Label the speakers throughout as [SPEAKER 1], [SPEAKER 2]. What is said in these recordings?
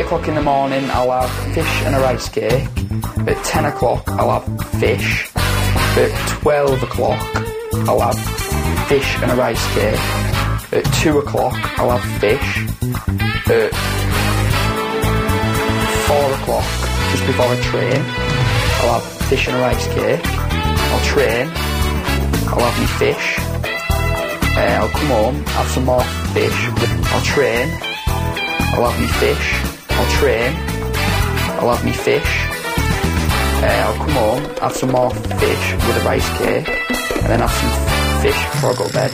[SPEAKER 1] o'clock in the morning, I'll have fish and a rice cake. At 10 o'clock, I'll have fish. At 12 o'clock, I'll have fish and a rice cake. At 2 o'clock, I'll have fish. At 4 Eh. o'clock, just before I train, I'll have fish and a rice cake. I'll train. I'll have my fish. Uh, I'll come home, have some more fish. I'll train. I'll have me fish. I'll train. I'll have me fish. Uh, I'll come home, have some more fish with a rice cake, and then have some fish before I go to bed.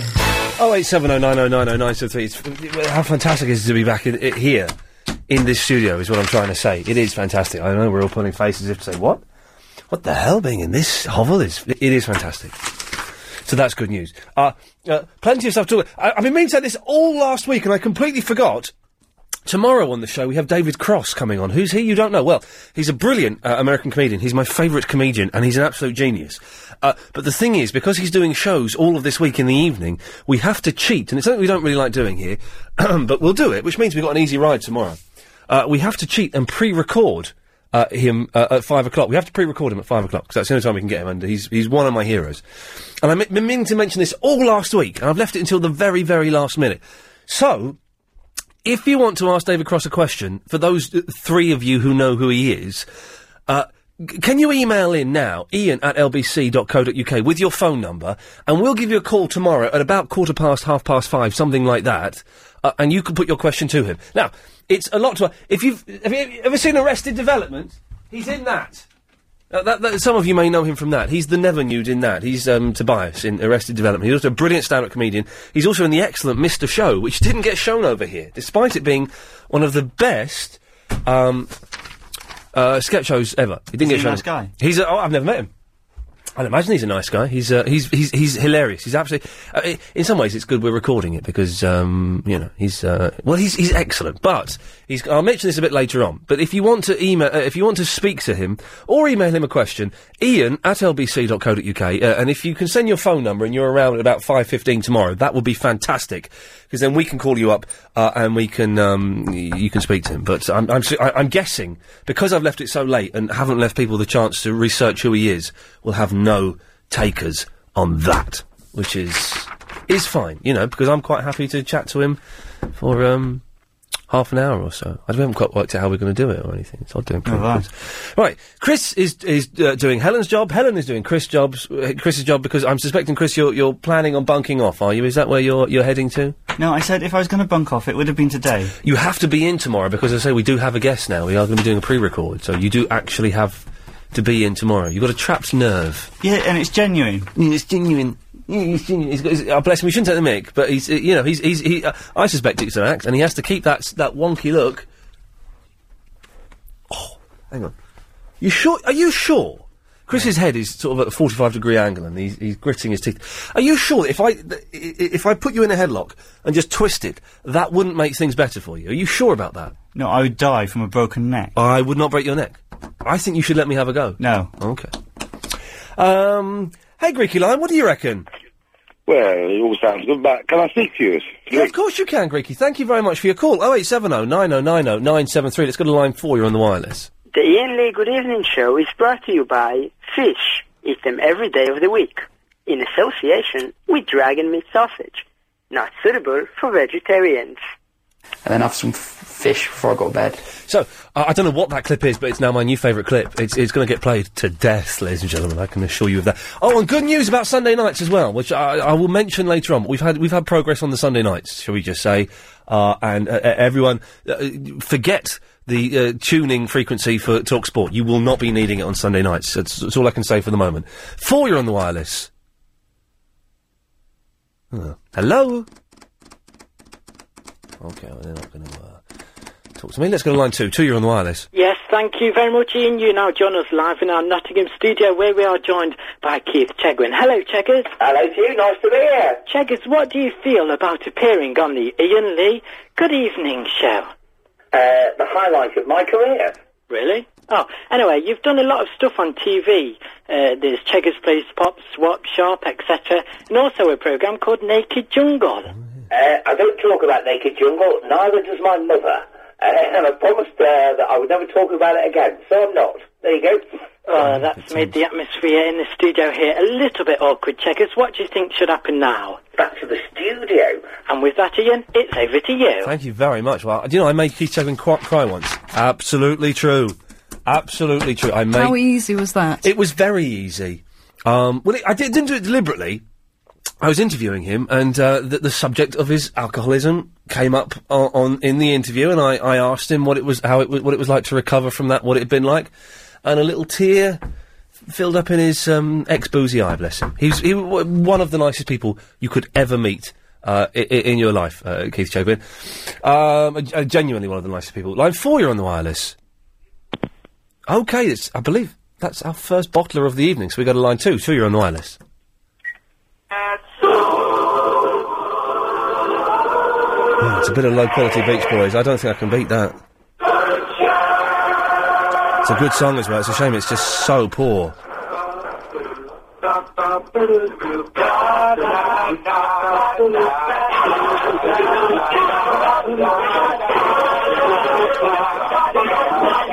[SPEAKER 2] Oh eight seven oh nine oh nine oh nine seven three. It's, well, how fantastic it is to be back in, i here in this studio is what I'm trying to say. It is fantastic. I know we're all pulling faces if to say what, what the hell being in this hovel is. It is fantastic. So that's good news. Uh, uh, plenty of stuff to. I, I've been meaning to say this all last week, and I completely forgot. Tomorrow on the show we have David Cross coming on. Who's he? You don't know. Well, he's a brilliant uh, American comedian. He's my favourite comedian, and he's an absolute genius. Uh, but the thing is, because he's doing shows all of this week in the evening, we have to cheat, and it's something we don't really like doing here. but we'll do it, which means we've got an easy ride tomorrow. Uh, we have to cheat and pre-record uh, him uh, at five o'clock. We have to pre-record him at five o'clock because that's the only time we can get him, and he's he's one of my heroes. And I've been meaning to mention this all last week, and I've left it until the very very last minute. So, if you want to ask David Cross a question, for those uh, three of you who know who he is, uh, g- can you email in now, ian at lbc.co.uk, with your phone number, and we'll give you a call tomorrow at about quarter past, half past five, something like that, uh, and you can put your question to him. Now, it's a lot to. If you've have you ever seen Arrested Development, he's in that. Uh, that, that, some of you may know him from that. He's the never nude in that. He's um, Tobias in Arrested Development. He's also a brilliant stand-up comedian. He's also in the excellent Mr. Show, which didn't get shown over here, despite it being one of the best um, uh, sketch shows ever. He didn't
[SPEAKER 3] Is he
[SPEAKER 2] get
[SPEAKER 3] a
[SPEAKER 2] shown.
[SPEAKER 3] nice guy?
[SPEAKER 2] He's. A, oh, I've never met him. I'd imagine he's a nice guy. He's uh, he's he's he's hilarious. He's absolutely. Uh, i- in some ways, it's good we're recording it because um, you know he's uh, well he's he's excellent. But he's. I'll mention this a bit later on. But if you want to email, uh, if you want to speak to him or email him a question, Ian at lbc.co.uk, uh, and if you can send your phone number and you're around at about five fifteen tomorrow, that would be fantastic because then we can call you up uh, and we can um, y- you can speak to him. But I'm I'm, si- I- I'm guessing because I've left it so late and haven't left people the chance to research who he is, we'll have no takers on that, which is is fine, you know, because I'm quite happy to chat to him for um, half an hour or so. I haven't quite worked out how we're going to do it or anything. So I'll do it. pretty
[SPEAKER 3] right.
[SPEAKER 2] quick. Right, Chris is is uh, doing Helen's job. Helen is doing Chris jobs. uh, Chris's job because I'm suspecting Chris, you're you're planning on bunking off. Are you? Is that where you're you're heading to?
[SPEAKER 3] No, I said if I was going to bunk off, it would have been today.
[SPEAKER 2] You have to be in tomorrow because, as I say, we do have a guest now. We are going to be doing a pre-record, so you do actually have to be in tomorrow. You've got a trapped nerve.
[SPEAKER 3] Yeah, and it's genuine.
[SPEAKER 2] Mm, It's genuine. He's genuine. He's got, he's, oh, bless him. He shouldn't take the mic, but he's, uh, you know, he's, he's, he, uh, I suspect it's an act, and he has to keep that, s- that wonky look. Oh, hang on. You sure? Are you sure? Chris's head is sort of at a 45 degree angle and he's, he's gritting his teeth. Are you sure that if I, th- i- i- if I put you in a headlock and just twist it, that wouldn't make things better for you? Are you sure about that?
[SPEAKER 3] No, I would die from a broken neck.
[SPEAKER 2] I would not break your neck. I think you should let me have a go.
[SPEAKER 3] No.
[SPEAKER 2] Okay. Um, hey, Greeky Line, what do you reckon?
[SPEAKER 4] Well, it all sounds good, but can I speak to you?
[SPEAKER 2] Yeah, of course you can, Greeky. Thank you very much for your call. 0870 9090 973. Let's go to line four. You're on the wireless.
[SPEAKER 5] The Ian Lee Good Evening Show is brought to you by Fish. Eat them every day of the week in association with Dragon Meat Sausage. Not suitable for vegetarians.
[SPEAKER 1] And then have some f- fish before I go to bed.
[SPEAKER 2] So, I I don't know what that clip is, but it's now my new favourite clip. It's, it's going to get played to death, ladies and gentlemen. I can assure you of that. Oh, and good news about Sunday nights as well, which I, I will mention later on. We've had we've had progress on the Sunday nights, shall we just say? Uh, and uh, uh, everyone, uh, forget the uh, tuning frequency for Talk Sport. You will not be needing it on Sunday nights. That's, that's all I can say for the moment. Four, you're on the wireless. Huh. Hello. Okay, well, they're not going to uh, talk to me. Let's go to line two. Two, you're on the wireless.
[SPEAKER 6] Yes, thank you very much, Ian. You now join us live in our Nottingham studio where we are joined by Keith Chegwin. Hello, Cheggers.
[SPEAKER 5] Hello to you, nice to be here.
[SPEAKER 6] Cheggers, what do you feel about appearing on the Ian Lee Good Evening Show?
[SPEAKER 5] Uh, the highlight of my career.
[SPEAKER 6] Really? Oh, anyway, you've done a lot of stuff on TV. Uh, there's Cheggers Plays Pop, Swap, Sharp, etc. And also a programme called Naked Jungle.
[SPEAKER 5] Uh, I don't talk about Naked Jungle, neither does my mother. uh, and I promised uh, that I would never talk about it again, so I'm not. There you go. Uh,
[SPEAKER 6] Oh, that's made the atmosphere in the studio here a little bit awkward, Checkers. What do you think should happen now?
[SPEAKER 5] Back to the studio.
[SPEAKER 6] And with that, Ian, it's over to you.
[SPEAKER 2] Thank you very much. Well, do you know I made Keith Chapman qu- cry once? Absolutely true. Absolutely true. I made.
[SPEAKER 7] How easy was that?
[SPEAKER 2] It was very easy. Um, well, it, I did, didn't do it deliberately. I was interviewing him, and uh, the, the subject of his alcoholism came up on, on in the interview, and I, I asked him what it was, how it was, what it was like to recover from that, what it had been like, and a little tear filled up in his um, ex boozy eye. Bless him. He was he, was one of the nicest people you could ever meet. Uh, in, in your life, uh, Keith Chopin. Um, uh, genuinely one of the nicest people. Line four, you're on the wireless. Okay, it's, I believe that's our first bottler of the evening, so we go to line two. Two, you're on the wireless. Oh, it's a bit of low quality Beach Boys. I don't think I can beat that. It's a good song as well. It's a shame it's just so poor.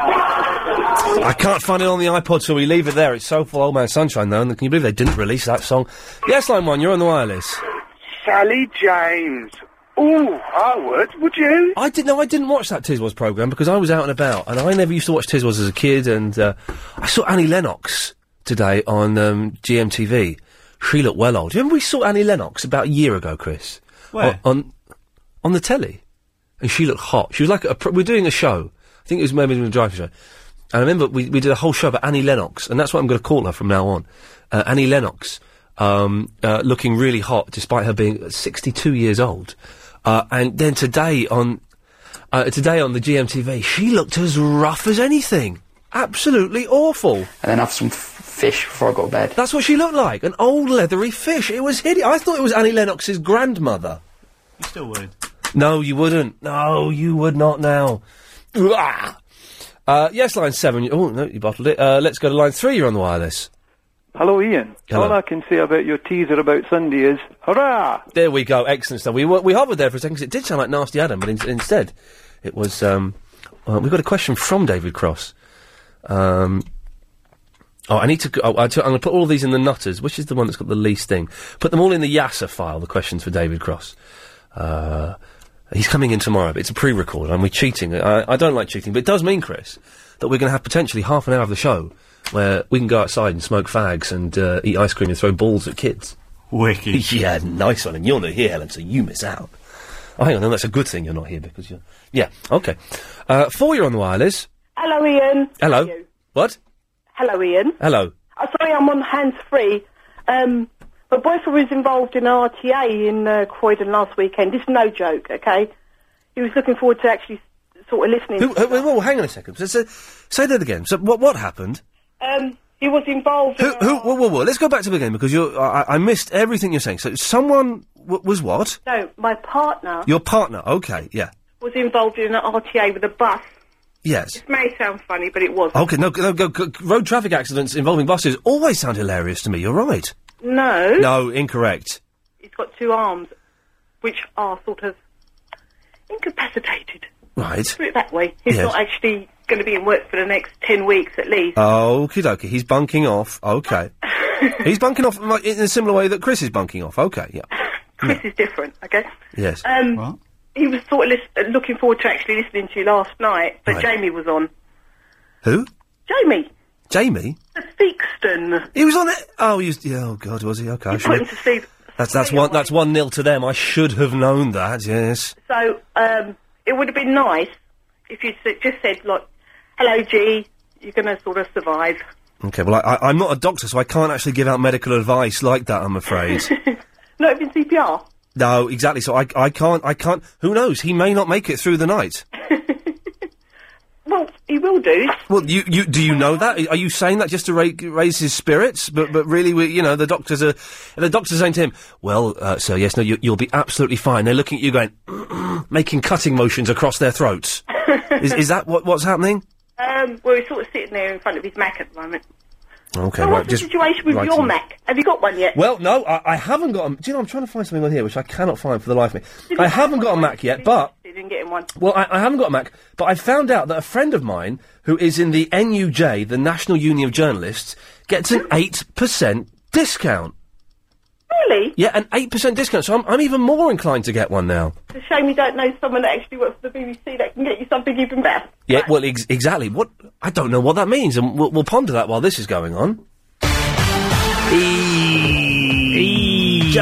[SPEAKER 2] I can't find it on the iPod, so we leave it there. It's so full Old Man Sunshine, though, and can you believe they didn't release that song? Yes, Line 1, you're on the wireless.
[SPEAKER 8] Sally James. Ooh, I would. Would you?
[SPEAKER 2] I didn't. No, I didn't watch that Tiswas program because I was out and about, and I never used to watch Tiswas as a kid. And uh, I saw Annie Lennox today on um, GMTV. She looked well old. Do you remember we saw Annie Lennox about a year ago, Chris?
[SPEAKER 9] Where?
[SPEAKER 2] on on, on the telly, and she looked hot. She was like a, pro- we are doing a show. I think it was maybe the drive show. And I remember we we did a whole show about Annie Lennox, and that's what I'm going to call her from now on. Uh, Annie Lennox, um, uh, looking really hot despite her being 62 years old. Uh, and then today on uh, today on the GMTV, she looked as rough as anything. Absolutely awful.
[SPEAKER 10] And then have some f- fish before I go to bed.
[SPEAKER 2] That's what she looked like. An old leathery fish. It was hideous. I thought it was Annie Lennox's grandmother.
[SPEAKER 9] You still would.
[SPEAKER 2] No, you wouldn't. No, you would not now. Uah! Uh, yes, line seven. you- Oh, no, you bottled it. Uh, let's go to line three. You're on the wireless.
[SPEAKER 11] Hello, Ian.
[SPEAKER 2] Hello.
[SPEAKER 11] All I can say about your teaser about Sunday is hurrah!
[SPEAKER 2] There we go. Excellent stuff. We were, we hovered there for a second 'cause it did sound like Nasty Adam, but in, instead, it was. Um, uh, we got a question from David Cross. Um, oh, I need to. go- Oh, I took- I'm going to put all these in the nutters. Which is the one that's got the least thing? Put them all in the Yasser file. The questions for David Cross. Uh, he's coming in tomorrow, but it's a pre-record, and we're cheating. I, I don't like cheating, but it does mean, Chris, that we're going to have potentially half an hour of the show where we can go outside and smoke fags and uh, eat ice cream and throw balls at kids. Wicked. yeah, nice one. And you're not here, Helen, so you miss out. Oh, hang on, no, that's a good thing you're not here because you're. Yeah, okay. Uh, four, you're on the wireless.
[SPEAKER 12] Hello, Ian.
[SPEAKER 2] Hello. What?
[SPEAKER 12] Hello, Ian.
[SPEAKER 2] Hello.
[SPEAKER 12] Oh, sorry, I'm on hands free. Um, my boyfriend was involved in RTA in uh, Croydon last weekend. This is no joke, okay? He was looking forward to actually sort of listening.
[SPEAKER 2] Who, who, whoa, hang on a second. So, so- say that again. So, what what happened?
[SPEAKER 12] Um, he was involved.
[SPEAKER 2] Who? who whoa, whoa, whoa. Let's go back to the beginning because you're. I, I I missed everything you're saying. So, someone w- was what?
[SPEAKER 12] No, my partner
[SPEAKER 2] Your partner. Okay. Yeah.
[SPEAKER 12] was involved in an RTA with a bus.
[SPEAKER 2] Yes.
[SPEAKER 12] This may sound funny, but it wasn't.
[SPEAKER 2] Okay. No. no, go go- road traffic accidents involving buses always sound hilarious to me. You're right.
[SPEAKER 12] No,
[SPEAKER 2] No. Incorrect.
[SPEAKER 12] he's got two arms, which are sort of incapacitated.
[SPEAKER 2] Right.
[SPEAKER 12] Put it that way. He's
[SPEAKER 2] Yes.
[SPEAKER 12] not actually going to be in work for the next ten weeks at least.
[SPEAKER 2] Okie dokie. He's bunking off. Okay. He's bunking off like, in a similar way that Chris is bunking off. Okay. Yeah.
[SPEAKER 12] Chris is different, okay?
[SPEAKER 2] Yes.
[SPEAKER 12] Um, He was sort of lis- looking forward to actually listening to you last night, but
[SPEAKER 2] Right.
[SPEAKER 12] Jamie was on.
[SPEAKER 2] Who?
[SPEAKER 12] Jamie,
[SPEAKER 2] Jamie.
[SPEAKER 12] the Theakston.
[SPEAKER 2] He was on it. Oh, he was. yeah, Oh God, was he? Okay. I should
[SPEAKER 12] Put him
[SPEAKER 2] have-
[SPEAKER 12] to sleep.
[SPEAKER 2] That's that's one that's one nil to them. I should have known that. Yes.
[SPEAKER 12] So um, it would have been nice if you would just said, like, hello, G, you're going to sort of survive.
[SPEAKER 2] Okay. Well, I, I, I'm not a doctor, so I can't actually give out medical advice like that. I'm afraid.
[SPEAKER 12] Not even CPR.
[SPEAKER 2] no, exactly. So I I can't I can't. Who knows? He may not make it through the night.
[SPEAKER 12] Well, he will do.
[SPEAKER 2] Well, you, you do you know that? Are you saying that just to ra- raise his spirits? But but really, we, you know, the doctors are the doctors are saying to him, "Well, uh, sir, yes, no, you, you'll be absolutely fine." They're looking at you, going, making cutting motions across their throats. is, is that what what's happening?
[SPEAKER 12] Um, well, he's sort of sitting there in front of his Mac at the moment.
[SPEAKER 2] Okay,
[SPEAKER 12] so
[SPEAKER 2] right.
[SPEAKER 12] what's the
[SPEAKER 2] just
[SPEAKER 12] situation with
[SPEAKER 2] writing
[SPEAKER 12] your
[SPEAKER 2] it.
[SPEAKER 12] Mac? Have you got one yet?
[SPEAKER 2] Well, no, I, I haven't got. A, do you know? I'm trying to find something on here which I cannot find for the life of me. I haven't got a Mac yet, but
[SPEAKER 12] Interested in and get him one.
[SPEAKER 2] Well, I, I haven't got a Mac, but I found out that a friend of mine who is in the NUJ, the National Union of Journalists, gets
[SPEAKER 12] Hmm.
[SPEAKER 2] an 8% discount.
[SPEAKER 12] Really?
[SPEAKER 2] Yeah, an 8% discount. So I'm, I'm even more inclined to get one now.
[SPEAKER 12] It's a shame you don't know someone that actually works for the BBC that can get you something even better.
[SPEAKER 2] Yeah, well, ex- exactly. What I don't know what that means, and we'll, we'll ponder that while this is going on. E-,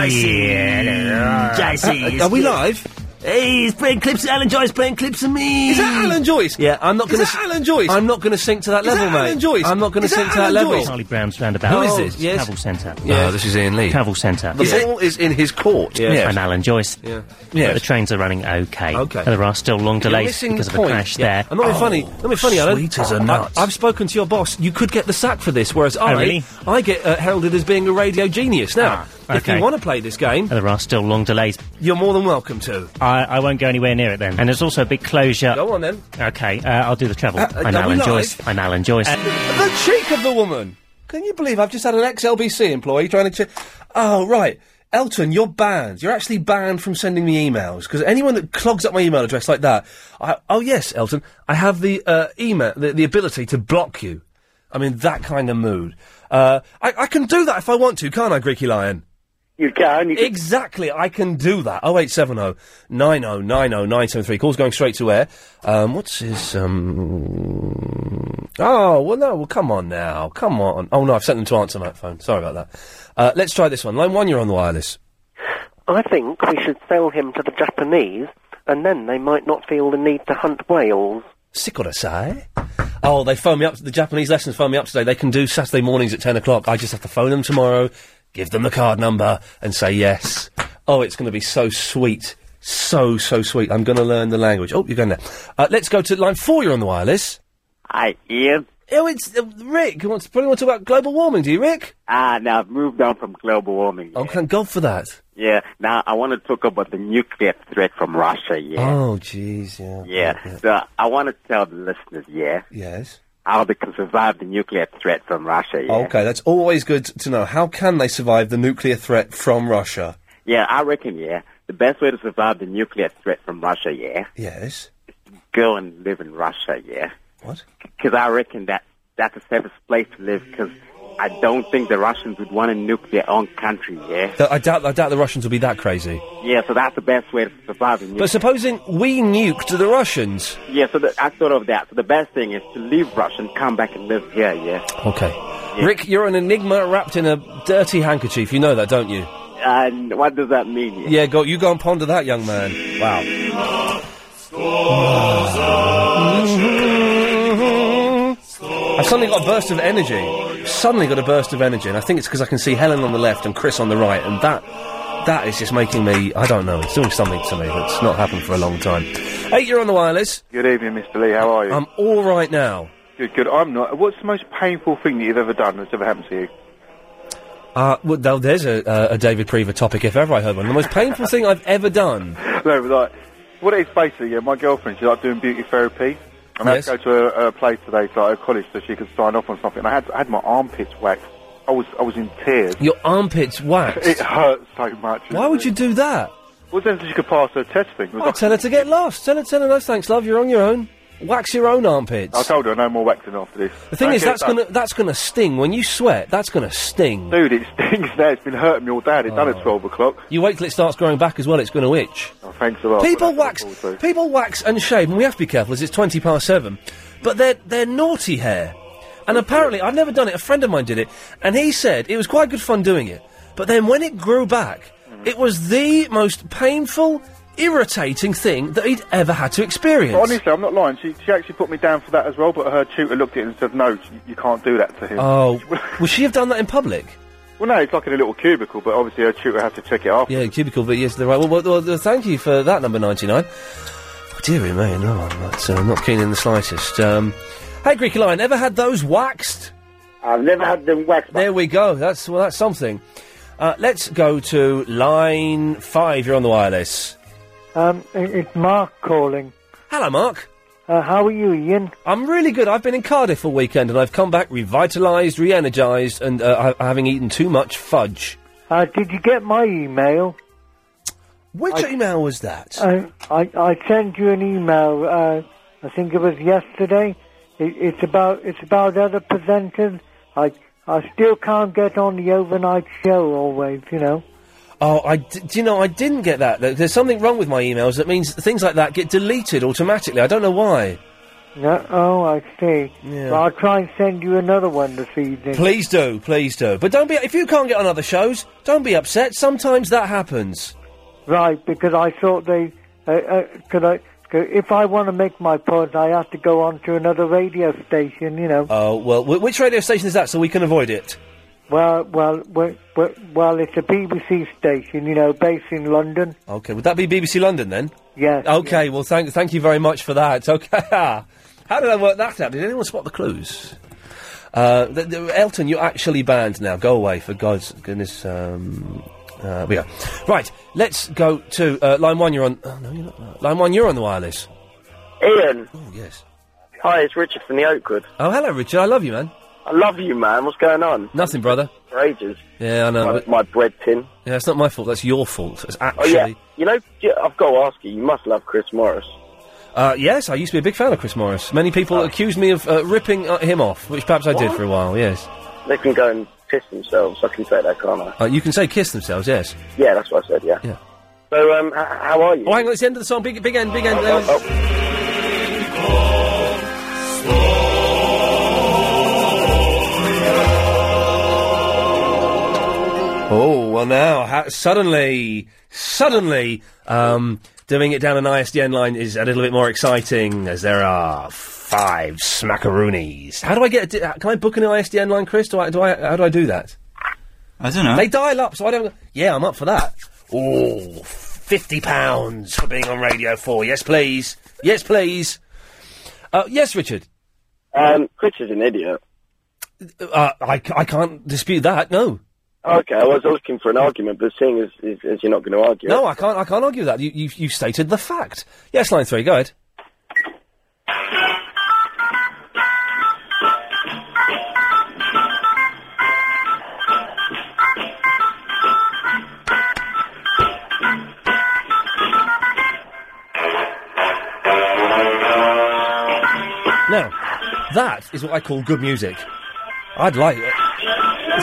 [SPEAKER 13] JC.
[SPEAKER 2] Uh, Are we live?
[SPEAKER 13] Hey, he's playing clips of Alan Joyce, playing clips of me.
[SPEAKER 2] Is that Alan Joyce? Yeah, I'm not
[SPEAKER 13] Is
[SPEAKER 2] going
[SPEAKER 13] that
[SPEAKER 2] to. Alan Joyce. I'm not going to sink to that
[SPEAKER 13] Is
[SPEAKER 2] level,
[SPEAKER 13] that
[SPEAKER 2] mate.
[SPEAKER 13] Alan Joyce?
[SPEAKER 2] I'm not going to
[SPEAKER 13] Is that
[SPEAKER 2] sink to that
[SPEAKER 13] Alan
[SPEAKER 2] level.
[SPEAKER 13] Joyce? Charlie
[SPEAKER 9] Brown's roundabout.
[SPEAKER 2] Who is this? Yes.
[SPEAKER 9] Cavill Centre.
[SPEAKER 2] No, this is Ian Lee.
[SPEAKER 9] Cavill Centre.
[SPEAKER 2] The ball is in his court.
[SPEAKER 9] Yeah.
[SPEAKER 2] Yes.
[SPEAKER 9] I'm Alan Joyce.
[SPEAKER 2] Yeah.
[SPEAKER 9] But The trains are running okay.
[SPEAKER 2] Okay.
[SPEAKER 9] There are still long
[SPEAKER 2] You're
[SPEAKER 9] delays
[SPEAKER 2] missing
[SPEAKER 9] because
[SPEAKER 2] the
[SPEAKER 9] of a
[SPEAKER 2] point.
[SPEAKER 9] crash
[SPEAKER 2] Yeah.
[SPEAKER 9] there.
[SPEAKER 2] I'm not being funny.
[SPEAKER 9] Oh,
[SPEAKER 2] Not being funny, Alan. I- I've spoken to your boss. You could get the sack for this, whereas I,
[SPEAKER 9] Oh, really?
[SPEAKER 2] I get uh, heralded as being a radio genius. Now,
[SPEAKER 9] Ah,
[SPEAKER 2] if you
[SPEAKER 9] okay.
[SPEAKER 2] want to play this game,
[SPEAKER 9] There are still long delays.
[SPEAKER 2] You're more than welcome to.
[SPEAKER 9] I, I won't go anywhere near it then. And there's also a big closure.
[SPEAKER 2] Go on then.
[SPEAKER 9] Okay, uh, I'll do the travel.
[SPEAKER 2] Uh, uh,
[SPEAKER 9] I'm
[SPEAKER 2] are we
[SPEAKER 9] Alan
[SPEAKER 2] live? Uh,
[SPEAKER 9] Joyce. I'm Alan Joyce.
[SPEAKER 2] The cheek of the woman! Can you believe I've just had an XLBC employee trying to. Ch- oh, right. Elton, you're banned. You're actually banned from sending me emails because anyone that clogs up my email address like that. I, oh yes, Elton, I have the uh, email, the, the ability to block you. I'm in that kind of mood. Uh, I, I can do that if I want to, can't I, Greeky Lion? You can, you can. Exactly, I can do that. 0870 9090973. Calls going straight to air. Um, what's his, um... Oh, well, no, well, come on now. Come on. Oh, no, I've sent them to answer my phone. Sorry about that. Uh, let's try this one. Line one, you're on the wireless.
[SPEAKER 14] I think we should sell him to the Japanese, and then they might not feel the need to hunt whales.
[SPEAKER 2] Sikorasai? Oh, they phone me up. The Japanese lessons phone me up today. They can do Saturday mornings at 10 o'clock. I just have to phone them tomorrow, give them the card number, and say yes. Oh, it's going to be so sweet. So, so sweet. I'm going to learn the language. Oh, you're going there. Uh, let's go to line four. You're on the wireless.
[SPEAKER 15] Hi, Ian.
[SPEAKER 2] Oh, it's uh, Rick. You want to probably want to talk about global warming, do you, Rick?
[SPEAKER 15] Ah, now I've moved on from global warming.
[SPEAKER 2] Oh, thank God for that.
[SPEAKER 15] Yeah, now I want to talk about the nuclear threat from Russia, yeah.
[SPEAKER 2] Oh, jeez, yeah.
[SPEAKER 15] yeah, so I want to tell the listeners, yeah,
[SPEAKER 2] Yes. Oh.
[SPEAKER 15] how they can survive the nuclear threat from Russia, yeah.
[SPEAKER 2] Okay, that's always good to know. How can they survive the nuclear threat from Russia?
[SPEAKER 15] Yeah, I reckon, yeah, the best way to survive the nuclear threat from Russia, yeah,
[SPEAKER 2] Yes.
[SPEAKER 15] go and live in Russia, yeah.
[SPEAKER 2] What?
[SPEAKER 15] Because I reckon that that's the safest place to live, because I don't think the Russians would want to nuke their own country, yeah.
[SPEAKER 2] Th- I doubt. I doubt the Russians will be that crazy.
[SPEAKER 15] Yeah, so that's the best way to survive the nuclear
[SPEAKER 2] But supposing we nuked the Russians.
[SPEAKER 15] Yeah, so the, I thought of that. So the best thing is to leave Russia and come back and live here, yeah.
[SPEAKER 2] Okay. Rick, you're an enigma wrapped in a dirty handkerchief. You know that, don't you?
[SPEAKER 15] And what does that mean?
[SPEAKER 2] Yeah. go. You go and ponder that, young man. Wow. I've suddenly got a burst of energy. Suddenly got a burst of energy, and I think it's because I can see Helen on the left and Chris on the right, and that that is just making me. I don't know. It's doing something to me that's not happened for a long time. Hey, you're on the wireless.
[SPEAKER 4] Good evening, Mr. Lee. How are you?
[SPEAKER 2] I'm all right now.
[SPEAKER 4] Good, good. I'm not. What's the most painful thing that you've ever done that's ever happened to you?
[SPEAKER 2] Uh, well, now there's a, uh, a David Prever topic if ever I heard one. The most painful thing I've ever done.
[SPEAKER 4] no, but like, what it is basically, yeah, my girlfriend, she's like doing beauty therapy. And
[SPEAKER 2] Yes.
[SPEAKER 4] I had to go to a, a place today, to like, a college, so she could sign off on something. And I had, I had my armpits waxed. I was, I was in tears.
[SPEAKER 2] Your armpits waxed.
[SPEAKER 4] It hurt so much.
[SPEAKER 2] Why would you do that?
[SPEAKER 4] Well, then she could pass her test thing. It was
[SPEAKER 2] Oh, tell her to get lost. Tell her, tell her, no thanks, love. You're on your own. Wax your own armpits.
[SPEAKER 4] I told her no more waxing after this.
[SPEAKER 2] The thing
[SPEAKER 4] Don't
[SPEAKER 2] is,
[SPEAKER 4] get it
[SPEAKER 2] that's
[SPEAKER 4] done.
[SPEAKER 2] gonna that's gonna sting when you sweat. That's gonna sting.
[SPEAKER 4] Dude, it stings now. It's been hurting me all day. It's done at 12 o'clock.
[SPEAKER 2] Oh. You wait till it starts growing back as well. It's gonna itch.
[SPEAKER 4] Oh, thanks a lot.
[SPEAKER 2] people
[SPEAKER 4] That's what I
[SPEAKER 2] wax,
[SPEAKER 4] thought too.
[SPEAKER 2] people wax and shave, and we have to be careful as it's twenty past seven. But they're they're naughty hair, and apparently I've never done it. A friend of mine did it, and he said it was quite good fun doing it. But then when it grew back, it was the most painful, irritating thing that he'd ever had to experience.
[SPEAKER 4] But honestly, I'm not lying. She, she actually put me down for that as well, but her tutor looked at it and said, no, you, you can't do that to him.
[SPEAKER 2] Oh, would she have done that in public?
[SPEAKER 4] Well, no, it's like in a little cubicle, but obviously her tutor had to check it off.
[SPEAKER 2] Yeah, cubicle, but yes, they're right. Well, well, well, uh, thank you for that, number 99. Oh, dear me, no, I'm not, uh, not keen in the slightest. Um, hey, Greeky Lion, ever had those waxed?
[SPEAKER 15] I've never had them waxed.
[SPEAKER 2] There we go. That's Well, that's something. Uh, let's go to line five. You're on the wireless.
[SPEAKER 16] Um, it- it's Mark calling.
[SPEAKER 2] Hello, Mark.
[SPEAKER 16] Uh, how are you, Ian?
[SPEAKER 2] I'm really good. I've been in Cardiff all weekend and I've come back revitalised, re energised, and uh, ha- having eaten too much fudge.
[SPEAKER 16] Uh, did you get my email?
[SPEAKER 2] Which
[SPEAKER 16] I-
[SPEAKER 2] email was that?
[SPEAKER 16] I, I, I sent you an email. Uh, I think it was yesterday. It, it's about it's about other presenters. I I still can't get on the overnight show always. You know.
[SPEAKER 2] Oh, I d- do you know I didn't get that. There- There's something wrong with my emails that means things like that get deleted automatically. I don't know why.
[SPEAKER 16] No, oh, I see. Well, I'll try and send you another one this evening.
[SPEAKER 2] Please do, please do. But don't be if you can't get on other shows, don't be upset. Sometimes that happens.
[SPEAKER 16] Right, because I thought they uh, uh, could I. could- If I want to make my point, I have to go on to another radio station, you know.
[SPEAKER 2] Oh well, wh- which radio station is that so we can avoid it?
[SPEAKER 16] Well, well, well, well, well, it's a BBC station, you know, based in London.
[SPEAKER 2] Okay, would that be BBC London then?
[SPEAKER 16] Yes.
[SPEAKER 2] Okay, well thank thank you very much for that. Okay, how did I work that out? Did anyone spot the clues? Uh, th- th- Elton, you're actually banned now. Go away, for God's goodness. Um, uh, we are right. Let's go to uh, line one. You're on. Oh, no, you're not. Line one. You're on the wireless.
[SPEAKER 4] Ian.
[SPEAKER 2] Oh, yes.
[SPEAKER 4] Hi, it's Richard from the Oakwood.
[SPEAKER 2] Oh, hello, Richard. I love you, man.
[SPEAKER 4] I love you, man. What's going on?
[SPEAKER 2] Nothing, brother.
[SPEAKER 4] For ages.
[SPEAKER 2] Yeah, I know.
[SPEAKER 4] my,
[SPEAKER 2] but-
[SPEAKER 4] my bread tin.
[SPEAKER 2] yeah, it's not my fault. That's your fault. It's
[SPEAKER 4] Oh,
[SPEAKER 2] actually.
[SPEAKER 4] yeah. You know, j- I've got to ask you, you must love Chris Morris.
[SPEAKER 2] Uh, yes, I used to be a big fan of Chris Morris. Many people accused me of uh, ripping uh, him off, which perhaps I did
[SPEAKER 4] Oh. What?
[SPEAKER 2] for a while. Yes,
[SPEAKER 4] They can go and piss themselves. I can say that, can't I?
[SPEAKER 2] uh, you can say kiss themselves. Yes.
[SPEAKER 4] Yeah, that's what I said, yeah.
[SPEAKER 2] Yeah.
[SPEAKER 4] So, um, h- how are you?
[SPEAKER 2] Oh, hang on, it's the end of the song. Big, big end, big end.
[SPEAKER 4] Oh, oh,
[SPEAKER 2] Oh, well now, ha- suddenly, suddenly, um, doing it down an ISDN line is a little bit more exciting as Mm, there are five smackaroonies. How do I get, a di- uh, can I book an ISDN line, Chris? Do I, do I, how do I do that? I don't know. They dial up, so I don't, yeah, I'm up for that. Oh, 50 pounds for being on Radio 4. Yes, please. Yes, please. Uh, yes, Richard.
[SPEAKER 4] Um, Chris is an idiot.
[SPEAKER 2] Uh, I, c- I can't dispute that, no.
[SPEAKER 4] Okay, I was looking for an argument, but seeing as, as, as you're not going to argue.
[SPEAKER 2] No, I can't. I can't argue that. You, you, you stated the fact. Yes, line three. Go ahead. Now, that is what I call good music. I'd like it.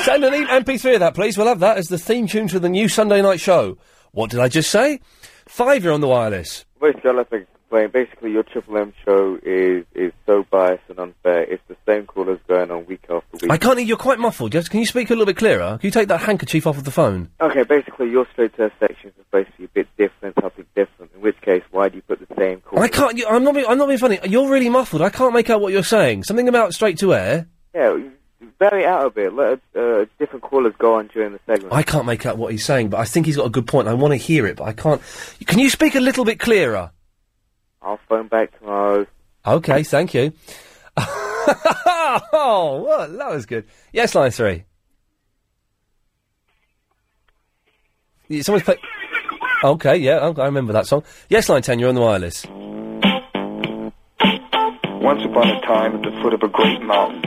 [SPEAKER 2] Send an e- MP3 of that, please. We'll have that as the theme tune to the new Sunday night show. What did I just say? Five, you're on the wireless.
[SPEAKER 17] Basically, I'll have to explain. Basically, your Triple M show is is so biased and unfair. It's the same callers going on week after week.
[SPEAKER 2] I can't hear. You're quite muffled. Just, can you speak a little bit clearer? Can you take that handkerchief off of the phone?
[SPEAKER 17] Okay, basically, your straight to sections is basically a bit different, something different. In which case, why do you put the same call?
[SPEAKER 2] I can't. You, I'm not. Being, I'm not being funny. You're really muffled. I can't make out what you're saying. Something about straight to air.
[SPEAKER 17] Yeah, vary out a bit. Let uh, different callers go on during the segment.
[SPEAKER 2] I can't make out what he's saying, but I think he's got a good point. I want to hear it, but I can't. Can you speak a little bit clearer?
[SPEAKER 17] I'll phone back tomorrow.
[SPEAKER 2] Okay, thank you. oh, well, that was good. Yes, line three. Yeah, Someone's play. Okay, yeah, I I remember that song. Yes, line ten. You're on the wireless.
[SPEAKER 8] Once upon a time, at the foot of a great mountain,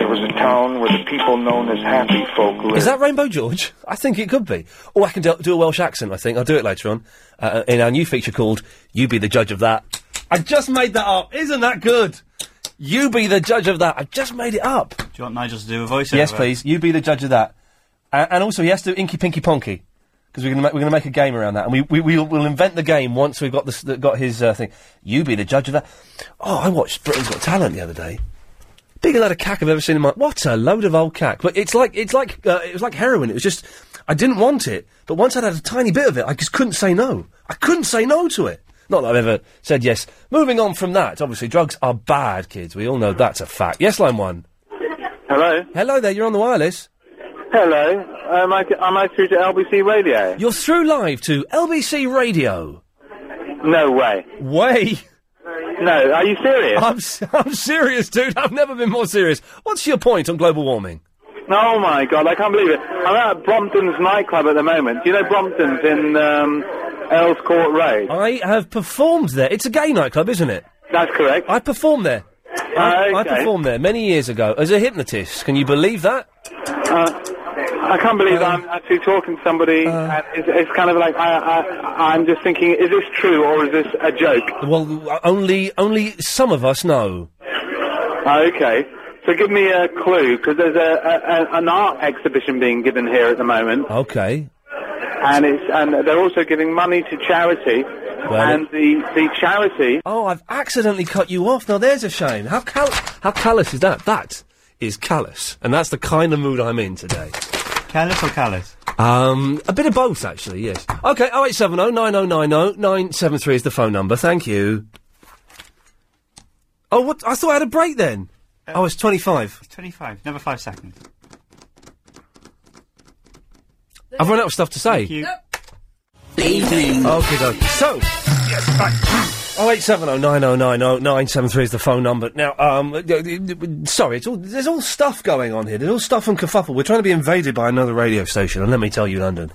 [SPEAKER 8] there was a town where the people known as happy folk lived.
[SPEAKER 2] Is that Rainbow George? I think it could be. Or I can do, do a Welsh accent. I think I'll do it later on uh, in our new feature called "You Be the Judge of That." I just made that up. Isn't that good? You be the judge of that. I just made it up. Do
[SPEAKER 3] you want Nigel to do a voiceover?
[SPEAKER 2] Yes, please. You be the judge of that. Uh, and also, he has to Inky Pinky Ponky. Because we're going to we're going to make a game around that, and we we we'll, we'll invent the game once we've got this that got his uh, thing. You be the judge of that. Oh, I watched Britain's Got Talent the other day. Bigger load of cack I've ever seen in my. What a load of old cack! But it's like it's like uh, it was like heroin. It was just I didn't want it, but once I'd had a tiny bit of it, I just couldn't say no. I couldn't say no to it. Not that I've ever said yes. Moving on from that, obviously, drugs are bad, kids. We all know that's a fact. Yes, line one.
[SPEAKER 11] Hello.
[SPEAKER 2] Hello there. You're on the wireless.
[SPEAKER 11] Hello. Am I, am I through to LBC Radio?
[SPEAKER 2] You're through live to LBC Radio.
[SPEAKER 11] No way.
[SPEAKER 2] Way.
[SPEAKER 11] No, are you serious?
[SPEAKER 2] I'm, s- I'm serious, dude. I've never been more serious. What's your point on global warming?
[SPEAKER 11] Oh my god, I can't believe it. I'm at Brompton's nightclub at the moment. Do you know Brompton's in um, Earls Court Road?
[SPEAKER 2] I have performed there. It's a gay nightclub, isn't it?
[SPEAKER 11] That's correct.
[SPEAKER 2] I performed there.
[SPEAKER 11] Uh,
[SPEAKER 2] I, I performed there many years ago as a hypnotist. Can you believe that?
[SPEAKER 11] Uh,
[SPEAKER 8] I can't believe
[SPEAKER 2] Um,
[SPEAKER 8] I'm actually talking to somebody, and it's, it's kind of like I, I, I'm just thinking, is this true or is this a joke?
[SPEAKER 2] Well, only only some of us know.
[SPEAKER 8] Ah, Okay. So give me a clue, because there's a, a, a, an art exhibition being given here at the moment,
[SPEAKER 2] Okay.
[SPEAKER 8] and it's and they're also giving money to charity, and the the charity.
[SPEAKER 2] Oh, I've accidentally cut you off. Now there's a shame. How cal- how callous is that? That is callous, and that's the kind of mood I'm in today.
[SPEAKER 18] Callous or callous?
[SPEAKER 2] Um, a bit of both, actually. Yes. Okay. Oh eight seven oh nine oh nine oh nine seven three is the phone number. Thank you. Oh, what? I thought I had a break then.
[SPEAKER 18] Uh,
[SPEAKER 2] oh, it's twenty five.
[SPEAKER 18] Twenty-five. Never five seconds.
[SPEAKER 2] I've run out of stuff to say.
[SPEAKER 18] Thank you.
[SPEAKER 2] Evening. Okay, dokie. So, yes, right. Oh eight seven oh nine oh nine oh nine seven three is the phone number. Now, um, uh, d- d- d- sorry, it's all there's all stuff going on here. There's all stuff and kerfuffle. We're trying to be invaded by another radio station, and let me tell you, London,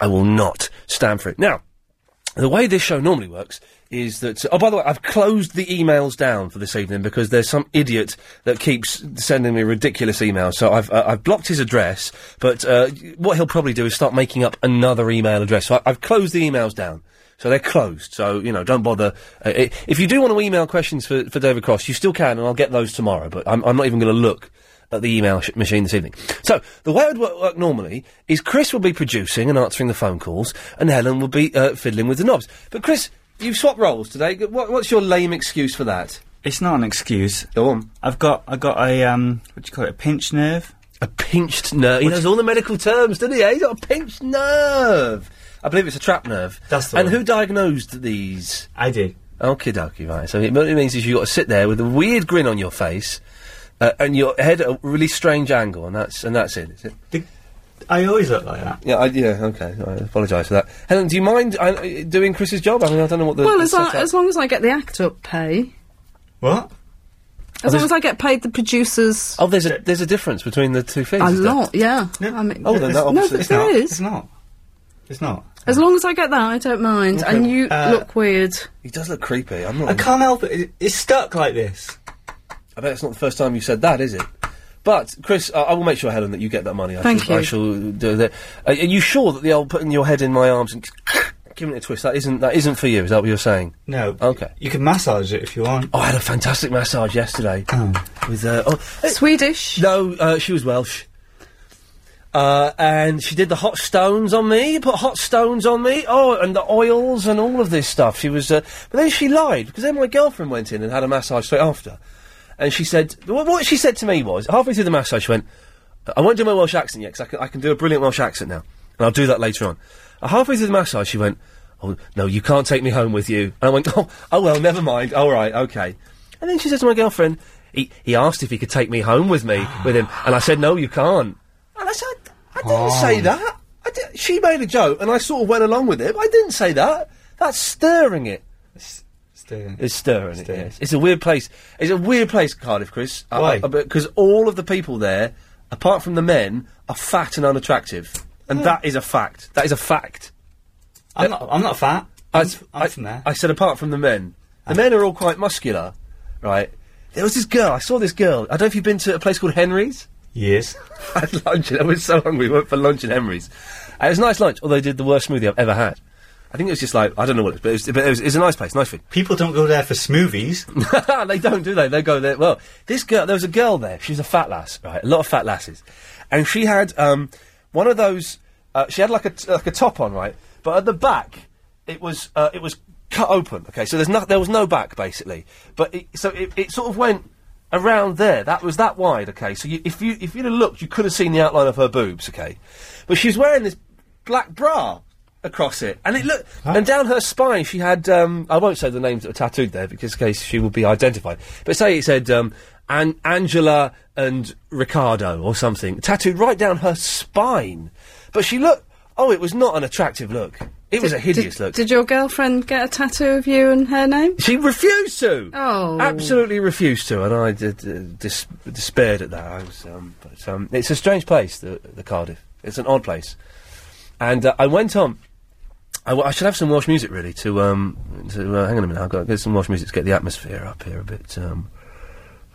[SPEAKER 2] I will not stand for it. Now, the way this show normally works is that. Oh, by the way, I've closed the emails down for this evening because there's some idiot that keeps sending me ridiculous emails. So I've uh, I've blocked his address, but uh, what he'll probably do is start making up another email address. So I, I've closed the emails down. So they're closed. So you know, don't bother. Uh, i if you do want to email questions for, for David Cross, you still can, and I'll get those tomorrow. But I'm, I'm not even going to look at the email sh- machine this evening. So the way it would wo- work normally is Chris will be producing and answering the phone calls, and Helen will be uh, fiddling with the knobs. But Chris, you've swapped roles today. G- Uh, What, what's your lame excuse for that?
[SPEAKER 18] It's not an excuse.
[SPEAKER 2] Go on.
[SPEAKER 18] I've got I got a um what do you call it a pinch nerve.
[SPEAKER 2] A pinched nerve. He knows all the medical terms, doesn't he? eh? He's got a pinched nerve. I believe it's a trap nerve. That's the And who diagnosed these? I did. Okay, dokie, right. So it, what it means is you've got to sit there with a weird grin on your face uh, and your head at a really strange angle, and that's and that's it, is it?
[SPEAKER 18] I always look like that.
[SPEAKER 2] Yeah, I, yeah, okay. I apologise for that. Helen, do you mind uh, uh, doing Chris's job? I mean, I don't know what the.
[SPEAKER 7] well,
[SPEAKER 2] the
[SPEAKER 7] as, I,
[SPEAKER 2] setup-
[SPEAKER 7] as long as I get the act up pay,
[SPEAKER 2] Oh,
[SPEAKER 7] as
[SPEAKER 18] What?
[SPEAKER 7] long
[SPEAKER 2] there's-
[SPEAKER 7] as I get paid the producers
[SPEAKER 2] Oh, there's a there's a difference between the two fees.
[SPEAKER 7] a
[SPEAKER 2] is there?
[SPEAKER 7] lot, yeah. I mean,
[SPEAKER 2] Oh, then that
[SPEAKER 7] no,
[SPEAKER 2] obviously
[SPEAKER 7] but there is.
[SPEAKER 18] not. It's not.
[SPEAKER 7] As long as I get that, I don't mind.
[SPEAKER 18] Okay.
[SPEAKER 7] And you
[SPEAKER 18] Uh,
[SPEAKER 7] look weird.
[SPEAKER 2] He does look creepy. I'm not.
[SPEAKER 18] I can't help it. it. It's stuck like this.
[SPEAKER 2] I bet it's not the first time you've said that, is it? But Chris, I, I will make sure, Helen, that you get that money. I
[SPEAKER 7] Thank
[SPEAKER 2] shall, I
[SPEAKER 7] you.
[SPEAKER 2] shall do that. Uh, are you sure that the old putting your head in my arms and giving it a twist that isn't that isn't for you? Is that what you're saying?
[SPEAKER 18] No.
[SPEAKER 2] Okay.
[SPEAKER 18] You can massage it if you want.
[SPEAKER 2] Oh, I had a fantastic massage yesterday. With uh, oh,
[SPEAKER 7] Swedish?
[SPEAKER 2] No, uh, she was Welsh. Uh, and she did the hot stones on me, put hot stones on me, oh, and the oils and all of this stuff. She was, uh, but then she lied because then my girlfriend went in and had a massage straight after, and she said, what, what she said to me was halfway through the massage, she went, "I won't do my Welsh accent yet because I can, I can do a brilliant Welsh accent now, and I'll do that later on." Uh, halfway through the massage, she went, "Oh no, you can't take me home with you," and I went, "Oh, oh well, never mind. All right, okay." And then she said to my girlfriend, he, he asked if he could take me home with me, with him, and I said, no, you can't. And I said, I didn't say that. I di- she made a joke, and I sort of went along with it, but I didn't say that. That's stirring it. It's stirring, it, yes. It's a weird place. It's a weird place, Cardiff, Chris. Uh,
[SPEAKER 18] Why?
[SPEAKER 2] Because all of the people there, apart from the men, are fat and unattractive. And
[SPEAKER 18] Oh.
[SPEAKER 2] that is a fact. That is a fact.
[SPEAKER 18] I'm not. I'm not fat.
[SPEAKER 2] I'm, I, I said apart from the men.
[SPEAKER 18] Ah.
[SPEAKER 2] The men are all quite muscular, right? There was this girl, I saw this girl. I don't know if you've been to a place called Henry's.
[SPEAKER 18] Yes.
[SPEAKER 2] I had lunch and I was so hungry. We went for lunch at Henry's. And it was a nice lunch, although they did the worst smoothie I've ever had. I think it was just like, I don't know what it was, but it was, but it was, it was a nice place, nice food.
[SPEAKER 18] People don't go there for smoothies.
[SPEAKER 2] they don't, do they? They go there. Well, this girl, there was a girl there. She was a fat lass, right? A lot of fat lasses, and she had um, one of those. Uh, she had like a t- like a top on, right? But at the back, it was uh, it was cut open. Okay, so there's no, there was no back basically. But it, so it, it sort of went around there. That was that wide. Okay, so you, if you if you'd have looked, you could have seen the outline of her boobs. Okay, but she was wearing this black bra across it, and it looked. And down her spine, she had. Um, I won't say the names that were tattooed there because, in case she will be identified. But say it said um, An- Angela and Ricardo or something, tattooed right down her spine. But she looked. Oh, it was not an attractive look. It was a hideous look.
[SPEAKER 7] Did your girlfriend get a tattoo of you and her name?
[SPEAKER 2] She refused to.
[SPEAKER 7] Oh.
[SPEAKER 2] Absolutely refused to, and I did, uh, dis- despaired at that. I was, um, but um, it's a strange place, the, the Cardiff. It's an odd place, and uh, I went on. I, w- I should have some Welsh music really to um to uh, hang on a minute. I've got to get some Welsh music to get the atmosphere up here a bit. Um,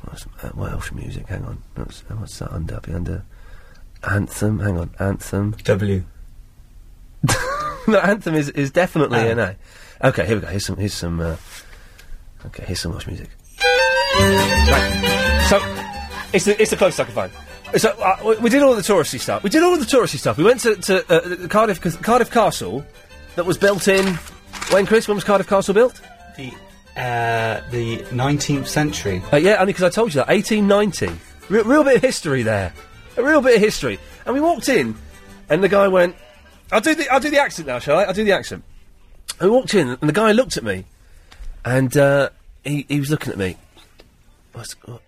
[SPEAKER 2] what's, uh, Welsh music. Hang on. What's, uh, what's that under? Be under Anthem. Hang on. Anthem.
[SPEAKER 18] W.
[SPEAKER 2] no, anthem is, is definitely an A. Okay, here we go. Here's some. Here's some. Uh, okay, here's some Welsh music. Right. So, it's the it's the closest I can find. So uh, we, we did all the touristy stuff. We did all of the touristy stuff. We went to, to uh, the- the Cardiff Cas- Cardiff Castle, that was built in. When Chris, when was Cardiff Castle built?
[SPEAKER 18] The uh, the 19th century.
[SPEAKER 2] Uh, yeah, only because I told you that. 1890. Re- real bit of history there. A real bit of history. And we walked in, and the guy went, I'll do the, I'll do the accent now, shall I? I'll do the accent. And we walked in, and the guy looked at me, and uh, he, he was looking at me. What's, what,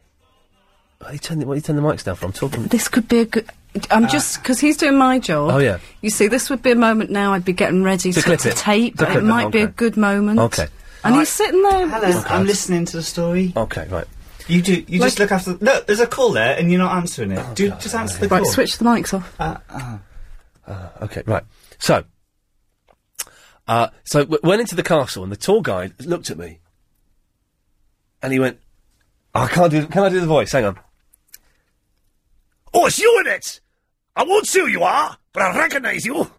[SPEAKER 2] what, are you turning, what are you turning the mics down for? I'm talking.
[SPEAKER 7] This could be a good. I'm
[SPEAKER 2] Ah.
[SPEAKER 7] just because he's doing my job.
[SPEAKER 2] Oh, yeah.
[SPEAKER 7] You see, this would be a moment now. I'd be getting ready
[SPEAKER 2] To
[SPEAKER 7] to,
[SPEAKER 2] clip it.
[SPEAKER 7] tape.
[SPEAKER 2] To
[SPEAKER 7] but
[SPEAKER 2] clip
[SPEAKER 7] it
[SPEAKER 2] it,
[SPEAKER 7] might be a
[SPEAKER 2] okay.
[SPEAKER 7] good moment.
[SPEAKER 2] Okay.
[SPEAKER 7] And he's sitting there.
[SPEAKER 18] Hello, I'm listening to the story.
[SPEAKER 2] Okay, right.
[SPEAKER 18] You do. You just
[SPEAKER 7] Like-
[SPEAKER 18] look after. Look, there's a call there, and you're not answering it. Dude, just answer the
[SPEAKER 7] Right,
[SPEAKER 18] call. Uh-huh.
[SPEAKER 7] switch the mics off.
[SPEAKER 2] Uh, okay, right. So, uh, so w- went into the castle, and the tour guide looked at me, and he went, "I can't do. Can I do the voice? Hang on." Oh, it's you in it! I won't see who you are, but I recognise you.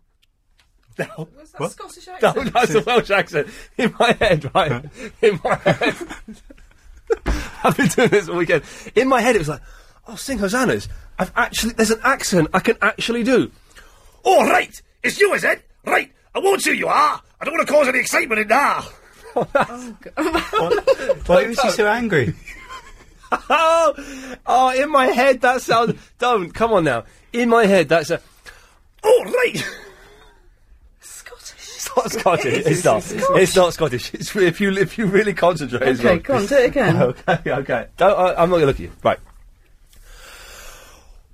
[SPEAKER 2] No. Was that
[SPEAKER 7] Scottish
[SPEAKER 2] accent? No, that's a Welsh accent. In my head, right? In my head. I've been doing this all weekend. In my head, it was like, oh, sing hosannas. I've actually, there's an accent I can actually do. All right, It's you, is it? Right, I won't see who you are. I don't want to cause any excitement in there.
[SPEAKER 18] Why was he so angry?
[SPEAKER 2] oh, oh, in my head that sounds. Don't come on now. In my head that's a. Oh right. Scottish. It's not Scottish. It's not.
[SPEAKER 7] It's Scottish.
[SPEAKER 2] It's not Scottish. It's re- if you if you really concentrate. it's
[SPEAKER 7] Okay,
[SPEAKER 2] wrong.
[SPEAKER 7] go on, do it again.
[SPEAKER 2] okay, okay. Don't, I, I'm not gonna look at you. Right.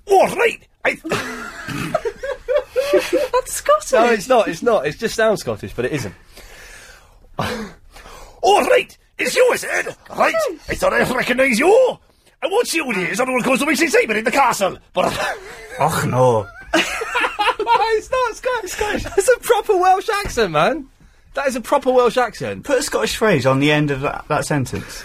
[SPEAKER 2] All right. I...
[SPEAKER 7] That's Scottish.
[SPEAKER 2] No, it's not. It's not. It just sounds Scottish, but it isn't. All right. It's you, is it? Right. I thought I recognise you. I won't see who it is. I don't want to cause so much excitement in the castle. But
[SPEAKER 18] Och no.
[SPEAKER 2] it's not Scottish. Scottish. That's a proper Welsh accent, man. That is a proper Welsh accent.
[SPEAKER 18] Put a Scottish phrase on the end of that, that sentence.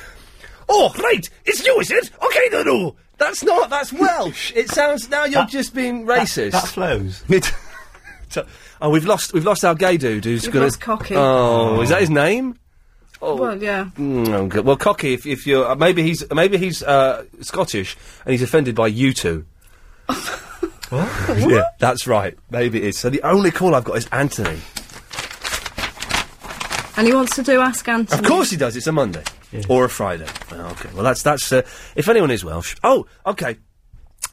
[SPEAKER 2] Oh, right. It's you, is it? Okay, no, no. That's not. That's Welsh. it sounds. Now you're just being racist.
[SPEAKER 18] that flows.
[SPEAKER 2] It- So- oh, we've lost. We've lost our gay dude. Who's
[SPEAKER 7] We've
[SPEAKER 2] gonna?
[SPEAKER 7] lost Cocky.
[SPEAKER 2] Oh, is that his name?
[SPEAKER 19] Oh.
[SPEAKER 7] Well, yeah.
[SPEAKER 2] Mm, oh, good. Well, cocky. If, if you're uh, maybe he's maybe he's uh, Scottish and he's offended by you two. Yeah, that's right. Maybe it is. So the only call I've got is Anthony.
[SPEAKER 7] And he wants to do Ask Anthony.
[SPEAKER 2] Of course he does. It's a Monday or a Friday. Oh, okay. Well, that's that's. Uh, if anyone is Welsh, oh, okay.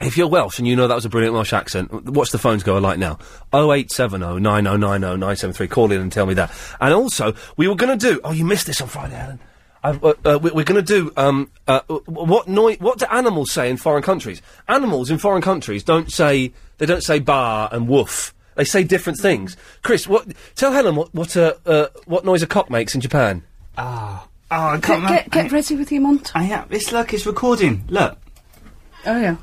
[SPEAKER 2] If you're Welsh and you know that was a brilliant Welsh accent, w- what's the phones going like now? 0870 9090 973. Call in and tell me that. And also, we were going to do. Oh, you missed this on Friday, Alan. I, uh, uh, we- we're going to do um, uh, w- what noi- What do animals say in foreign countries? Animals in foreign countries don't say they don't say bar and woof. They say different things. Chris, what? Tell Helen what what uh, uh, what noise a cock makes in Japan.
[SPEAKER 18] Ah. Oh, I
[SPEAKER 7] Get,
[SPEAKER 18] can't
[SPEAKER 7] get, get ready with your montage.
[SPEAKER 18] I am. It's like it's recording. Look.
[SPEAKER 7] Oh, yeah.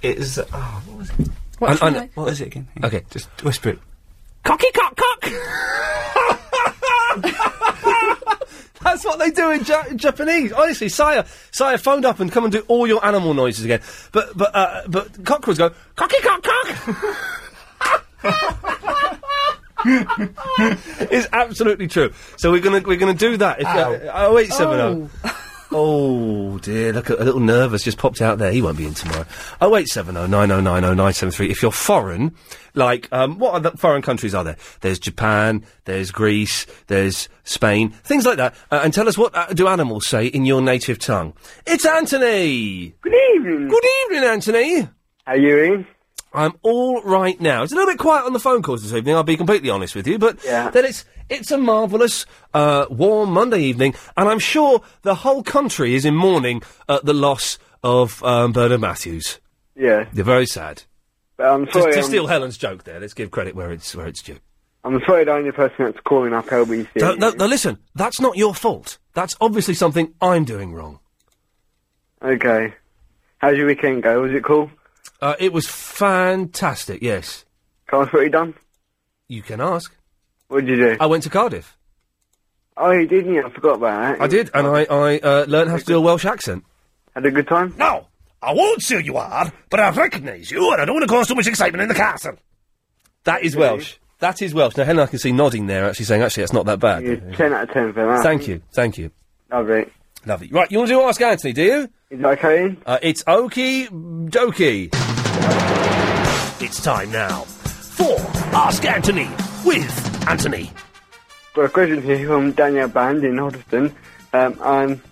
[SPEAKER 18] It is. Oh, what was it?
[SPEAKER 7] What And- should and- I-
[SPEAKER 18] what was it again?
[SPEAKER 2] Okay,
[SPEAKER 18] just whisper it.
[SPEAKER 2] Cocky cock cock. That's what they do in ja- Japanese. Honestly, Saya, Saya phoned up and come and do all your animal noises again. But but uh, but cockroaches go cocky cock cock. it's absolutely true. So we're gonna we're gonna do that. If, uh, oh wait, seven oh. Oh dear! Look, a, a little nervous just popped out there. He won't be in tomorrow. Oh eight seven oh nine oh nine oh nine seven three. If you're foreign, like um, what other foreign countries are there? There's Japan, there's Greece, there's Spain, things like that. Uh, and tell us what uh, do animals say in your native tongue? It's Anthony. Good evening. Good evening, Anthony. How are you? I'm all right now. It's a little bit quiet on the phone calls this evening. I'll be completely honest with you, but then it's it's a marvellous uh, warm Monday evening, and I'm sure the whole country is in mourning at the loss of um, Bernard Matthews.
[SPEAKER 20] Yeah.
[SPEAKER 2] They're very sad.
[SPEAKER 20] I'm
[SPEAKER 2] To-
[SPEAKER 20] sorry.
[SPEAKER 2] to
[SPEAKER 20] I'm,
[SPEAKER 2] steal Helen's joke there, let's give credit where it's where it's due.
[SPEAKER 20] I'm sorry that I'm the person that's calling up LBC.
[SPEAKER 2] No, no, no, listen, that's not your fault. That's obviously something I'm doing wrong.
[SPEAKER 20] Okay. How's your weekend go? Was it cool?
[SPEAKER 2] Uh, it was fantastic. Yes.
[SPEAKER 20] Can I ask what you done?
[SPEAKER 2] You can ask.
[SPEAKER 20] What did you do?
[SPEAKER 2] I went to Cardiff.
[SPEAKER 20] Oh, you didn't you? I forgot about that.
[SPEAKER 2] I did, and I I uh, learned how to do a Welsh accent.
[SPEAKER 20] Had a good time?
[SPEAKER 2] No, I won't say who you are, but I recognise you, and I don't want to cause too much excitement in the castle. That is Welsh. That is Welsh. Now, Helen, I can see nodding there, actually saying, actually, that's not that bad.
[SPEAKER 21] Ten out of ten for that.
[SPEAKER 2] Thank you, thank you.
[SPEAKER 21] Lovely.
[SPEAKER 2] Lovely. Right, you want to do Ask Anthony, do you? Is it okay? Uh, it's okey dokey. It's time now for Ask Anthony with Anthony.
[SPEAKER 17] Got a question here from Daniel Band in Hoddesdon. Um, I'm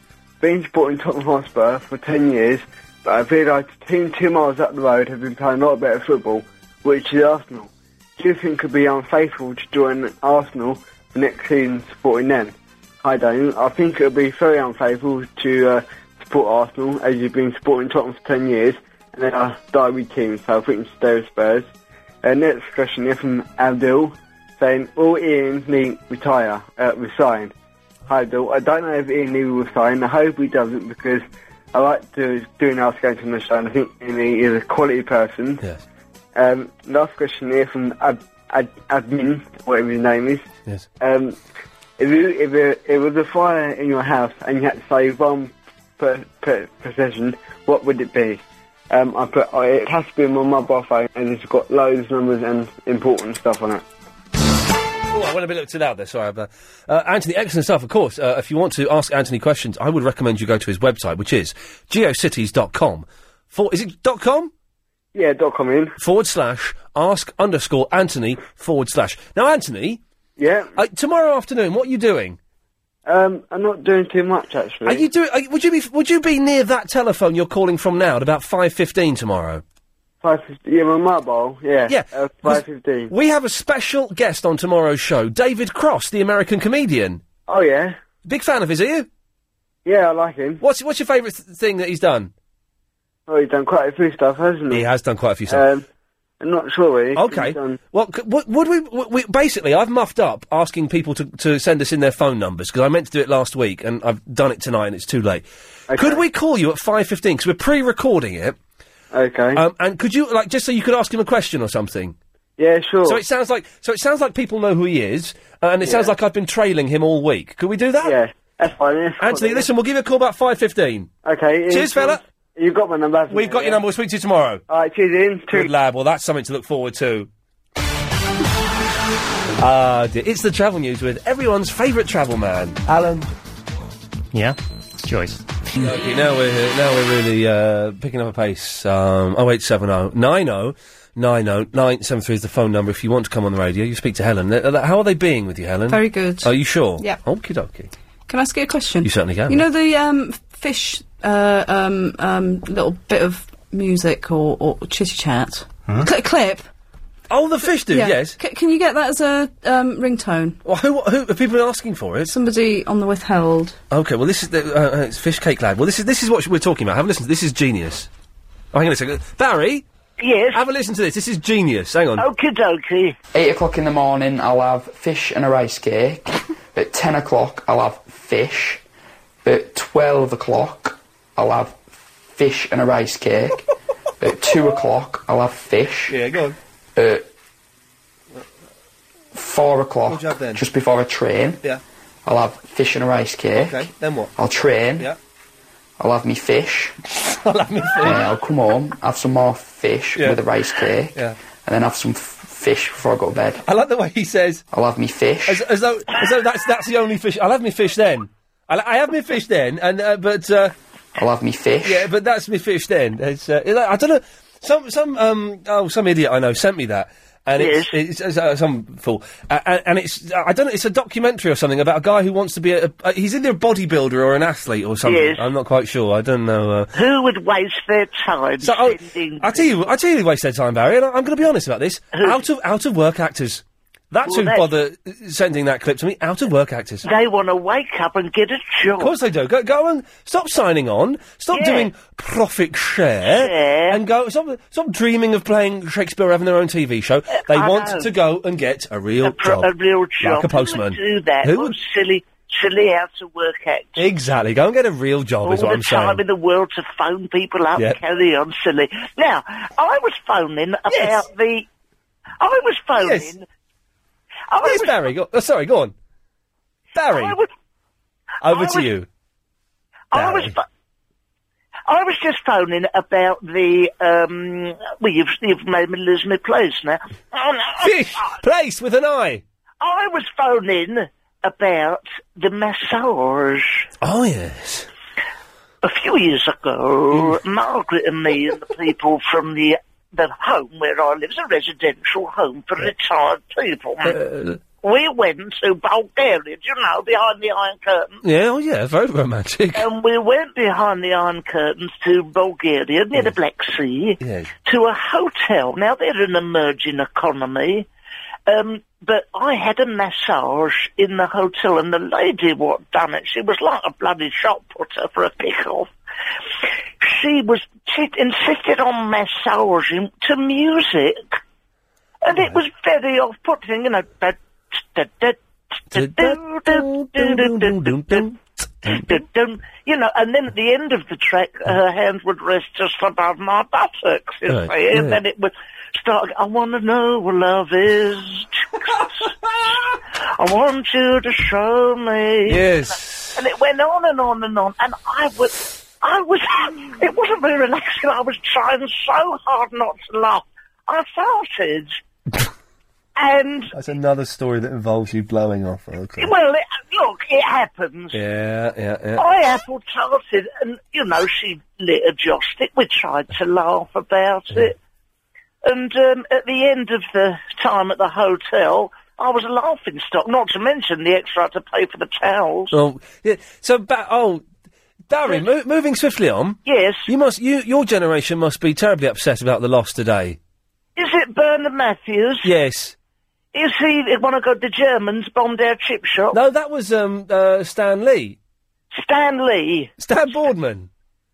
[SPEAKER 17] being supporting Tottenham Hotspur for 10 years, but I've realised a team two miles up the road have been playing a lot better football, which is Arsenal. Do you think it'd be unfaithful to join Arsenal for next season supporting them? I don't. I think it would be very unfaithful to uh, support Arsenal as you've been supporting Tottenham for 10 years and they are derby teams, so I think you should stay with Spurs. Uh, next question here from Abdul saying, Will Ian Lee retire, uh, resign? Hi, Bill. I don't know if Ian Lee will sign. I hope he doesn't because I like to do an ask Anthony the show and I think Ian Lee is a quality person.
[SPEAKER 2] Yes.
[SPEAKER 17] Um, last question here from Ad, Ad, Admin, whatever his name is.
[SPEAKER 2] Yes.
[SPEAKER 17] Um, if you if it, it was a fire in your house and you had to save one per, per, per session, what would it be? Um, I put, oh, it has to be on my mobile phone and it's got loads of numbers and important stuff on it.
[SPEAKER 2] Oh, I went a bit look too loud there. Sorry about that. Uh, Anthony, excellent stuff. Of course, uh, if you want to ask Anthony questions, I would recommend you go to his website, which is geocities.com. For is it dot com?
[SPEAKER 17] Yeah, dot com in
[SPEAKER 2] forward slash ask underscore Anthony forward slash. Now, Anthony.
[SPEAKER 17] Yeah.
[SPEAKER 2] Uh, tomorrow afternoon, what are you doing?
[SPEAKER 17] Um, I'm not doing too much actually.
[SPEAKER 2] Are you doing? Are, you- would you be? Would you be near that telephone you're calling from now at about five fifteen tomorrow?
[SPEAKER 17] Five fifty. Yeah, my mobile. Yeah.
[SPEAKER 2] Yeah.
[SPEAKER 17] Uh, Five fifteen.
[SPEAKER 2] We have a special guest on tomorrow's show, David Cross, the American comedian.
[SPEAKER 17] Oh yeah.
[SPEAKER 2] Big fan of his, eh? are you?
[SPEAKER 17] Yeah, I like him.
[SPEAKER 2] What's What's your favourite th- thing that he's done?
[SPEAKER 17] Oh, he's done quite a few stuff, hasn't he?
[SPEAKER 2] He has done quite a few stuff.
[SPEAKER 17] Um, I'm not sure. Really.
[SPEAKER 2] Okay. Well, c- would, would we, w we? Basically, I've muffed up asking people to, to send us in their phone numbers because I meant to do it last week and I've done it tonight and it's too late. Could we call you at five fifteen because we're pre-recording it?
[SPEAKER 17] Okay.
[SPEAKER 2] Um, and could you like just so you could ask him a question or something?
[SPEAKER 17] Yeah, sure.
[SPEAKER 2] So it sounds like so it sounds like people know who he is, uh, and it sounds like I've been trailing him all week. Could we do that? Yeah,
[SPEAKER 17] that's fine.
[SPEAKER 2] Anthony, listen, we'll give you a call about five fifteen.
[SPEAKER 17] Okay.
[SPEAKER 2] Cheers, fella.
[SPEAKER 17] You've got my number.
[SPEAKER 2] We've got your number. We'll speak to you tomorrow.
[SPEAKER 17] All right, cheers, Ian.
[SPEAKER 2] Good lad. Well, that's something to look forward to. Ah, dear. it's the travel news with everyone's favourite travel man, Alan.
[SPEAKER 9] Yeah, it's choice.
[SPEAKER 2] okay, now we're now we're really uh, picking up a pace. Um, 0870 90 90 973 is the phone number if you want to come on the radio. You speak to Helen. Uh, uh, How are they being with you, Helen?
[SPEAKER 7] Very good.
[SPEAKER 2] Are you sure?
[SPEAKER 7] Yeah.
[SPEAKER 2] Okie dokie.
[SPEAKER 7] Can I ask you a question?
[SPEAKER 2] You certainly can.
[SPEAKER 7] You know the um, fish uh, um, um, little bit of music or, or chitty chat?
[SPEAKER 2] Huh?
[SPEAKER 7] Cl- clip?
[SPEAKER 2] Oh, the fish do, yes.
[SPEAKER 7] C- can you get that as a um, ringtone?
[SPEAKER 2] Well, who, who have people been asking for it?
[SPEAKER 7] Somebody on the withheld.
[SPEAKER 2] Okay, well, this is the, uh, uh, it's fish cake lad. Well, this is this is what we're talking about. Have a listen. This is genius. Oh, hang on a second, Barry.
[SPEAKER 5] Yes.
[SPEAKER 2] Have a listen to this. This is genius. Hang
[SPEAKER 1] Oh.
[SPEAKER 2] on.
[SPEAKER 5] Okie dokie.
[SPEAKER 22] Eight o'clock in the morning, I'll have fish and a rice cake. At ten o'clock, I'll have fish. At twelve o'clock, I'll have fish and a rice cake. At two o'clock, I'll have fish.
[SPEAKER 2] Yeah, go on. Uh,
[SPEAKER 22] At four o'clock,
[SPEAKER 2] What'd you have then?
[SPEAKER 22] just before I train,
[SPEAKER 2] Yeah.
[SPEAKER 22] I'll have fish and a rice cake.
[SPEAKER 2] Okay. Then what?
[SPEAKER 22] I'll train.
[SPEAKER 2] Yeah.
[SPEAKER 22] I'll have me fish.
[SPEAKER 2] I'll have me fish.
[SPEAKER 22] Uh, I'll come home, have some more fish
[SPEAKER 2] Yeah.
[SPEAKER 22] with a rice cake,
[SPEAKER 2] Yeah.
[SPEAKER 22] and then have some f- fish before I go to bed.
[SPEAKER 2] I like the way he says.
[SPEAKER 22] I'll have me fish.
[SPEAKER 2] As, as though as though that's that's the only fish. I'll have me fish then. I'll, I have me fish then, and uh, but uh,
[SPEAKER 22] I'll have me fish.
[SPEAKER 2] Yeah, but that's me fish then. It's, uh, it- I don't know. Some some um oh some idiot I know sent me that. And it's, it's, it's, uh, some fool, uh, and, and it's I don't know. It's a documentary or something about a guy who wants to be a. a he's either a bodybuilder or an athlete or something.
[SPEAKER 5] Yes.
[SPEAKER 2] I'm not quite sure. I don't know. Uh,
[SPEAKER 5] Who would waste their time
[SPEAKER 2] So, oh,
[SPEAKER 5] sending?
[SPEAKER 2] I tell you, I tell you, they waste their time, Barry. And I, I'm going to be honest about this. Out of out of work actors. That's who
[SPEAKER 5] Well, that's-
[SPEAKER 2] bother uh, sending that clip to me. Out of work actors.
[SPEAKER 5] They want to wake up and get a job.
[SPEAKER 2] Of course they do. Go, go and stop signing on. Stop
[SPEAKER 5] Yeah.
[SPEAKER 2] doing profit share. And go. Stop, stop dreaming of playing Shakespeare or having their own TV show. They
[SPEAKER 5] I
[SPEAKER 2] want
[SPEAKER 5] know.
[SPEAKER 2] to go and get a real
[SPEAKER 5] Pro-
[SPEAKER 2] job.
[SPEAKER 5] a real job.
[SPEAKER 2] Like a postman.
[SPEAKER 5] Who would do that?
[SPEAKER 2] Who
[SPEAKER 5] What
[SPEAKER 2] would-
[SPEAKER 5] silly, silly out of work act.
[SPEAKER 2] Exactly. Go and get a real job,
[SPEAKER 5] All
[SPEAKER 2] is Oh, what
[SPEAKER 5] the
[SPEAKER 2] I'm saying.
[SPEAKER 5] time in the world to phone people up,
[SPEAKER 2] Yep.
[SPEAKER 5] carry on silly. Now, I was phoning about the. I was phoning. I
[SPEAKER 2] Yes, Barry. Go, oh, sorry, go on. Barry.
[SPEAKER 5] I was,
[SPEAKER 2] Over
[SPEAKER 5] I
[SPEAKER 2] to
[SPEAKER 5] was-
[SPEAKER 2] you.
[SPEAKER 5] I was, pho- I was just phoning about the um. Well, you've you've made me lose my place now. Fish
[SPEAKER 2] place with an eye.
[SPEAKER 5] I was phoning about the massage.
[SPEAKER 2] Oh yes. Mm.
[SPEAKER 5] A few years ago, Margaret and me and the people from the the home where I live, it's a residential home for
[SPEAKER 2] Uh,
[SPEAKER 5] retired people. we went to Bulgaria, do you know, behind the Iron Curtain.
[SPEAKER 2] Yeah, oh yeah, very romantic.
[SPEAKER 5] And we went behind the Iron Curtains to Bulgaria, near the Black Sea, to a hotel. Now, they're an emerging economy, um, but I had a massage in the hotel, and the lady what done it, she was like a bloody shot putter for a pickle. She was she insisted on massaging to music, and it was very off-putting, you know. da- da- da- da- do- do- do- do- do- dun. You know, and then at the end of the track, her hands would rest just above my buttocks, you
[SPEAKER 4] Right,
[SPEAKER 5] see, and
[SPEAKER 4] yeah.
[SPEAKER 5] then it would start. I want to know what love is. I want you to show me.
[SPEAKER 2] Yes.
[SPEAKER 5] And it went on and on and on, and I was, I was, it wasn't very relaxing. I was trying so hard not to laugh. I farted, and
[SPEAKER 2] That's another story that involves you blowing off. Okay.
[SPEAKER 5] well, it, look, it happens.
[SPEAKER 2] Yeah, yeah, yeah.
[SPEAKER 5] I apple tarted, and you know she lit a joystick. We tried to laugh about it, and um, at the end of the time at the hotel, I was a laughing stock. Not to mention the extra I had to pay for the towels.
[SPEAKER 2] Oh, yeah. So, ba- oh, Darren, mo- moving swiftly on.
[SPEAKER 5] Yes.
[SPEAKER 2] You must. You, your generation must be terribly upset about the loss today.
[SPEAKER 5] Is it Bernard Matthews?
[SPEAKER 2] Yes.
[SPEAKER 5] Is he the one who got the Germans bombed our chip shop?
[SPEAKER 2] No, that was um uh, Stan Lee.
[SPEAKER 5] Stan Lee.
[SPEAKER 2] Stan Boardman.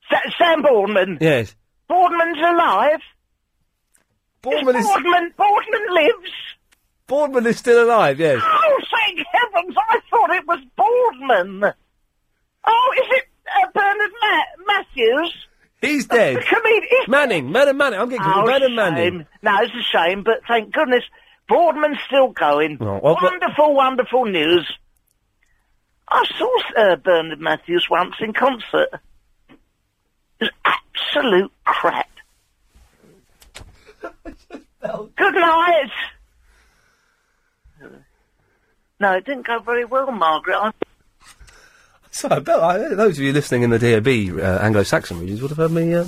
[SPEAKER 5] Sa- Sam Boardman.
[SPEAKER 2] Yes.
[SPEAKER 5] Boardman's alive.
[SPEAKER 2] Boardman is-
[SPEAKER 5] Boardman, Boardman lives.
[SPEAKER 2] Boardman is still alive. Yes.
[SPEAKER 5] Oh, thank heavens! I thought it was Boardman. Oh, is it uh, Bernard Ma- Matthews?
[SPEAKER 2] He's dead. Manning, Madam Manning. I'm getting
[SPEAKER 5] Oh,
[SPEAKER 2] Madam
[SPEAKER 5] shame.
[SPEAKER 2] Manning.
[SPEAKER 5] No, it's a shame, but thank goodness Boardman's still going.
[SPEAKER 2] well, but-
[SPEAKER 5] wonderful, wonderful news. I saw uh, Bernard Matthews once in concert. It was absolute crap. Good night. No, it didn't go very well, Margaret. I
[SPEAKER 2] So, I bet I, those of you listening in the DAB uh, Anglo-Saxon regions would have heard me uh,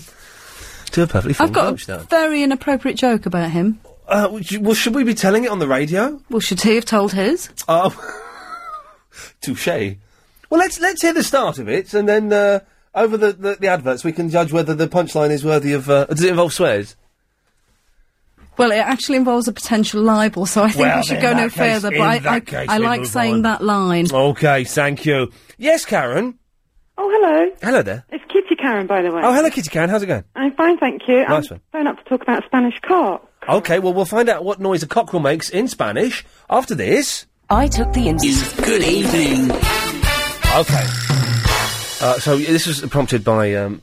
[SPEAKER 2] do a perfectly fine
[SPEAKER 7] I've got a very inappropriate joke about him.
[SPEAKER 2] Uh, would you- well, should we be telling it on the radio?
[SPEAKER 7] Well, should he have told his?
[SPEAKER 2] Oh, touche. Well, let's let's hear the start of it, and then uh, over the, the the adverts, we can judge whether the punchline is worthy of. Uh, does it involve swears?
[SPEAKER 7] Well, it actually involves a potential libel, so I think
[SPEAKER 2] Well,
[SPEAKER 7] we should
[SPEAKER 2] in
[SPEAKER 7] go no
[SPEAKER 2] that case-
[SPEAKER 7] further.
[SPEAKER 2] in
[SPEAKER 7] But I,
[SPEAKER 2] that
[SPEAKER 7] I,
[SPEAKER 2] case,
[SPEAKER 7] I
[SPEAKER 2] we
[SPEAKER 7] like
[SPEAKER 2] move
[SPEAKER 7] saying
[SPEAKER 2] on.
[SPEAKER 7] that line.
[SPEAKER 2] Okay, thank you. Yes, Karen.
[SPEAKER 23] Oh, hello.
[SPEAKER 2] Hello there.
[SPEAKER 23] It's Kitty Karen, by the way.
[SPEAKER 2] Oh, hello, Kitty Karen. How's it going?
[SPEAKER 23] I'm fine, thank you.
[SPEAKER 2] Nice
[SPEAKER 23] I'm
[SPEAKER 2] one.
[SPEAKER 23] phone up to talk about Spanish cock.
[SPEAKER 2] Okay, well, we'll find out what noise a cockerel makes in Spanish after this.
[SPEAKER 23] I took the
[SPEAKER 2] Good evening. Okay. Uh, so y- this was prompted by um,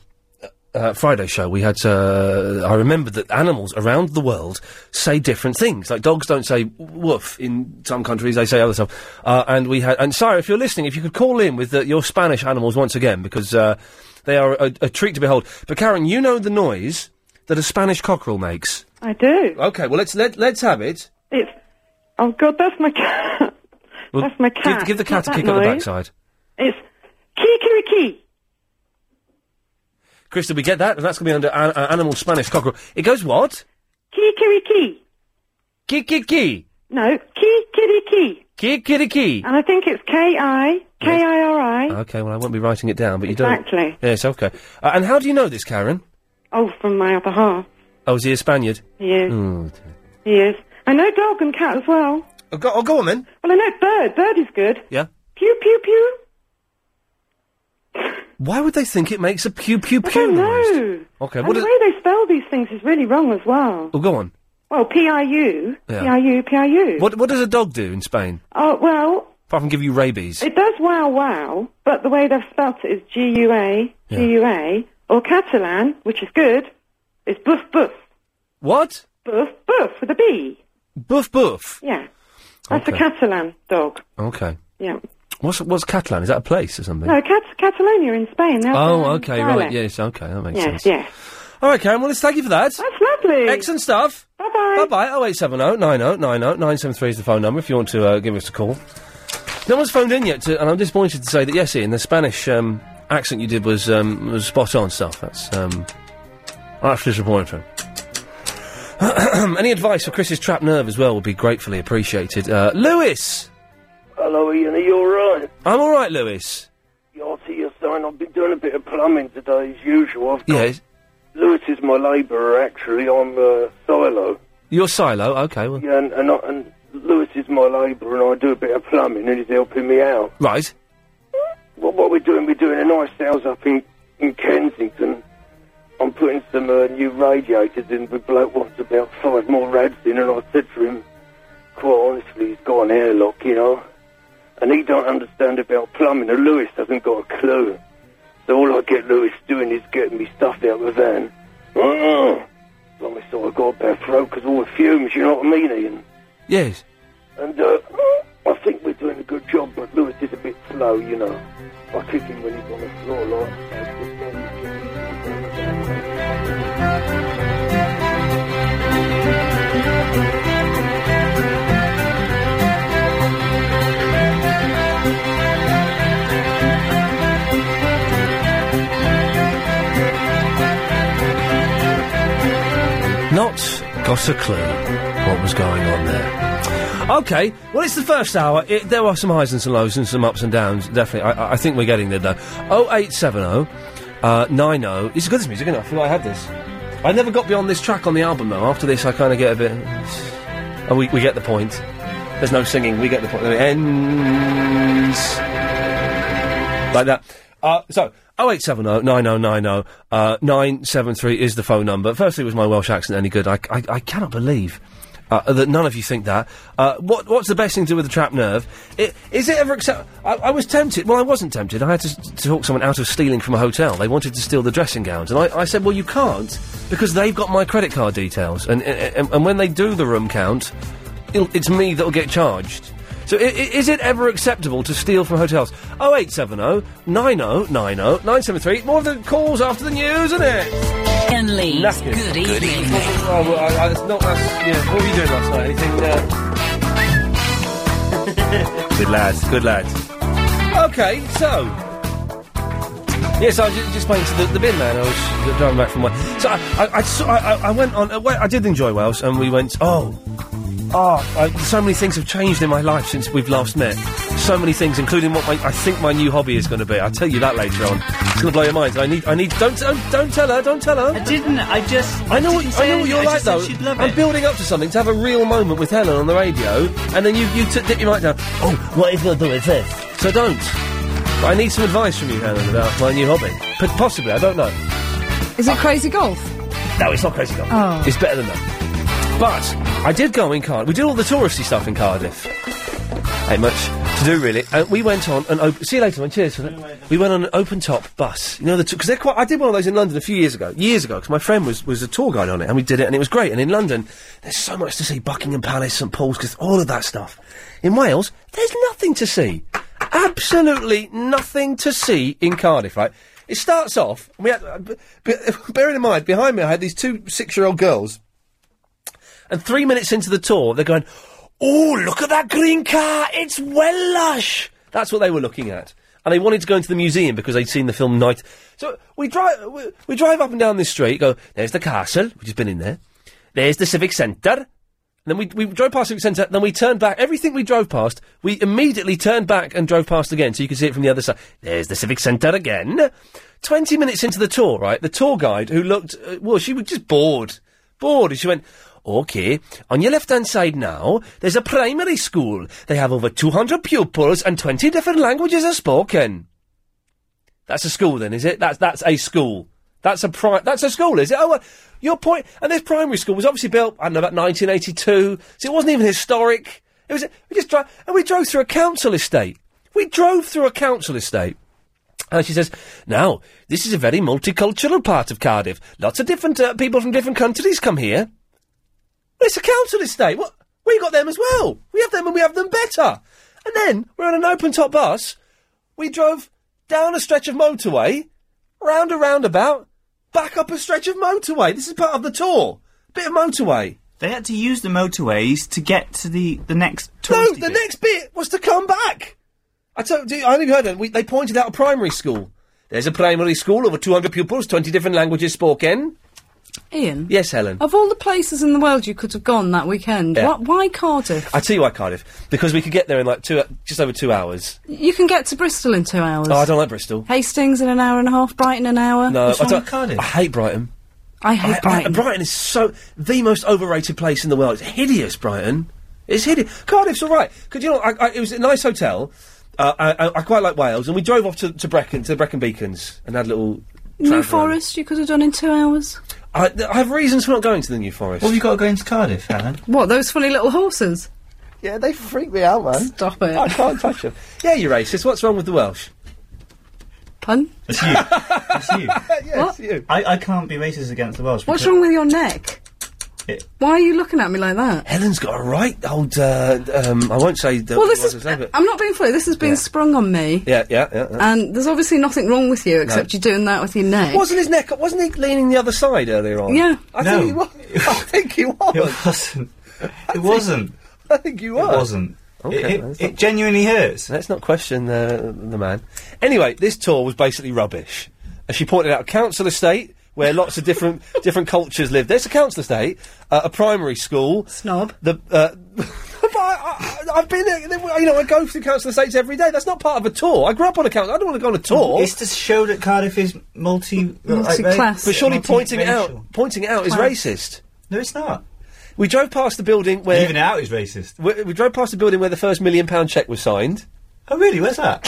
[SPEAKER 2] uh, Friday's show. We had uh, I remembered that animals around the world say different things. Like dogs don't say woof in some countries; they say other stuff. Uh, and we had and sorry if you're listening, if you could call in with uh your Spanish animals once again because uh, they are a, a treat to behold. But Karen, you know the noise that a Spanish cockerel makes.
[SPEAKER 23] I do.
[SPEAKER 2] Okay, well let's let, let's have it.
[SPEAKER 23] It's oh god, that's my cat.
[SPEAKER 2] Well,
[SPEAKER 23] that's my
[SPEAKER 2] give-
[SPEAKER 23] cat.
[SPEAKER 2] Give, the cat a
[SPEAKER 23] Not
[SPEAKER 2] kick
[SPEAKER 23] that
[SPEAKER 2] on the
[SPEAKER 23] noise.
[SPEAKER 2] backside.
[SPEAKER 23] It's kikariki.
[SPEAKER 2] Chris, did we get that? And that's going to be under an- uh, Animal Spanish Cockerel. It goes what?
[SPEAKER 23] Kikariki.
[SPEAKER 2] Kikiki.
[SPEAKER 23] No, kikariki.
[SPEAKER 2] Kikiriki.
[SPEAKER 23] And I think it's K I K I R I.
[SPEAKER 2] Okay, well, I won't be writing it down, but you don't.
[SPEAKER 23] Exactly.
[SPEAKER 2] Yes, okay. Uh, and how do you know this, Karen?
[SPEAKER 23] Oh, from my other half.
[SPEAKER 2] Oh, is he a Spaniard?
[SPEAKER 23] He is.
[SPEAKER 2] Oh,
[SPEAKER 23] He is. I know dog and cat as well.
[SPEAKER 2] Oh, go, oh, go on then.
[SPEAKER 23] Well, I know bird. Bird is good.
[SPEAKER 2] Yeah.
[SPEAKER 23] Pew pew pew.
[SPEAKER 2] Why would they think it makes a pew pew pew noise?
[SPEAKER 23] No.
[SPEAKER 2] Okay,
[SPEAKER 23] And
[SPEAKER 2] what
[SPEAKER 23] the
[SPEAKER 2] is.
[SPEAKER 23] way they spell these things is really wrong as well.
[SPEAKER 2] Oh, go on.
[SPEAKER 23] Well, P I U, P
[SPEAKER 2] Yeah.
[SPEAKER 23] I U, P I U.
[SPEAKER 2] What, what does a dog do in Spain?
[SPEAKER 23] Oh well,
[SPEAKER 2] Apart from give you rabies.
[SPEAKER 23] it does wow wow, but the way they've spelt it is G U A G U A, or Catalan, which is good, is boof boof
[SPEAKER 2] What?
[SPEAKER 23] boof boof with a B.
[SPEAKER 2] Boof boof.
[SPEAKER 23] Yeah, that's
[SPEAKER 2] Okay.
[SPEAKER 23] a Catalan dog.
[SPEAKER 2] Okay.
[SPEAKER 23] Yeah.
[SPEAKER 2] What's what's Catalan? Is that a place or something?
[SPEAKER 23] No, Cat- Catalonia in Spain. they have
[SPEAKER 2] oh,
[SPEAKER 23] their own
[SPEAKER 2] okay,
[SPEAKER 23] dialect.
[SPEAKER 2] right. Yes, okay, that makes
[SPEAKER 23] Yes,
[SPEAKER 2] sense.
[SPEAKER 23] yes.
[SPEAKER 2] All right, Karen. Well, let's thank you for that. That's
[SPEAKER 23] lovely.
[SPEAKER 2] Excellent stuff.
[SPEAKER 23] Bye bye.
[SPEAKER 2] Bye bye. Oh eight seven zero nine zero nine zero nine seven three is the phone number if you want to uh, give us a call. No one's phoned in yet, to, and I'm disappointed to say that yes, Ian, the Spanish um, accent you did was um, was spot on stuff. That's um, I'm actually disappointed. Any advice for Chris's trapped nerve as well would be gratefully appreciated. Uh, Lewis,
[SPEAKER 4] Hello, Ian. Are you all right?
[SPEAKER 2] I'm all right, Lewis.
[SPEAKER 4] You're to your sign. I've been doing a bit of plumbing today, as usual. I've,
[SPEAKER 23] Oh.
[SPEAKER 2] Yes,
[SPEAKER 4] Lewis is my labourer, actually. I'm uh, silo.
[SPEAKER 2] your silo. Okay, well,
[SPEAKER 4] Yeah, and, and, I, and Lewis is my labourer, and I do a bit of plumbing, and he's helping me out.
[SPEAKER 2] right.
[SPEAKER 4] Well, what we're doing, we're doing a nice house up in, in Kensington. I'm putting some uh, new radiators in. The bloke wants about five more rads in, and I said to him, quite honestly, he's got an airlock, you know. And he don't understand about plumbing, and Lewis hasn't got a clue. So all I get Lewis doing is getting me stuff out of the van. Oh, I saw I got a bad throat because all the fumes, you know what I mean, Ian?
[SPEAKER 2] Yes.
[SPEAKER 4] And uh, I think we're doing a good job, but Lewis is a bit slow, you know. I kick him when he's on the floor, like.
[SPEAKER 2] Not got a clue what was going on there. Okay, well, it's the first hour. It, there are some highs and some lows and some ups and downs, definitely. I, I- I think we're getting there, though. 0870 uh, 90. This is good, this music, isn't it? I feel like I had this. I never got beyond this track on the album, though. After this, I kind of get a bit. Oh, we, we get the point. There's no singing, we get the point. Then It ends like that. Uh, so, 0870 9090 uh, 973 is the phone number. Firstly, was my Welsh accent any good? I, I, I cannot believe uh, that none of you think that. Uh, what, what's the best thing to do with a trapped nerve? I- Is it ever accept? I, I was tempted. Well, I wasn't tempted. I had to, s- to talk someone out of stealing from a hotel. They wanted to steal the dressing gowns. And I, I said, well, you can't because they've got my credit card details. And, and, and when they do the room count, it'll, it's me that'll get charged. So i- i- is it ever acceptable to steal from hotels? Oh, 0870 9090 973. More of the calls after the news, isn't it?
[SPEAKER 6] Ian Lee.
[SPEAKER 2] Knackered.
[SPEAKER 6] Good evening.
[SPEAKER 2] Oh, well, I, I, it's not, that's, yeah, what were you doing last night? Anything? Uh... good lads, good lads. Okay, so. Yes, I was ju- just playing to the, the bin man. I was driving back from Wales. So I, I, I, saw, I, I- I went on. Uh, well, I did enjoy Wales, and we went. Oh, oh! I, so many things have changed in my life since we've last met. So many things, including what my, I think my new hobby is going to be. I'll tell you that later on. It's going to blow your minds. I need. I need. Don't, don't. Don't tell her. Don't tell her. I
[SPEAKER 6] didn't. I just.
[SPEAKER 2] I know. What,
[SPEAKER 6] didn't
[SPEAKER 2] I
[SPEAKER 6] say
[SPEAKER 2] know what you're
[SPEAKER 6] anything, I
[SPEAKER 2] like
[SPEAKER 6] just said
[SPEAKER 2] though.
[SPEAKER 6] she'd love
[SPEAKER 2] I'm
[SPEAKER 6] it.
[SPEAKER 2] building up to something to have a real moment with Helen on the radio, and then you you t- dip your mic down. Oh, what if I do it this? So don't. But I need some advice from you, Helen, about my new hobby. P- possibly, I don't know.
[SPEAKER 7] Is it crazy golf?
[SPEAKER 2] No, it's not crazy golf.
[SPEAKER 7] Oh.
[SPEAKER 2] It's better than that. But I did go in Cardiff. We did all the touristy stuff in Cardiff. Ain't much to do really. And we went on an open. See you later, man. Cheers. For that. We went on an open top bus. You know the because they're quite. I did one of those in London a few years ago. Years ago, because my friend was was a tour guide on it, and we did it, and it was great. And in London, there's so much to see: Buckingham Palace, St Paul's, 'cause all of that stuff. In Wales, there's nothing to see. Absolutely nothing to see in Cardiff. Right. It starts off. We had, uh, b- b- bearing in mind, behind me, I had these two six-year-old girls. And three minutes into the tour, they're going, Oh, look at that green car! It's Welsh! That's what they were looking at. And they wanted to go into the museum because they'd seen the film Night. So we drive, we, we drive up and down this street, go, There's the castle, which has been in there. There's the civic centre. And then we, we drove past Civic Centre, then we turned back. Everything we drove past, we immediately turned back and drove past again, so you could see it from the other side. There's the Civic Centre again. 20 minutes into the tour, right, the tour guide, who looked, uh, well, she was just bored. Bored, and she went, Okay, on your left hand side now, there's a primary school. They have over 200 pupils and 20 different languages are spoken. That's a school, then, is it? That's that's a school. That's a pri- That's a school, is it? Oh, well, your point. And this primary school was obviously built. I don't know about 1982, so it wasn't even historic. It was. We just drove and we drove through a council estate. We drove through a council estate. And she says, now, this is a very multicultural part of Cardiff. Lots of different uh, people from different countries come here. Well, it's a council estate. What? We got them as well. We have them and we have them better. And then we're on an open top bus. We drove down a stretch of motorway, round a roundabout, back up a stretch of motorway. This is part of the tour. Bit of motorway.
[SPEAKER 3] They had to use the motorways to get to the, the next
[SPEAKER 2] No, the next bit was to come back. I told you, I only heard that. We, they pointed out a primary school. There's a primary school, over 200 pupils, 20 different languages spoken.
[SPEAKER 7] Ian,
[SPEAKER 2] Yes, Helen.
[SPEAKER 7] of all the places in the world you could have gone that weekend,
[SPEAKER 2] Yeah.
[SPEAKER 7] wh- why Cardiff?
[SPEAKER 2] I tell you why, Cardiff, because we could get there in like two, just over two hours.
[SPEAKER 7] You can get to Bristol in two hours.
[SPEAKER 2] Oh, I don't like Bristol.
[SPEAKER 7] Hastings in an hour and a half, Brighton an hour.
[SPEAKER 2] No, I don't. I hate Brighton.
[SPEAKER 7] I hate Brighton.
[SPEAKER 2] Brighton is so the most overrated place in the world. It's hideous, Brighton. It's hideous. Cardiff's all right. Cause you know, I, I, it was a nice hotel. Uh, I, I, I quite like Wales, and we drove off to, to Brecon, to the Brecon Beacons, and had a little.
[SPEAKER 7] New
[SPEAKER 2] travel.
[SPEAKER 7] Forest you could have done in two hours.
[SPEAKER 2] I, th- I have reasons for not going to the New Forest. What have you got against Cardiff, Helen?
[SPEAKER 7] What, those funny little horses?
[SPEAKER 2] Yeah, they freak me out, man.
[SPEAKER 7] Stop it.
[SPEAKER 2] I can't touch them. Yeah, you racist. What's wrong with the Welsh?
[SPEAKER 7] Pun?
[SPEAKER 3] It's you. It's you.
[SPEAKER 7] Yeah, it's What?
[SPEAKER 2] you.
[SPEAKER 3] I, I can't be racist against the Welsh.
[SPEAKER 7] What's
[SPEAKER 3] because-
[SPEAKER 7] wrong with your neck?
[SPEAKER 3] It-
[SPEAKER 7] Why are you looking at me like that?
[SPEAKER 2] Helen's got a right old. Uh, um, I won't say. The,
[SPEAKER 7] Well, this
[SPEAKER 2] what
[SPEAKER 7] is-
[SPEAKER 2] to say, but-
[SPEAKER 7] I'm not being funny, this has been sprung on me.
[SPEAKER 2] yeah, yeah, yeah. yeah.
[SPEAKER 7] And there's obviously nothing wrong with you except you're doing that with your neck.
[SPEAKER 2] Wasn't his neck? Wasn't he leaning the other side earlier on?
[SPEAKER 7] Yeah.
[SPEAKER 2] I
[SPEAKER 7] No.
[SPEAKER 2] think he was. I think he was.
[SPEAKER 3] It wasn't. It wasn't.
[SPEAKER 2] I think you
[SPEAKER 3] It
[SPEAKER 2] were.
[SPEAKER 3] wasn't.
[SPEAKER 2] Okay,
[SPEAKER 3] It- it-
[SPEAKER 2] let's
[SPEAKER 3] it
[SPEAKER 2] not-
[SPEAKER 3] genuinely hurts.
[SPEAKER 2] Let's not question the the man. Anyway, this tour was basically rubbish. As she pointed out, a council estate where lots of different different cultures live. There's a council estate, uh, a primary school,
[SPEAKER 7] snob.
[SPEAKER 2] The uh, but I, I, I've been there. You know, I go through council estates every day. That's not part of a tour. I grew up on a council. I don't want to go on a tour.
[SPEAKER 3] It's to show that Cardiff is multi multi-class,
[SPEAKER 2] But surely pointing it
[SPEAKER 3] multi-racial.
[SPEAKER 2] out, pointing it out is
[SPEAKER 3] Class.
[SPEAKER 2] racist.
[SPEAKER 3] No, it's not.
[SPEAKER 2] We drove past the building where
[SPEAKER 3] Leaving it out is racist.
[SPEAKER 2] We, we drove past the building where the first million pound cheque was signed.
[SPEAKER 3] Oh, really? Where's that?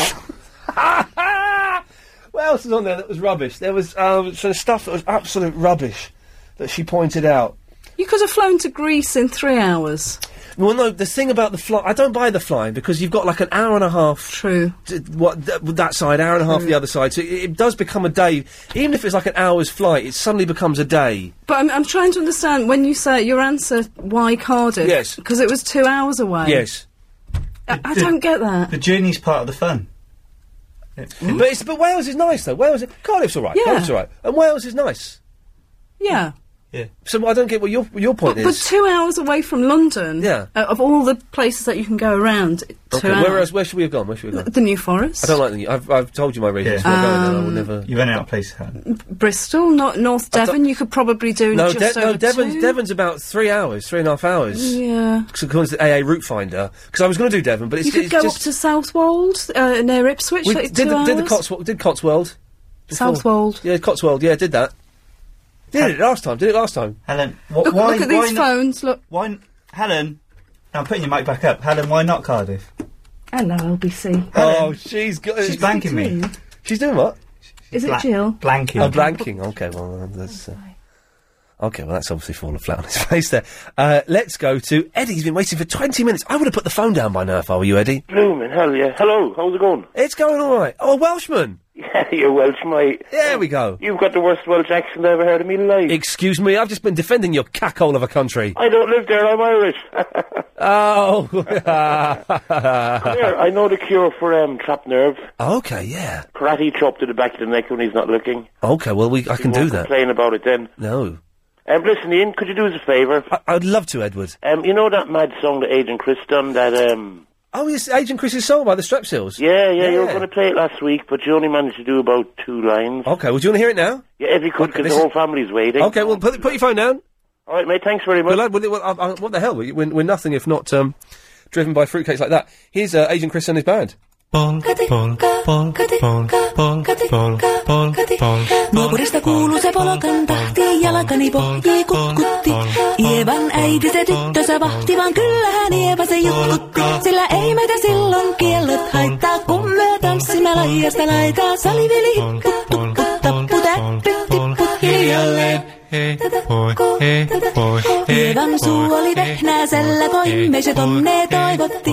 [SPEAKER 2] what else was on there that was rubbish? There was um, some stuff that was absolute rubbish that she pointed out.
[SPEAKER 7] You could have flown to Greece in three hours.
[SPEAKER 2] Well, no, the thing about the fly, I don't buy the flying because you've got like an hour and a half.
[SPEAKER 7] True.
[SPEAKER 2] what th- that side, hour and a half the other side. So it, it does become a day. Even if it's like an hour's flight, it suddenly becomes a day.
[SPEAKER 7] But I'm, I'm trying to understand when you say your answer, why Cardiff?
[SPEAKER 2] Yes.
[SPEAKER 7] Because it was two hours away.
[SPEAKER 2] Yes.
[SPEAKER 7] I, I don't get that.
[SPEAKER 3] the journey's part of the fun.
[SPEAKER 2] But it's, but Wales is nice though. Wales, Cardiff's all right.
[SPEAKER 7] Yeah.
[SPEAKER 2] Cardiff's all right, and Wales is nice.
[SPEAKER 7] Yeah.
[SPEAKER 2] So I don't get what your what your point
[SPEAKER 7] But, but
[SPEAKER 2] is.
[SPEAKER 7] two hours away from London,
[SPEAKER 2] Yeah.
[SPEAKER 7] uh, of all the places that you can go around, two
[SPEAKER 2] okay,
[SPEAKER 7] hours.
[SPEAKER 2] where else? Where should we have gone? Where should we have gone?
[SPEAKER 7] the New Forest,
[SPEAKER 2] I don't like the. I've, I've told you my reasons.
[SPEAKER 7] Yeah.
[SPEAKER 2] for not going there. I will
[SPEAKER 7] Um,
[SPEAKER 2] never.
[SPEAKER 3] You ran out of places. Helen.
[SPEAKER 7] Bristol, not North Devon. You could probably do in
[SPEAKER 2] No,
[SPEAKER 7] just
[SPEAKER 2] De-
[SPEAKER 7] over
[SPEAKER 2] no, Devon's,
[SPEAKER 7] two.
[SPEAKER 2] Devon's about three hours, three and a half hours.
[SPEAKER 7] Yeah.
[SPEAKER 2] So according to the AA Route Finder, because I was going to do Devon, but it's,
[SPEAKER 7] you could
[SPEAKER 2] it's
[SPEAKER 7] go
[SPEAKER 2] just
[SPEAKER 7] up to Southwold uh, near Ipswich.
[SPEAKER 2] we
[SPEAKER 7] like
[SPEAKER 2] did
[SPEAKER 7] two
[SPEAKER 2] the,
[SPEAKER 7] hours.
[SPEAKER 2] did the Cotswold did Cotswold before.
[SPEAKER 7] Southwold.
[SPEAKER 2] Yeah, Cotswold. Yeah, did that. Did it last time? Did it last time?
[SPEAKER 3] Helen, wh-
[SPEAKER 7] Look-
[SPEAKER 3] why?
[SPEAKER 7] look at
[SPEAKER 3] why
[SPEAKER 7] these
[SPEAKER 3] not-
[SPEAKER 7] phones. Look.
[SPEAKER 3] Why? n- Helen, I'm putting your mic back up. Helen, why not Cardiff?
[SPEAKER 7] Hello, LBC.
[SPEAKER 2] Oh, she's got.
[SPEAKER 3] She's blanking me.
[SPEAKER 2] She's doing what?
[SPEAKER 7] Is it
[SPEAKER 3] Bla-
[SPEAKER 7] Jill?
[SPEAKER 3] Blanking.
[SPEAKER 2] Oh, blanking. Okay, well uh, that's. Uh, okay, well that's obviously fallen flat on his face there. Uh, let's go to Eddie's been waiting for twenty minutes. I would have put the phone down by now if I were you, Eddie.
[SPEAKER 4] Blooming hell, yeah. Hello, how's it going?
[SPEAKER 2] It's going all right. Oh, a Welshman.
[SPEAKER 4] Yeah, you're Welsh, mate.
[SPEAKER 2] There we go.
[SPEAKER 4] You've got the worst Welsh accent I ever heard in my life.
[SPEAKER 2] Excuse me, I've just been defending your cackhole of a country.
[SPEAKER 4] I don't live there, I'm Irish.
[SPEAKER 2] Oh.
[SPEAKER 4] There, I know the cure for um, trapped nerve.
[SPEAKER 2] okay, yeah.
[SPEAKER 4] Karate chop to the back of the neck when he's not looking.
[SPEAKER 2] Okay, well we I
[SPEAKER 4] He
[SPEAKER 2] can do
[SPEAKER 4] won't
[SPEAKER 2] that.
[SPEAKER 4] Complain about it then.
[SPEAKER 2] No.
[SPEAKER 4] Um, listen, Ian, could you do us a favour?
[SPEAKER 2] I- I'd love to, Edward.
[SPEAKER 4] Um, you know that mad song that Agent Chris done? That um,
[SPEAKER 2] Oh, it's Agent Chris's song by the Strep Seals.
[SPEAKER 4] yeah, yeah, you were
[SPEAKER 2] Yeah.
[SPEAKER 4] going to play it last week, but you only managed to do about two lines.
[SPEAKER 2] Okay, well, do you want to hear it now?
[SPEAKER 4] Yeah, if you
[SPEAKER 2] Okay,
[SPEAKER 4] could, because
[SPEAKER 2] this
[SPEAKER 4] the whole
[SPEAKER 2] is-
[SPEAKER 4] family's waiting.
[SPEAKER 2] Okay, well, put, put your phone down.
[SPEAKER 4] All right, mate. Thanks very much.
[SPEAKER 2] Well, lad, well, well, I- I- what the hell? We're, we're nothing if not um, driven by fruitcakes like that. Here's uh, Agent Chris and his band.
[SPEAKER 19] Mä purista kuuluu se polokan tahti, jalkani pohjii kukkutti. Ievan äiti se tyttönsä vahti, vaan kyllähän Ieva se jutkutti. Sillä ei meitä silloin kiellot haittaa, kun me tanssimme laijasta laitaa. Salivili hipput, tukkut, tappu, täppyt, tipput hiljalleen.
[SPEAKER 2] eh,
[SPEAKER 13] Voi, ei, voi, ei,
[SPEAKER 19] Ievan suu oli vehnäisellä, koimme se tonne toivotti.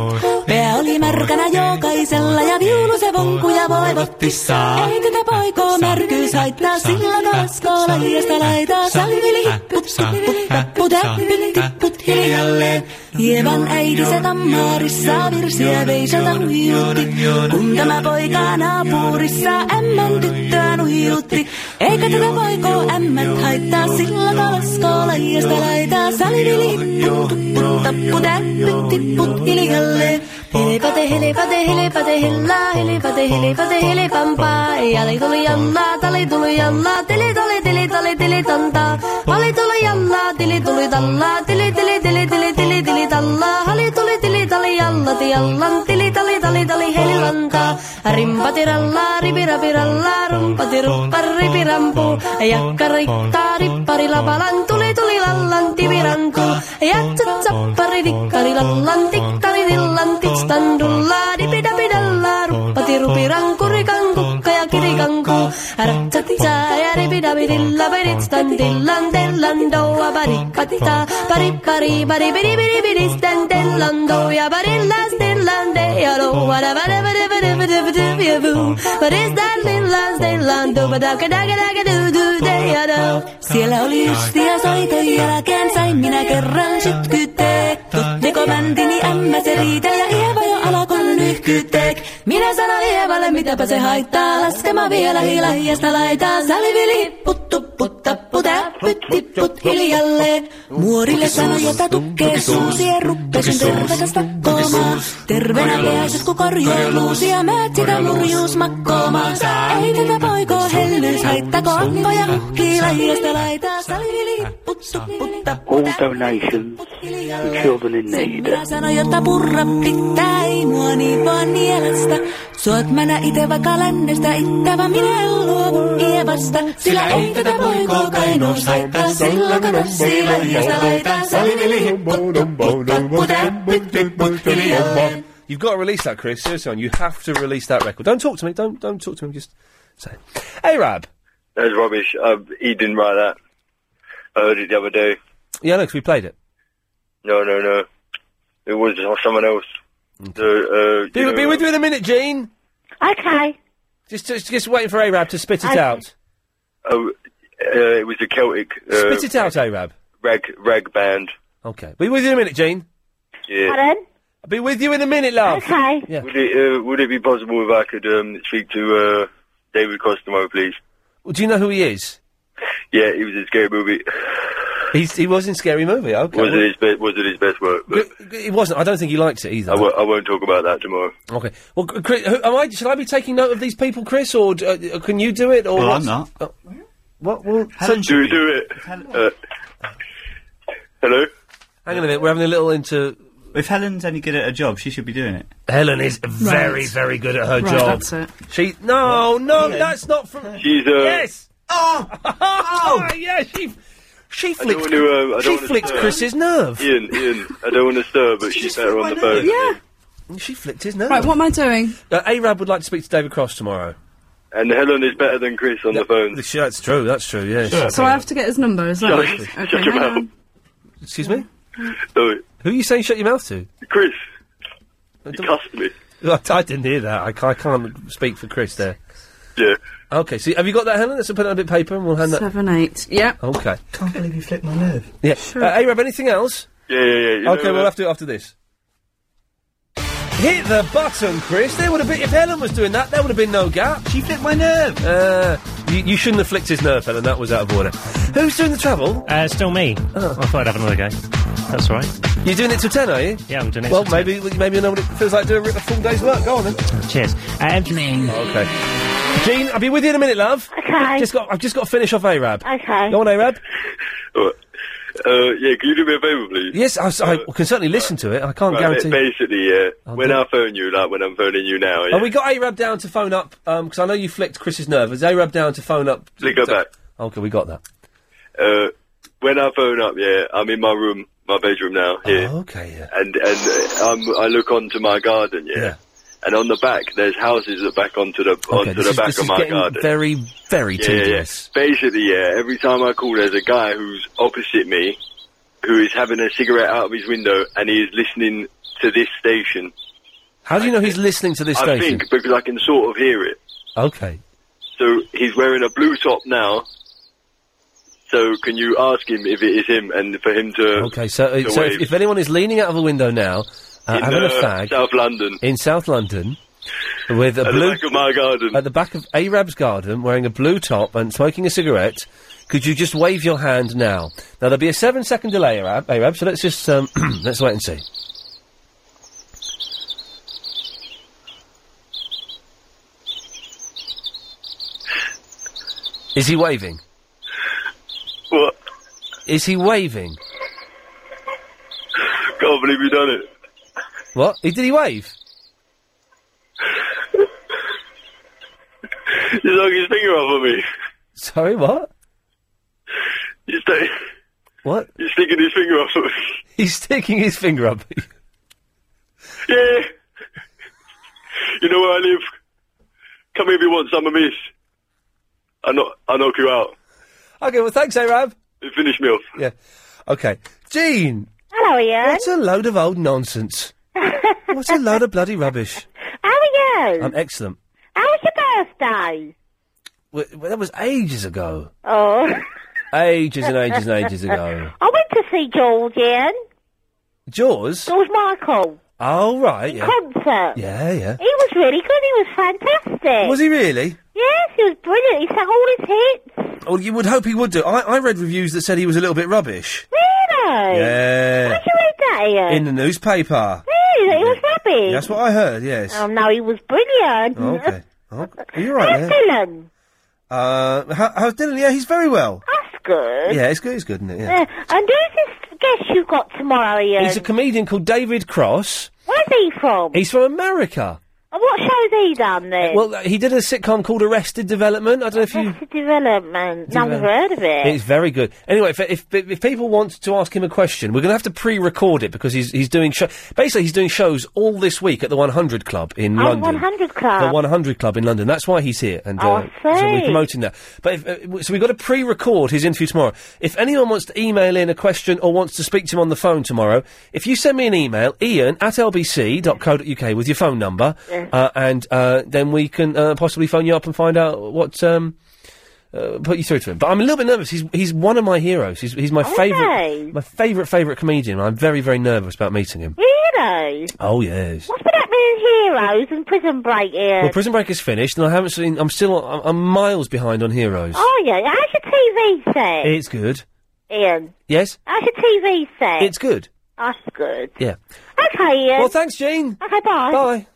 [SPEAKER 19] Pää oli märkänä jokaisella ja viulu se vonkuja voivotti. Ei tätä poikoo märkyys haittaa, sillä kaskoo lajiasta laitaa. Salvili hipput, hipput, hipput, hipput, hipput, hiljalleen. Hieman äiti se tammarissa virsiä veiseltä huijutti. Kun tämä poika naapurissa ämmän tyttöään huijutti. Eikä tätä poikoo ämmät haittaa, sillä kalaskoo laijasta laitaa. Salivili puttut, tappu täppyt, tipput hiljalleen. Helipate, helipate, helipate, hillaa, helipate, helipate, helipampaa. Jali tuli jallaa, tali tuli jallaa, tili tuli, tili tuli, tili tontaa. Hali tuli jallaa, tili tuli tallaa, tili tili, tili tili, tili tili tallaa. Hali tuli tili tali jalla, ti jallan, tili tali tali tali helilantaa. Rimpati rallaa, ribirapi rallaa, rumpati ruppar, ripirampu. Jakka rikkaa, rippari lapalan, tuli tuli lallan, tiviranku. Jatsat sappari, dikkari lallan, tikkari dillan, tikstan dullaa, dipidapidallaa, ruppati rupirankuri kankukka ja kirikanku. Ratsatisa ja ripidapidilla, peritstan dillan, tellan doa, parikkatisa, parikkari, paripidi, piripidisten, tellan doja, parillas, tellan de ja doa, da ba da ba da ba da ba da ba da ba da Paristan, tillan, tellan, doa, da ka da ka da ka du du de ja do. Siellä oli ysti ja soiton jälkeen sain minä kerran sytkyteek. Dekomantini ämmä se riitä ja Ieva jo alkon nyhkytek. Minä sanon Ievalle, mitäpä se haittaa. Laskema vielä hilahiasta laitaa. Salivili, puttu, putta, putä, pytti, put hiljalle. Muorille sanoi, jota tukkee suusia. Ruppesin tervetä stakkoomaa. Tervenä pääset, kun korjoi luusia. Määt sitä murjuus makkoomaan. Ei tätä poikoo hellyys haittako. Akkoja muhkii lahiasta laitaa. Salivili, puttu, putta,
[SPEAKER 13] All donations to children in need.
[SPEAKER 19] Minä sanon, jotta purra pitää, ei mua niin vaan nielestä. Suot mänä itevä kalennestä, ittävä minä en luovu ievasta. Sillä ei tätä poikoo kainoos haittaa, sillä kato sillä hiasta laitaa. Salivili hipput, tupput, tapput, täppyt, tipput, hiljalleen.
[SPEAKER 2] You've got to release that, Chris. Seriously, on you have to release that record. Don't talk to me. Don't don't talk to me. Just say, "Hey, Rab."
[SPEAKER 24] That was rubbish. Um, he didn't write that. I heard it the other day.
[SPEAKER 2] Yeah, look, we played it.
[SPEAKER 24] No, no, no. It was someone else. The, uh,
[SPEAKER 2] Be,
[SPEAKER 24] you know,
[SPEAKER 2] Mm. be with me in a minute, Gene.
[SPEAKER 25] Okay.
[SPEAKER 2] Just just, just waiting for Arab to spit it
[SPEAKER 24] Okay.
[SPEAKER 2] out.
[SPEAKER 24] Oh, uh, it was a Celtic. Uh,
[SPEAKER 2] Spit it out, Arab.
[SPEAKER 24] Rag rag band.
[SPEAKER 2] Okay. Be with you in a minute, Gene.
[SPEAKER 24] Yeah.
[SPEAKER 2] I'll be with you in a minute, love.
[SPEAKER 25] Okay.
[SPEAKER 2] Yeah.
[SPEAKER 24] Would it uh, would it be possible if I could um, speak to uh, David Costamo, please?
[SPEAKER 2] Well, do you know who he is?
[SPEAKER 24] Yeah, he was in scary movie.
[SPEAKER 2] He's, he was in Scary Movie. Okay.
[SPEAKER 24] Was it his best? Was it his best work? But
[SPEAKER 2] It wasn't. I don't think he likes it either.
[SPEAKER 24] I w- I won't talk about that tomorrow.
[SPEAKER 2] Okay. Well, C- Chris, who, am I? Should I be taking note of these people, Chris, or d- uh, can you do it? Or
[SPEAKER 24] Well, I'm
[SPEAKER 2] what's-
[SPEAKER 24] not.
[SPEAKER 2] Oh. What? Well, so-
[SPEAKER 24] do do it. Uh, hello.
[SPEAKER 2] Hang on a minute. We're having a little into.
[SPEAKER 3] If Helen's any good at her job, she should be doing it.
[SPEAKER 2] Helen is very, very good at her job. She no, no, Oh, that's not from.
[SPEAKER 24] She's, uh,
[SPEAKER 2] yes. Oh, oh, yeah. She she
[SPEAKER 24] I don't
[SPEAKER 2] flicked.
[SPEAKER 24] want to. Um, I don't
[SPEAKER 2] she
[SPEAKER 24] want to
[SPEAKER 2] flicked
[SPEAKER 24] stir.
[SPEAKER 2] Chris's nerve.
[SPEAKER 24] Ian, Ian, I don't want to stir, but she's better on the phone.
[SPEAKER 7] Yeah.
[SPEAKER 2] She flicked his nerve.
[SPEAKER 7] Right, what am I doing?
[SPEAKER 2] Uh, Arab would like to speak to David Cross tomorrow.
[SPEAKER 24] And Helen is better than Chris on the phone.
[SPEAKER 2] That's true. That's true. Yes.
[SPEAKER 7] So I have to get his number, is that
[SPEAKER 2] Shut-
[SPEAKER 7] right?
[SPEAKER 2] shut
[SPEAKER 7] Okay,
[SPEAKER 2] your
[SPEAKER 7] hang
[SPEAKER 2] mouth.
[SPEAKER 7] on.
[SPEAKER 2] Excuse me.
[SPEAKER 24] No,
[SPEAKER 2] Who are you saying shut your mouth to?
[SPEAKER 24] Chris. You cussed me.
[SPEAKER 2] I, I didn't hear that. I, ca- I can't speak for Chris there.
[SPEAKER 24] Yeah.
[SPEAKER 2] Okay. So have you got that, Helen? Let's put it on a bit of paper and we'll hand that.
[SPEAKER 7] Seven, eight. Yep.
[SPEAKER 2] Okay.
[SPEAKER 3] Can't believe you flipped my nerve.
[SPEAKER 2] Yeah. Uh, Arab, anything else?
[SPEAKER 24] Yeah, yeah, yeah. you
[SPEAKER 2] okay,
[SPEAKER 24] know,
[SPEAKER 2] we'll
[SPEAKER 24] uh,
[SPEAKER 2] have to do it after this. Hit the button, Chris. There would have been if Helen was doing that, there would have been no gap. She flicked my nerve. Uh, you, you shouldn't have flicked his nerve, Helen. That was out of order. Who's doing the travel?
[SPEAKER 9] Uh, still me. I thought I'd have another go. That's all right.
[SPEAKER 2] You're doing it till ten, are you?
[SPEAKER 9] Yeah, I'm doing it.
[SPEAKER 2] Well, maybe maybe you know what it feels like doing a full day's work. Go on then.
[SPEAKER 9] Cheers.
[SPEAKER 2] Evening. Okay. Jean, I'll be with you in a minute, love.
[SPEAKER 25] Okay.
[SPEAKER 2] Just got, I've just got to finish off Arab.
[SPEAKER 25] Okay.
[SPEAKER 2] Go on, Arab.
[SPEAKER 24] Uh, yeah, can you do me a favour, please?
[SPEAKER 2] Yes, I, s- I can certainly listen to it. I can't
[SPEAKER 24] Right,
[SPEAKER 2] guarantee.
[SPEAKER 24] ba- Basically, yeah. when
[SPEAKER 2] do-
[SPEAKER 24] I phone you, like when I'm phoning you now, yeah.
[SPEAKER 2] Oh, we got Arab down to phone up because I know you flicked Chris's nerve. Is Arab down to phone up?
[SPEAKER 24] Please go back.
[SPEAKER 2] Okay, we got that.
[SPEAKER 24] Uh, when I phone up, yeah, I'm in my room, my bedroom now. Yeah.
[SPEAKER 2] Oh, okay. Yeah.
[SPEAKER 24] And and uh, I'm, I look onto my garden, yeah.
[SPEAKER 2] Yeah.
[SPEAKER 24] And on the back, there's houses that back onto the
[SPEAKER 2] Okay,
[SPEAKER 24] onto
[SPEAKER 2] this
[SPEAKER 24] the
[SPEAKER 2] is,
[SPEAKER 24] back
[SPEAKER 2] this
[SPEAKER 24] of
[SPEAKER 2] is
[SPEAKER 24] my
[SPEAKER 2] getting
[SPEAKER 24] garden.
[SPEAKER 2] very, very
[SPEAKER 24] yeah, yeah, yeah.
[SPEAKER 2] tedious.
[SPEAKER 24] Basically, yeah. Every time I call, there's a guy who's opposite me, who is having a cigarette out of his window, and he is listening to this station.
[SPEAKER 2] How do you know he's listening to this
[SPEAKER 24] I
[SPEAKER 2] station?
[SPEAKER 24] think because I can sort of hear it.
[SPEAKER 2] Okay.
[SPEAKER 24] So he's wearing a blue top now, So can you ask him if it is him and for him to?
[SPEAKER 2] Okay, so, uh,
[SPEAKER 24] to
[SPEAKER 2] so
[SPEAKER 24] wave?
[SPEAKER 2] if, if anyone is leaning out of a window now, uh,
[SPEAKER 24] In,
[SPEAKER 2] having
[SPEAKER 24] uh,
[SPEAKER 2] a fag
[SPEAKER 24] South London.
[SPEAKER 2] in South London, with a
[SPEAKER 24] At the
[SPEAKER 2] blue
[SPEAKER 24] back of my garden.
[SPEAKER 2] at the back of Arab's garden, wearing a blue top and smoking a cigarette, could you just wave your hand now? Now there'll be a seven-second delay, Arab. Arab, so let's just um, let's wait and see. Is he waving?
[SPEAKER 24] What?
[SPEAKER 2] Is he waving?
[SPEAKER 24] Can't believe you done it.
[SPEAKER 2] What? He, did he wave?
[SPEAKER 24] You knocked his finger off of me.
[SPEAKER 2] Sorry, what?
[SPEAKER 24] You stay.
[SPEAKER 2] What?
[SPEAKER 24] You're sticking his finger off of me.
[SPEAKER 2] He's sticking his finger up.
[SPEAKER 24] Yeah. You know where I live. Come here if you want some of this. I knock, I knock you out.
[SPEAKER 2] okay, well, thanks, eh, Arab.
[SPEAKER 24] Finish me off.
[SPEAKER 2] Yeah. Okay. Jean!
[SPEAKER 26] Hello, Ian.
[SPEAKER 2] What's a load of old nonsense? What's a load of bloody rubbish?
[SPEAKER 26] How are you?
[SPEAKER 2] I'm e- excellent.
[SPEAKER 26] How was your birthday?
[SPEAKER 2] Well, well, that was ages ago.
[SPEAKER 26] Oh.
[SPEAKER 2] Ages and ages and ages ago.
[SPEAKER 26] I went to see George, Ian.
[SPEAKER 2] Jaws?
[SPEAKER 26] George Michael.
[SPEAKER 2] Oh, right, yeah.
[SPEAKER 26] Concert.
[SPEAKER 2] Yeah, yeah.
[SPEAKER 26] He was really good. He was fantastic.
[SPEAKER 2] Was he really?
[SPEAKER 26] Yes, he was brilliant. He sang all his hits.
[SPEAKER 2] Well, you would hope he would do. I, I read reviews that said he was a little bit rubbish.
[SPEAKER 26] Really?
[SPEAKER 2] Yeah.
[SPEAKER 26] Did you read that, Ian?
[SPEAKER 2] In the newspaper.
[SPEAKER 26] Really? He was rubbish.
[SPEAKER 2] That's what I heard, yes.
[SPEAKER 26] Oh, no, he was brilliant.
[SPEAKER 2] Oh, okay. Oh, are you all right
[SPEAKER 26] How's
[SPEAKER 2] there?
[SPEAKER 26] Dylan?
[SPEAKER 2] Uh, how, how's Dylan? Yeah, he's very well.
[SPEAKER 26] That's good.
[SPEAKER 2] Yeah, it's good, it's good, isn't it? Yeah.
[SPEAKER 26] Uh, and who's this guest you got tomorrow, Ian?
[SPEAKER 2] He's a comedian called David Cross.
[SPEAKER 26] Where's he from?
[SPEAKER 2] He's from America.
[SPEAKER 26] And what show's he done then?
[SPEAKER 2] Well, uh, he did a sitcom called Arrested Development. I don't know if you.
[SPEAKER 26] Development. Never heard of it.
[SPEAKER 2] It's very good. Anyway, if, if if people want to ask him a question, we're going to have to pre-record it because he's he's doing show. Basically, he's doing shows all this week at the 100 Club in
[SPEAKER 26] Oh,
[SPEAKER 2] London.
[SPEAKER 26] 100 Club.
[SPEAKER 2] The 100 Club in London. That's why he's here, and
[SPEAKER 26] Oh,
[SPEAKER 2] uh,
[SPEAKER 26] I
[SPEAKER 2] so we're
[SPEAKER 26] see.
[SPEAKER 2] promoting that. But if, uh, w- so we've got to pre-record his interview tomorrow. If anyone wants to email in a question or wants to speak to him on the phone tomorrow, if you send me an email, Ian at lbc.co.uk with your phone number,
[SPEAKER 26] Yes.
[SPEAKER 2] uh, and uh, then we can uh, possibly phone you up and find out what. Um, uh, put you through to him, but I'm a little bit nervous. He's he's one of my heroes. He's he's my
[SPEAKER 26] Really?
[SPEAKER 2] favorite my favorite favorite comedian. I'm very very nervous about meeting him.
[SPEAKER 26] Heroes.
[SPEAKER 2] Oh yes.
[SPEAKER 26] What's been happening in Heroes and Prison Break, Ian?
[SPEAKER 2] Well, Prison Break is finished, and I haven't seen. I'm still. I'm, I'm miles behind on Heroes.
[SPEAKER 26] Oh, yeah. How's your TV set,
[SPEAKER 2] It's good.
[SPEAKER 26] Ian?
[SPEAKER 2] Yes,
[SPEAKER 27] Oh,
[SPEAKER 26] How's your TV set?
[SPEAKER 2] it's good.
[SPEAKER 26] That's good.
[SPEAKER 2] Yeah.
[SPEAKER 26] Okay, Ian.
[SPEAKER 2] Well, thanks, Jean.
[SPEAKER 26] Okay, bye.
[SPEAKER 2] Bye.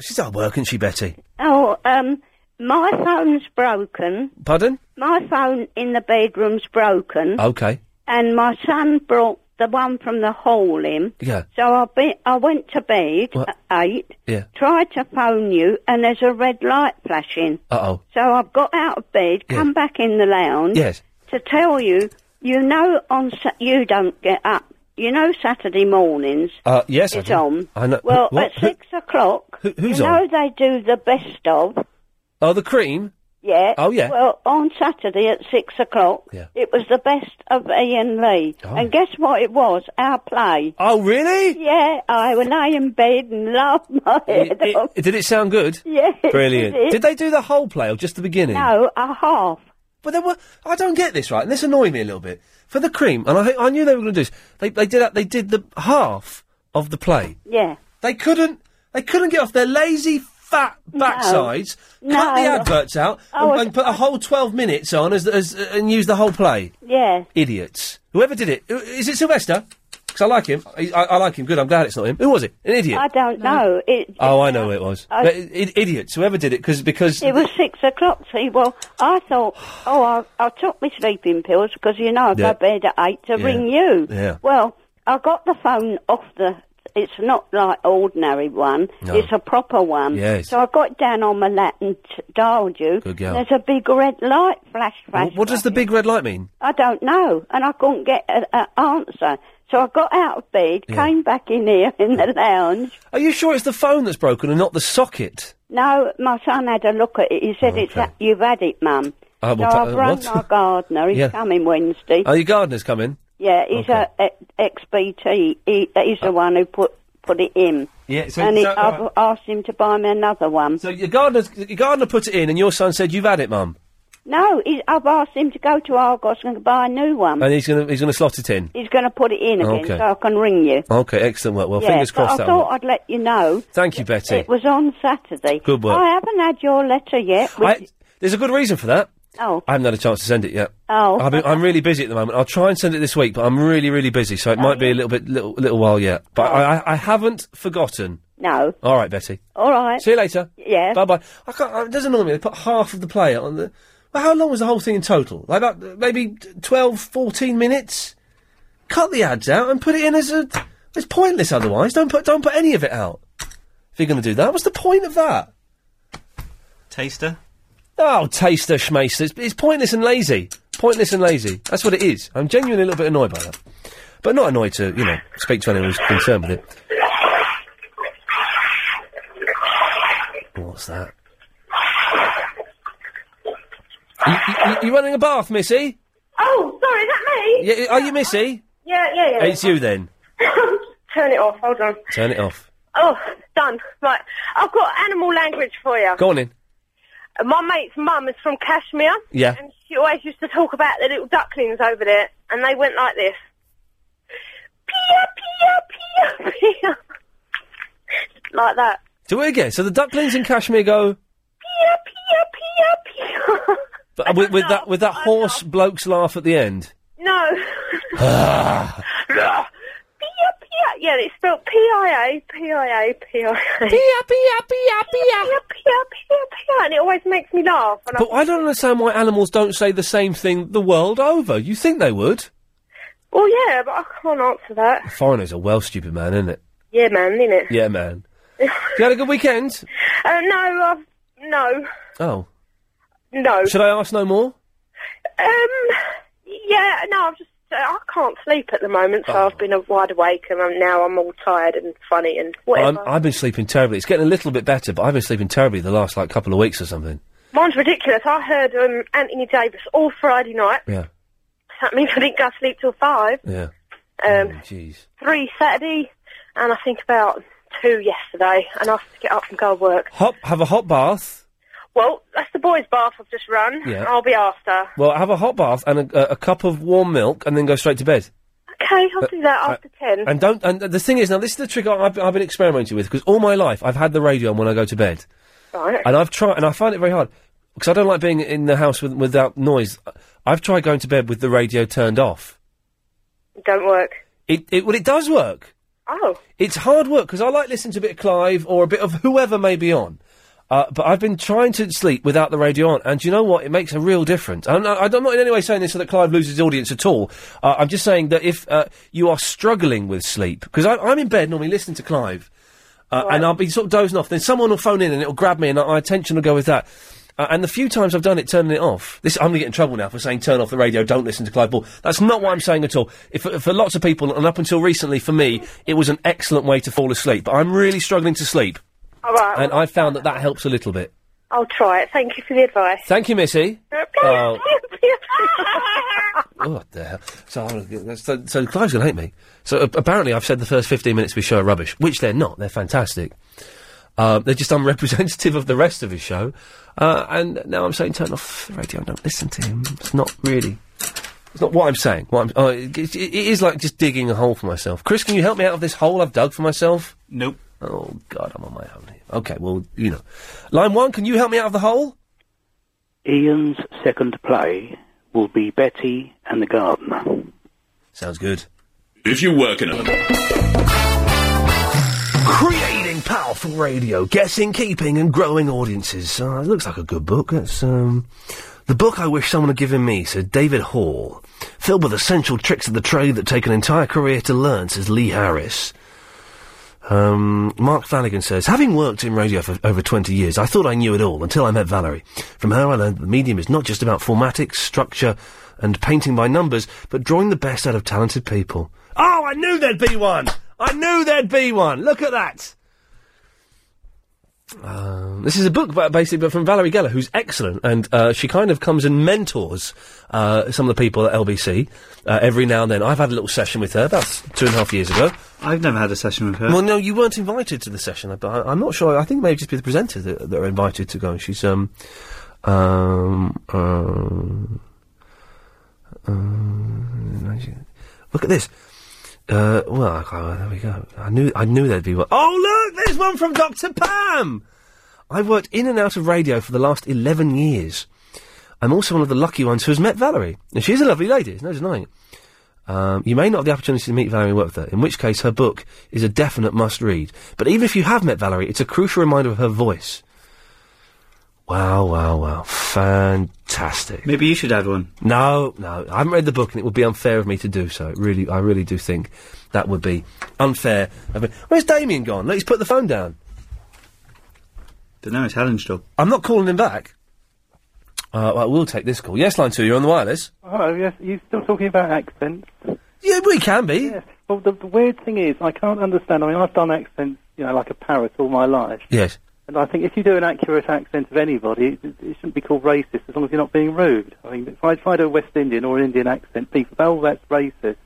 [SPEAKER 2] She's hard work, isn't she, Betty?
[SPEAKER 27] Oh, um, my phone's broken.
[SPEAKER 2] Pardon?
[SPEAKER 27] My phone in the bedroom's broken,
[SPEAKER 2] Okay.
[SPEAKER 27] and my son brought the one from the hall in.
[SPEAKER 2] Yeah.
[SPEAKER 27] So I be- I went to bed
[SPEAKER 2] What?
[SPEAKER 27] at eight.
[SPEAKER 2] Yeah.
[SPEAKER 27] Tried to phone you, and there's a red light flashing.
[SPEAKER 2] Uh oh.
[SPEAKER 27] So I've got out of bed,
[SPEAKER 2] Yeah.
[SPEAKER 27] come back in the lounge
[SPEAKER 2] Yes.
[SPEAKER 27] to tell you. You know, on Sa- you don't get up. You know, Saturday mornings.
[SPEAKER 2] Uh yes. I
[SPEAKER 27] It's
[SPEAKER 2] do.
[SPEAKER 27] on.
[SPEAKER 2] I know.
[SPEAKER 27] Well,
[SPEAKER 2] What?
[SPEAKER 27] at six o'clock.
[SPEAKER 2] Who- who's
[SPEAKER 27] you know
[SPEAKER 2] on?
[SPEAKER 27] they do the best of.
[SPEAKER 2] Oh, the cream.
[SPEAKER 27] Yeah.
[SPEAKER 2] Oh, yeah.
[SPEAKER 27] Well, on Saturday at six o'clock,
[SPEAKER 2] Yeah.
[SPEAKER 27] it was the best of Ian Lee.
[SPEAKER 2] Oh.
[SPEAKER 27] And guess what it was? Our play.
[SPEAKER 2] Oh, really?
[SPEAKER 27] Yeah, I would lay in bed and laugh my head
[SPEAKER 2] It-
[SPEAKER 27] off.
[SPEAKER 2] did it sound good?
[SPEAKER 27] Yes, it
[SPEAKER 2] Brilliant.
[SPEAKER 27] did.
[SPEAKER 2] Did they do the whole play or just the beginning?
[SPEAKER 27] No, a half.
[SPEAKER 2] But there were. I don't get this right, and this annoyed me a little bit. For the cream, and I, I knew they were going to do this. They, they did. They did the half of the play.
[SPEAKER 27] Yeah.
[SPEAKER 2] They couldn't. They couldn't get off their lazy fat backsides. Cut the
[SPEAKER 27] No.
[SPEAKER 2] adverts out
[SPEAKER 27] I
[SPEAKER 2] and,
[SPEAKER 27] was-
[SPEAKER 2] and put a whole twelve minutes on as, as and use the whole play.
[SPEAKER 27] Yeah.
[SPEAKER 2] Idiots. Whoever did it. who- Is it Sylvester? Because I like him. I, I, I like him. Good. I'm glad it's not him. Who was it? An idiot.
[SPEAKER 27] I don't know. It
[SPEAKER 2] Oh, I know who it was.
[SPEAKER 27] I-
[SPEAKER 2] But i- i- idiots. Whoever did it, cause, because
[SPEAKER 27] it was six o'clock. See, well, I thought, oh, I, I took my sleeping pills because you know I
[SPEAKER 2] Yeah.
[SPEAKER 27] go to bed at eight to
[SPEAKER 2] Yeah.
[SPEAKER 27] ring you.
[SPEAKER 2] Yeah.
[SPEAKER 27] Well, I got the phone off the. It's not like ordinary one.
[SPEAKER 2] No.
[SPEAKER 27] It's a proper one.
[SPEAKER 2] Yes.
[SPEAKER 27] So I got down on my lap and t- dialed you.
[SPEAKER 2] Good girl.
[SPEAKER 27] There's a big red light flash flash.
[SPEAKER 2] Wh- what does the big red light mean?
[SPEAKER 27] I don't know, and I couldn't get an answer. So I got out of bed,
[SPEAKER 2] Yeah.
[SPEAKER 27] came back in here in the lounge.
[SPEAKER 2] Are you sure it's the phone that's broken and not the socket?
[SPEAKER 27] No, my son had a look at it. He said, "It's that you've had it, Mum."
[SPEAKER 2] Oh, well,
[SPEAKER 27] so
[SPEAKER 2] pa-
[SPEAKER 27] I've run
[SPEAKER 2] what?
[SPEAKER 27] my gardener. He's
[SPEAKER 2] Yeah.
[SPEAKER 27] coming Wednesday.
[SPEAKER 2] Oh, your gardener's coming.
[SPEAKER 27] yeah, he's a E, a XBT. He, he's the one who put put it in.
[SPEAKER 2] Uh, Yeah, so-
[SPEAKER 27] and he,
[SPEAKER 2] so- uh,
[SPEAKER 27] I've asked him to buy me another one.
[SPEAKER 2] So your gardener, your gardener put it in, and your son said, "You've had it, mum."
[SPEAKER 27] No, he's, I've asked him to go to Argos and buy a new one.
[SPEAKER 2] And he's gonna he's gonna slot it in.
[SPEAKER 27] He's going to put it in again,
[SPEAKER 2] Uh, Okay.
[SPEAKER 27] so I can ring you.
[SPEAKER 2] Okay, excellent work. Well,
[SPEAKER 27] yeah,
[SPEAKER 2] fingers
[SPEAKER 27] but
[SPEAKER 2] crossed
[SPEAKER 27] I
[SPEAKER 2] that
[SPEAKER 27] thought
[SPEAKER 2] one.
[SPEAKER 27] I'd let you know.
[SPEAKER 2] Thank you, Betty.
[SPEAKER 27] It was on Saturday.
[SPEAKER 2] Good work.
[SPEAKER 27] I haven't had your letter yet.
[SPEAKER 2] I, there's a good reason for that.
[SPEAKER 27] Oh,
[SPEAKER 2] I haven't had a chance to send it yet.
[SPEAKER 27] Oh.
[SPEAKER 2] I've been, I'm really busy at the moment. I'll try and send it this week, but I'm really, really busy, so it might be a little bit, little, little while yet.
[SPEAKER 27] Oh.
[SPEAKER 2] But I, I, I haven't forgotten.
[SPEAKER 27] no.
[SPEAKER 2] All right, Betty.
[SPEAKER 27] All right.
[SPEAKER 2] See you later.
[SPEAKER 27] Yeah.
[SPEAKER 2] Bye bye. I can't. I- It doesn't annoy me. They put half of the player on the. Well, how long was the whole thing in total? Like about uh, maybe 12, 14 minutes. Cut the ads out and put it in as a. It's pointless otherwise. Don't put don't put any of it out. If you're going to do that, what's the point of that?
[SPEAKER 18] Taster?
[SPEAKER 2] Oh, taster schmaster. It's, it's pointless and lazy. Pointless and lazy. That's what it is. I'm genuinely a little bit annoyed by that. But not annoyed to, you know, speak to anyone who's concerned with it. What's that? You, you, you running a bath, Missy?
[SPEAKER 12] Oh, sorry, is that me?
[SPEAKER 2] Yeah, are you Missy?
[SPEAKER 12] Yeah, yeah, yeah.
[SPEAKER 2] It's you then.
[SPEAKER 12] Turn it off, hold on.
[SPEAKER 2] Turn it off.
[SPEAKER 12] Oh, done. Right, I've got animal language for you.
[SPEAKER 2] Go on in.
[SPEAKER 12] My mate's mum is from Kashmir.
[SPEAKER 2] Yeah.
[SPEAKER 12] And she always used to talk about the little ducklings over there, and they went like this. Pia, pia, pia, pia. like that.
[SPEAKER 2] Do it again. So the ducklings in Kashmir go. Pia, pia, pia, pia. But with, with that with that horse bloke's laugh at the end.
[SPEAKER 12] No.
[SPEAKER 2] Ah.
[SPEAKER 12] Pia, pia. Yeah, it's spelled P-I-A, P-I-A, P-I-A. Pia, pia, pia, pia. Pia, pia, pia, pia. And it always makes me laugh. And
[SPEAKER 2] But I don't understand why animals don't say the same thing the world over. You think they would?
[SPEAKER 12] Well, Oh, yeah, but I can't answer that.
[SPEAKER 2] Foreigners are well stupid, man, isn't it?
[SPEAKER 12] Yeah, man, innit?
[SPEAKER 2] Yeah, man. You had a good weekend?
[SPEAKER 12] uh, no, uh, no,
[SPEAKER 2] Oh,
[SPEAKER 12] no.
[SPEAKER 2] should I ask no more?
[SPEAKER 12] Um, yeah, no, I've just, uh, I can't sleep at the moment, so
[SPEAKER 2] Oh.
[SPEAKER 12] I've been uh, wide awake and I'm, now I'm all tired and funny and
[SPEAKER 2] I'm,
[SPEAKER 12] whatever.
[SPEAKER 2] I've been sleeping terribly. It's getting a little bit better, but I've been sleeping terribly the last like couple of weeks or something.
[SPEAKER 12] Mine's ridiculous. I heard um, Anthony Davis all Friday night.
[SPEAKER 2] Yeah.
[SPEAKER 12] That means I didn't go to sleep till five.
[SPEAKER 2] Yeah. Oh,
[SPEAKER 12] Um,
[SPEAKER 2] Jeez.
[SPEAKER 12] three Saturday, and I think about two yesterday, and I have to get up and go to work.
[SPEAKER 2] Hop, have a hot bath.
[SPEAKER 12] Well, that's the boys' bath I've just run.
[SPEAKER 2] Yeah.
[SPEAKER 12] I'll be after.
[SPEAKER 2] Well, have a hot bath and a, a, a cup of warm milk, and then go straight to bed.
[SPEAKER 12] Okay, I'll do that
[SPEAKER 2] Uh,
[SPEAKER 12] after ten.
[SPEAKER 2] And don't. And the thing is, now this is the trick I- I've, I've been experimenting with because all my life I've had the radio on when I go to bed.
[SPEAKER 12] Right.
[SPEAKER 2] And I've tried, and I find it very hard because I don't like being in the house with, without noise. I've tried going to bed with the radio turned off.
[SPEAKER 12] Don't work.
[SPEAKER 2] It, it well, it does work.
[SPEAKER 12] Oh.
[SPEAKER 2] It's hard work because I like listening to a bit of Clive or a bit of whoever may be on. Uh, but I've been trying to sleep without the radio on, and do you know what? It makes a real difference. I'm not, I'm not in any way saying this so that Clive loses his audience at all. Uh, I'm just saying that if uh, you are struggling with sleep, because I'm in bed normally listening to Clive, uh, and I'll be sort of dozing off, then someone will phone in and it'll grab me, and my attention will go with that. Uh, and the few times I've done it, turning it off. This I'm going to get in trouble now for saying turn off the radio, don't listen to Clive Ball. That's not what I'm saying at all. If, for lots of people, and up until recently, for me, it was an excellent way to fall asleep. But I'm really struggling to sleep,
[SPEAKER 12] All right,
[SPEAKER 2] and I've found that that helps a little bit.
[SPEAKER 12] I'll try it. Thank you for the advice.
[SPEAKER 2] Thank you, Missy. Oh, oh, what the hell? So, I was- so, so Clive's going to hate me. So a- apparently, I've said the first 15 minutes of his show are rubbish, which they're not. They're fantastic. Uh, they're just unrepresentative of the rest of his show. Uh, and now I'm saying turn off the radio. Don't listen to him. It's not really. It's not what I'm saying. What I'm, oh, it, it- it is like just digging a hole for myself. Chris, can you help me out of this hole I've dug for myself?
[SPEAKER 18] Nope.
[SPEAKER 2] Oh, God, I'm on my own here. Okay, well, you know. Line one, can you help me out of the hole?
[SPEAKER 13] Ian's second play will be Betty and the Gardener.
[SPEAKER 2] Sounds good.
[SPEAKER 1] If you're working on
[SPEAKER 2] Creating powerful radio, guessing, keeping, and growing audiences. Uh, it looks like a good book. That's um, the book I wish someone had given me. Said David Hall, filled with essential tricks of the trade that take an entire career to learn. Says Lee Harris. Um, Mark Flanagan says, having worked in radio for over 20 years, I thought I knew it all until I met Valerie. From her, I learned that the medium is not just about formatics, structure, and painting by numbers, but drawing the best out of talented people. Oh, I knew there'd be one! I knew there'd be one! Look at that! Um, this is a book, ba- basically, but from Valerie Geller, who's excellent, and uh, she kind of comes and mentors uh, some of the people at LBC uh, every now and then. I've had a little session with her about s- two and a half years ago.
[SPEAKER 18] I've never had a session with her.
[SPEAKER 2] Well, no, you weren't invited to the session, but I, I'm not sure. I think it may just be the presenters that, that are invited to go. She's um, Um, um, um, imagine- look at this. Uh, well, I can't- there we go. I knew I knew there'd be one. Oh look, there's one from Doctor Pam. I've worked in and out of radio for the last eleven years. I'm also one of the lucky ones who has met Valerie, and she's a lovely lady. There's no denying it. Um, you may not have the opportunity to meet Valerie and work with her, in which case her book is a definite must read. But even if you have met Valerie, it's a crucial reminder of her voice. Wow, wow, wow. Fantastic.
[SPEAKER 18] Maybe you should add one.
[SPEAKER 2] No, no, I haven't read the book, and it would be unfair of me to do so. It really, I really do think that would be unfair. of me. Where's Damien gone? Look, he's put the phone down.
[SPEAKER 18] Don't know, it's Helen's job.
[SPEAKER 2] I'm not calling him back. Uh, well, we'll take this call. Yes, line two, you're on the wireless.
[SPEAKER 28] Oh, yes, you still talking about accents?
[SPEAKER 2] Yeah, we can be.
[SPEAKER 28] Yes. Well, the, the weird thing is, I can't understand. I mean, I've done accents, you know, like a parrot all my life.
[SPEAKER 2] Yes.
[SPEAKER 28] And I think if you do an accurate accent of anybody, it, it shouldn't be called racist as long as you're not being rude. I mean, if I tried a West Indian or an Indian accent, people go, oh, that's racist.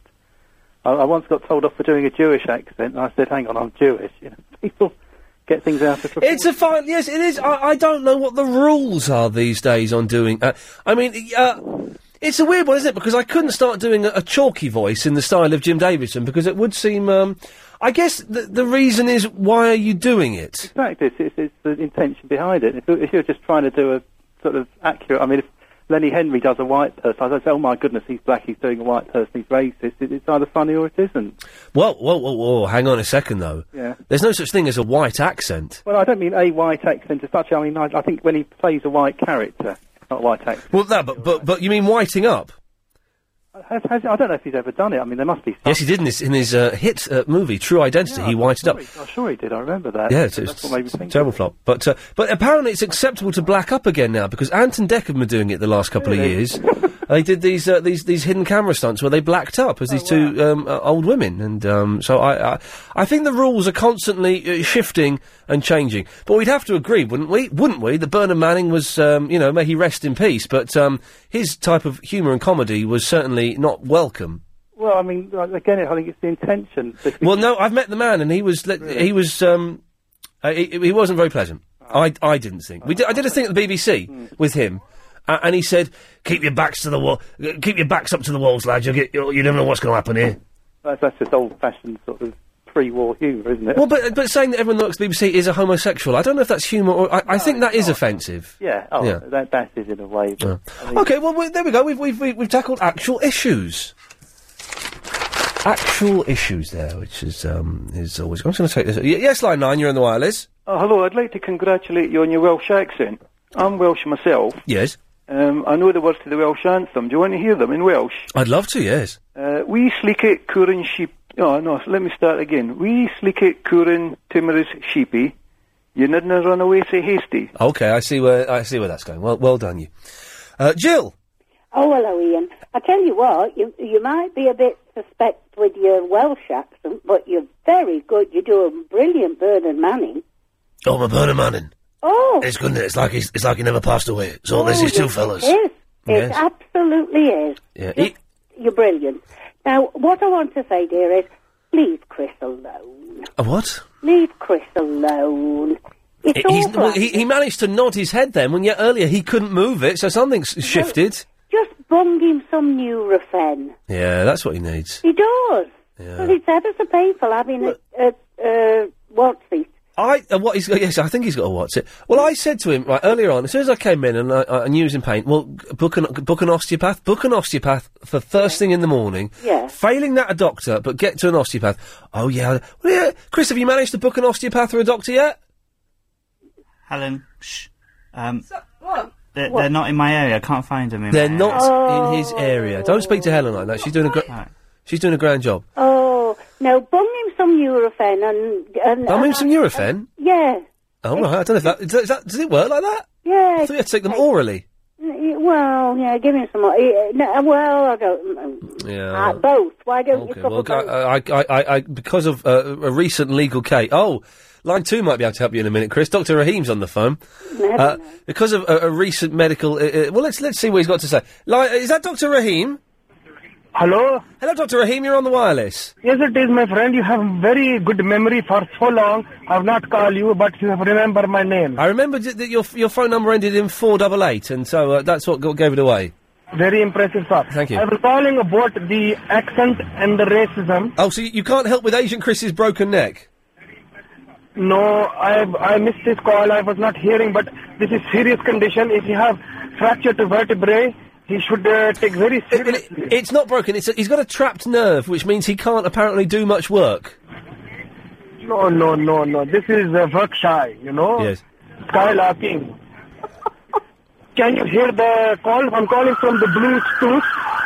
[SPEAKER 28] I, I once got told off for doing a Jewish accent, and I said, hang on, I'm Jewish. You know, people get things out of
[SPEAKER 2] It's a fine. Yes, it is. I, I don't know what the rules are these days on doing. Uh, I mean, uh, it's a weird one, isn't it? Because I couldn't start doing a, a chalky voice in the style of Jim Davidson because it would seem. Um, I guess the, the reason is why are you doing it?
[SPEAKER 28] Exactly. It's, it's, it's the intention behind it. If, you- if you're just trying to do a sort of accurate, I mean, if Lenny Henry does a white person, I'd say, oh my goodness, he's black, he's doing a white person, he's racist. It, it's either funny or it isn't.
[SPEAKER 2] Well, whoa, whoa, whoa! Hang on a second, though.
[SPEAKER 28] Yeah.
[SPEAKER 2] There's no such thing as a white accent.
[SPEAKER 28] Well, I don't mean a white accent as such. I mean, I, I think when he plays a white character, not a white accent.
[SPEAKER 2] Well, that, but but but you mean whiting up?
[SPEAKER 28] Has, has, I don't know if he's ever done it. I mean, there must be.
[SPEAKER 2] Yes, he did in his in his uh, hit uh, movie True Identity. he whited up.
[SPEAKER 28] I'm sure he did. I remember that.
[SPEAKER 2] Yeah, it's,
[SPEAKER 28] That's
[SPEAKER 2] it's
[SPEAKER 28] what made me think.
[SPEAKER 2] terrible flop. But uh, but apparently it's acceptable to black up again now because Ant and Deck have been doing it the last couple of
[SPEAKER 28] Really?
[SPEAKER 2] years. they did these uh, these these hidden camera stunts where they blacked up as
[SPEAKER 28] Oh,
[SPEAKER 2] these two um, uh, old women, and um, so I, I I think the rules are constantly uh, shifting and changing. But we'd have to agree, wouldn't we? Wouldn't we? That Bernard Manning was um, you know may he rest in peace, but um, his type of humour and comedy was certainly not welcome.
[SPEAKER 28] Well, I mean, like, again, I think it's the intention.
[SPEAKER 2] Well, no, I've met the man, and he was let he was um, uh, he, he wasn't very pleasant. I, I didn't think we did, I did a thing at the BBC with him, uh, and he said, "Keep your backs to the wall, uh, keep your backs up to the walls, lads. You'll get you'll, you never know what's going to happen here."
[SPEAKER 28] That's, that's just old-fashioned sort of pre-war humour, isn't it?
[SPEAKER 2] Well, but but saying that everyone that works at the BBC is a homosexual, I don't know if that's humour or I, I think that is offensive.
[SPEAKER 28] Yeah, oh,
[SPEAKER 2] Yeah.
[SPEAKER 28] That, that is in a way. but I mean,
[SPEAKER 2] Okay, well we, there we go. We've, we've we've we've tackled actual issues. Actual issues there, which is um is always. I'm just going to take this. Y- yes, line nine. You're on the wireless.
[SPEAKER 11] Oh, hello. I'd like to congratulate you on your Welsh accent. I'm Welsh myself.
[SPEAKER 2] Yes,
[SPEAKER 11] Um, I know the words to the Welsh anthem. Do you want to hear them in Welsh?
[SPEAKER 2] I'd love to. Yes.
[SPEAKER 11] Uh, we sleekit curin sheep. Oh, no, let me start again. We sleekit curin timorous sheepy. You nidna run away so hasty.
[SPEAKER 2] Okay, I see where I see where that's going. Well, well done, you, uh, Jill.
[SPEAKER 8] Oh, hello, Ian. I tell you what, you you might be a bit suspect with your Welsh accent, but you're very good. You do a brilliant Bernard Manning.
[SPEAKER 2] Oh, my Bernard Manning.
[SPEAKER 8] Oh,
[SPEAKER 2] It's good. It's like he's, it's like he never passed away. It's all this
[SPEAKER 8] oh,
[SPEAKER 2] is two
[SPEAKER 8] yes,
[SPEAKER 2] fellas.
[SPEAKER 8] It is. It
[SPEAKER 2] Yes.
[SPEAKER 8] absolutely is.
[SPEAKER 2] Yeah. He,
[SPEAKER 8] You're brilliant. Now, what I want to say, dear, is leave Chris alone.
[SPEAKER 2] uh, what?
[SPEAKER 8] Leave Chris alone. It's
[SPEAKER 2] He- he's-
[SPEAKER 8] awful.
[SPEAKER 2] well, he, he managed to nod his head then when yet earlier he couldn't move it, so something's shifted.
[SPEAKER 8] Just bung him some Nurofen.
[SPEAKER 2] Yeah, that's what he needs.
[SPEAKER 8] He does. Well, it's ever so painful having a, a, a what's he
[SPEAKER 2] I uh, what he's got, yes, I think he's got to watch it. Well, I said to him right earlier on, as soon as I came in and I, I knew he was in pain. Well, g- book an book an osteopath, book an osteopath for first thing in the morning.
[SPEAKER 8] Yeah.
[SPEAKER 2] Failing that, a doctor, but get to an osteopath. Oh yeah, well, yeah. Chris, have you managed to book an osteopath or a doctor yet?
[SPEAKER 18] Helen, shh. Um,
[SPEAKER 8] What? Oh.
[SPEAKER 18] they're, they're not in my area. I can't find them. In
[SPEAKER 2] They're
[SPEAKER 18] my
[SPEAKER 2] not
[SPEAKER 18] Area.
[SPEAKER 2] in his area. Don't speak to Helen like that. She's doing a great. She's doing a grand job.
[SPEAKER 8] Oh, no, bung him some Nurofen and... and uh,
[SPEAKER 2] Bung him some Nurofen?
[SPEAKER 8] Yeah,
[SPEAKER 2] Oh right, I don't know if that, is that, is that does it work like that.
[SPEAKER 8] yeah.
[SPEAKER 2] I thought you had to take them orally.
[SPEAKER 8] N- y- Well, yeah, give him some more. eh, eh, No, well, I don't... mm,
[SPEAKER 2] Yeah.
[SPEAKER 22] Ah,
[SPEAKER 8] Uh, both. Why don't you
[SPEAKER 2] Okay,
[SPEAKER 8] cover
[SPEAKER 2] well,
[SPEAKER 8] both?
[SPEAKER 2] I, I, I, I, I, because of uh, a recent legal case. Oh, line two might be able to help you in a minute, Chris. Doctor Raheem's on the phone.
[SPEAKER 8] Never
[SPEAKER 2] Uh, because of a, a recent medical. Uh, uh, well, let's let's see what he's got to say. Li- is that Doctor Raheem?
[SPEAKER 22] Hello?
[SPEAKER 2] Hello, Dr. Rahim, you're on the wireless.
[SPEAKER 22] Yes, it is, my friend. You have very good memory for so long. I've not called you, but you have remembered my name.
[SPEAKER 2] I remember j- that your your phone number ended in four double eight, and so uh, that's what g- gave it away.
[SPEAKER 22] Very impressive, sir.
[SPEAKER 2] Thank you.
[SPEAKER 22] I was calling about the accent and the racism.
[SPEAKER 2] Oh, so you- you can't help with Asian Chris's broken neck.
[SPEAKER 22] No, I I missed this call. I was not hearing, but this is serious condition. If you have fracture to vertebrae, he should uh, take very serious.
[SPEAKER 2] It's not broken. It's a, he's got a trapped nerve, which means he can't apparently do much work.
[SPEAKER 22] No, no, no, no. This is uh, work shy, you know.
[SPEAKER 2] Yes.
[SPEAKER 22] Skylarking. Can you hear the call? uh, I'm calling from the Bluetooth.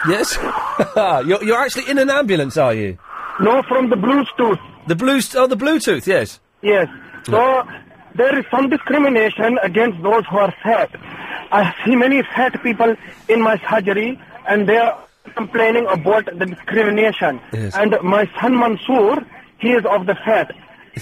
[SPEAKER 2] Yes. you're, you're actually in an ambulance, are you?
[SPEAKER 22] No, from the Bluetooth.
[SPEAKER 2] The Bluetooth. Oh, the Bluetooth. Yes.
[SPEAKER 22] Yes. So there is some discrimination against those who are fat. I see many fat people in my surgery, and they are complaining about the discrimination.
[SPEAKER 21] Yes.
[SPEAKER 22] And my son Mansoor, he is of the fat,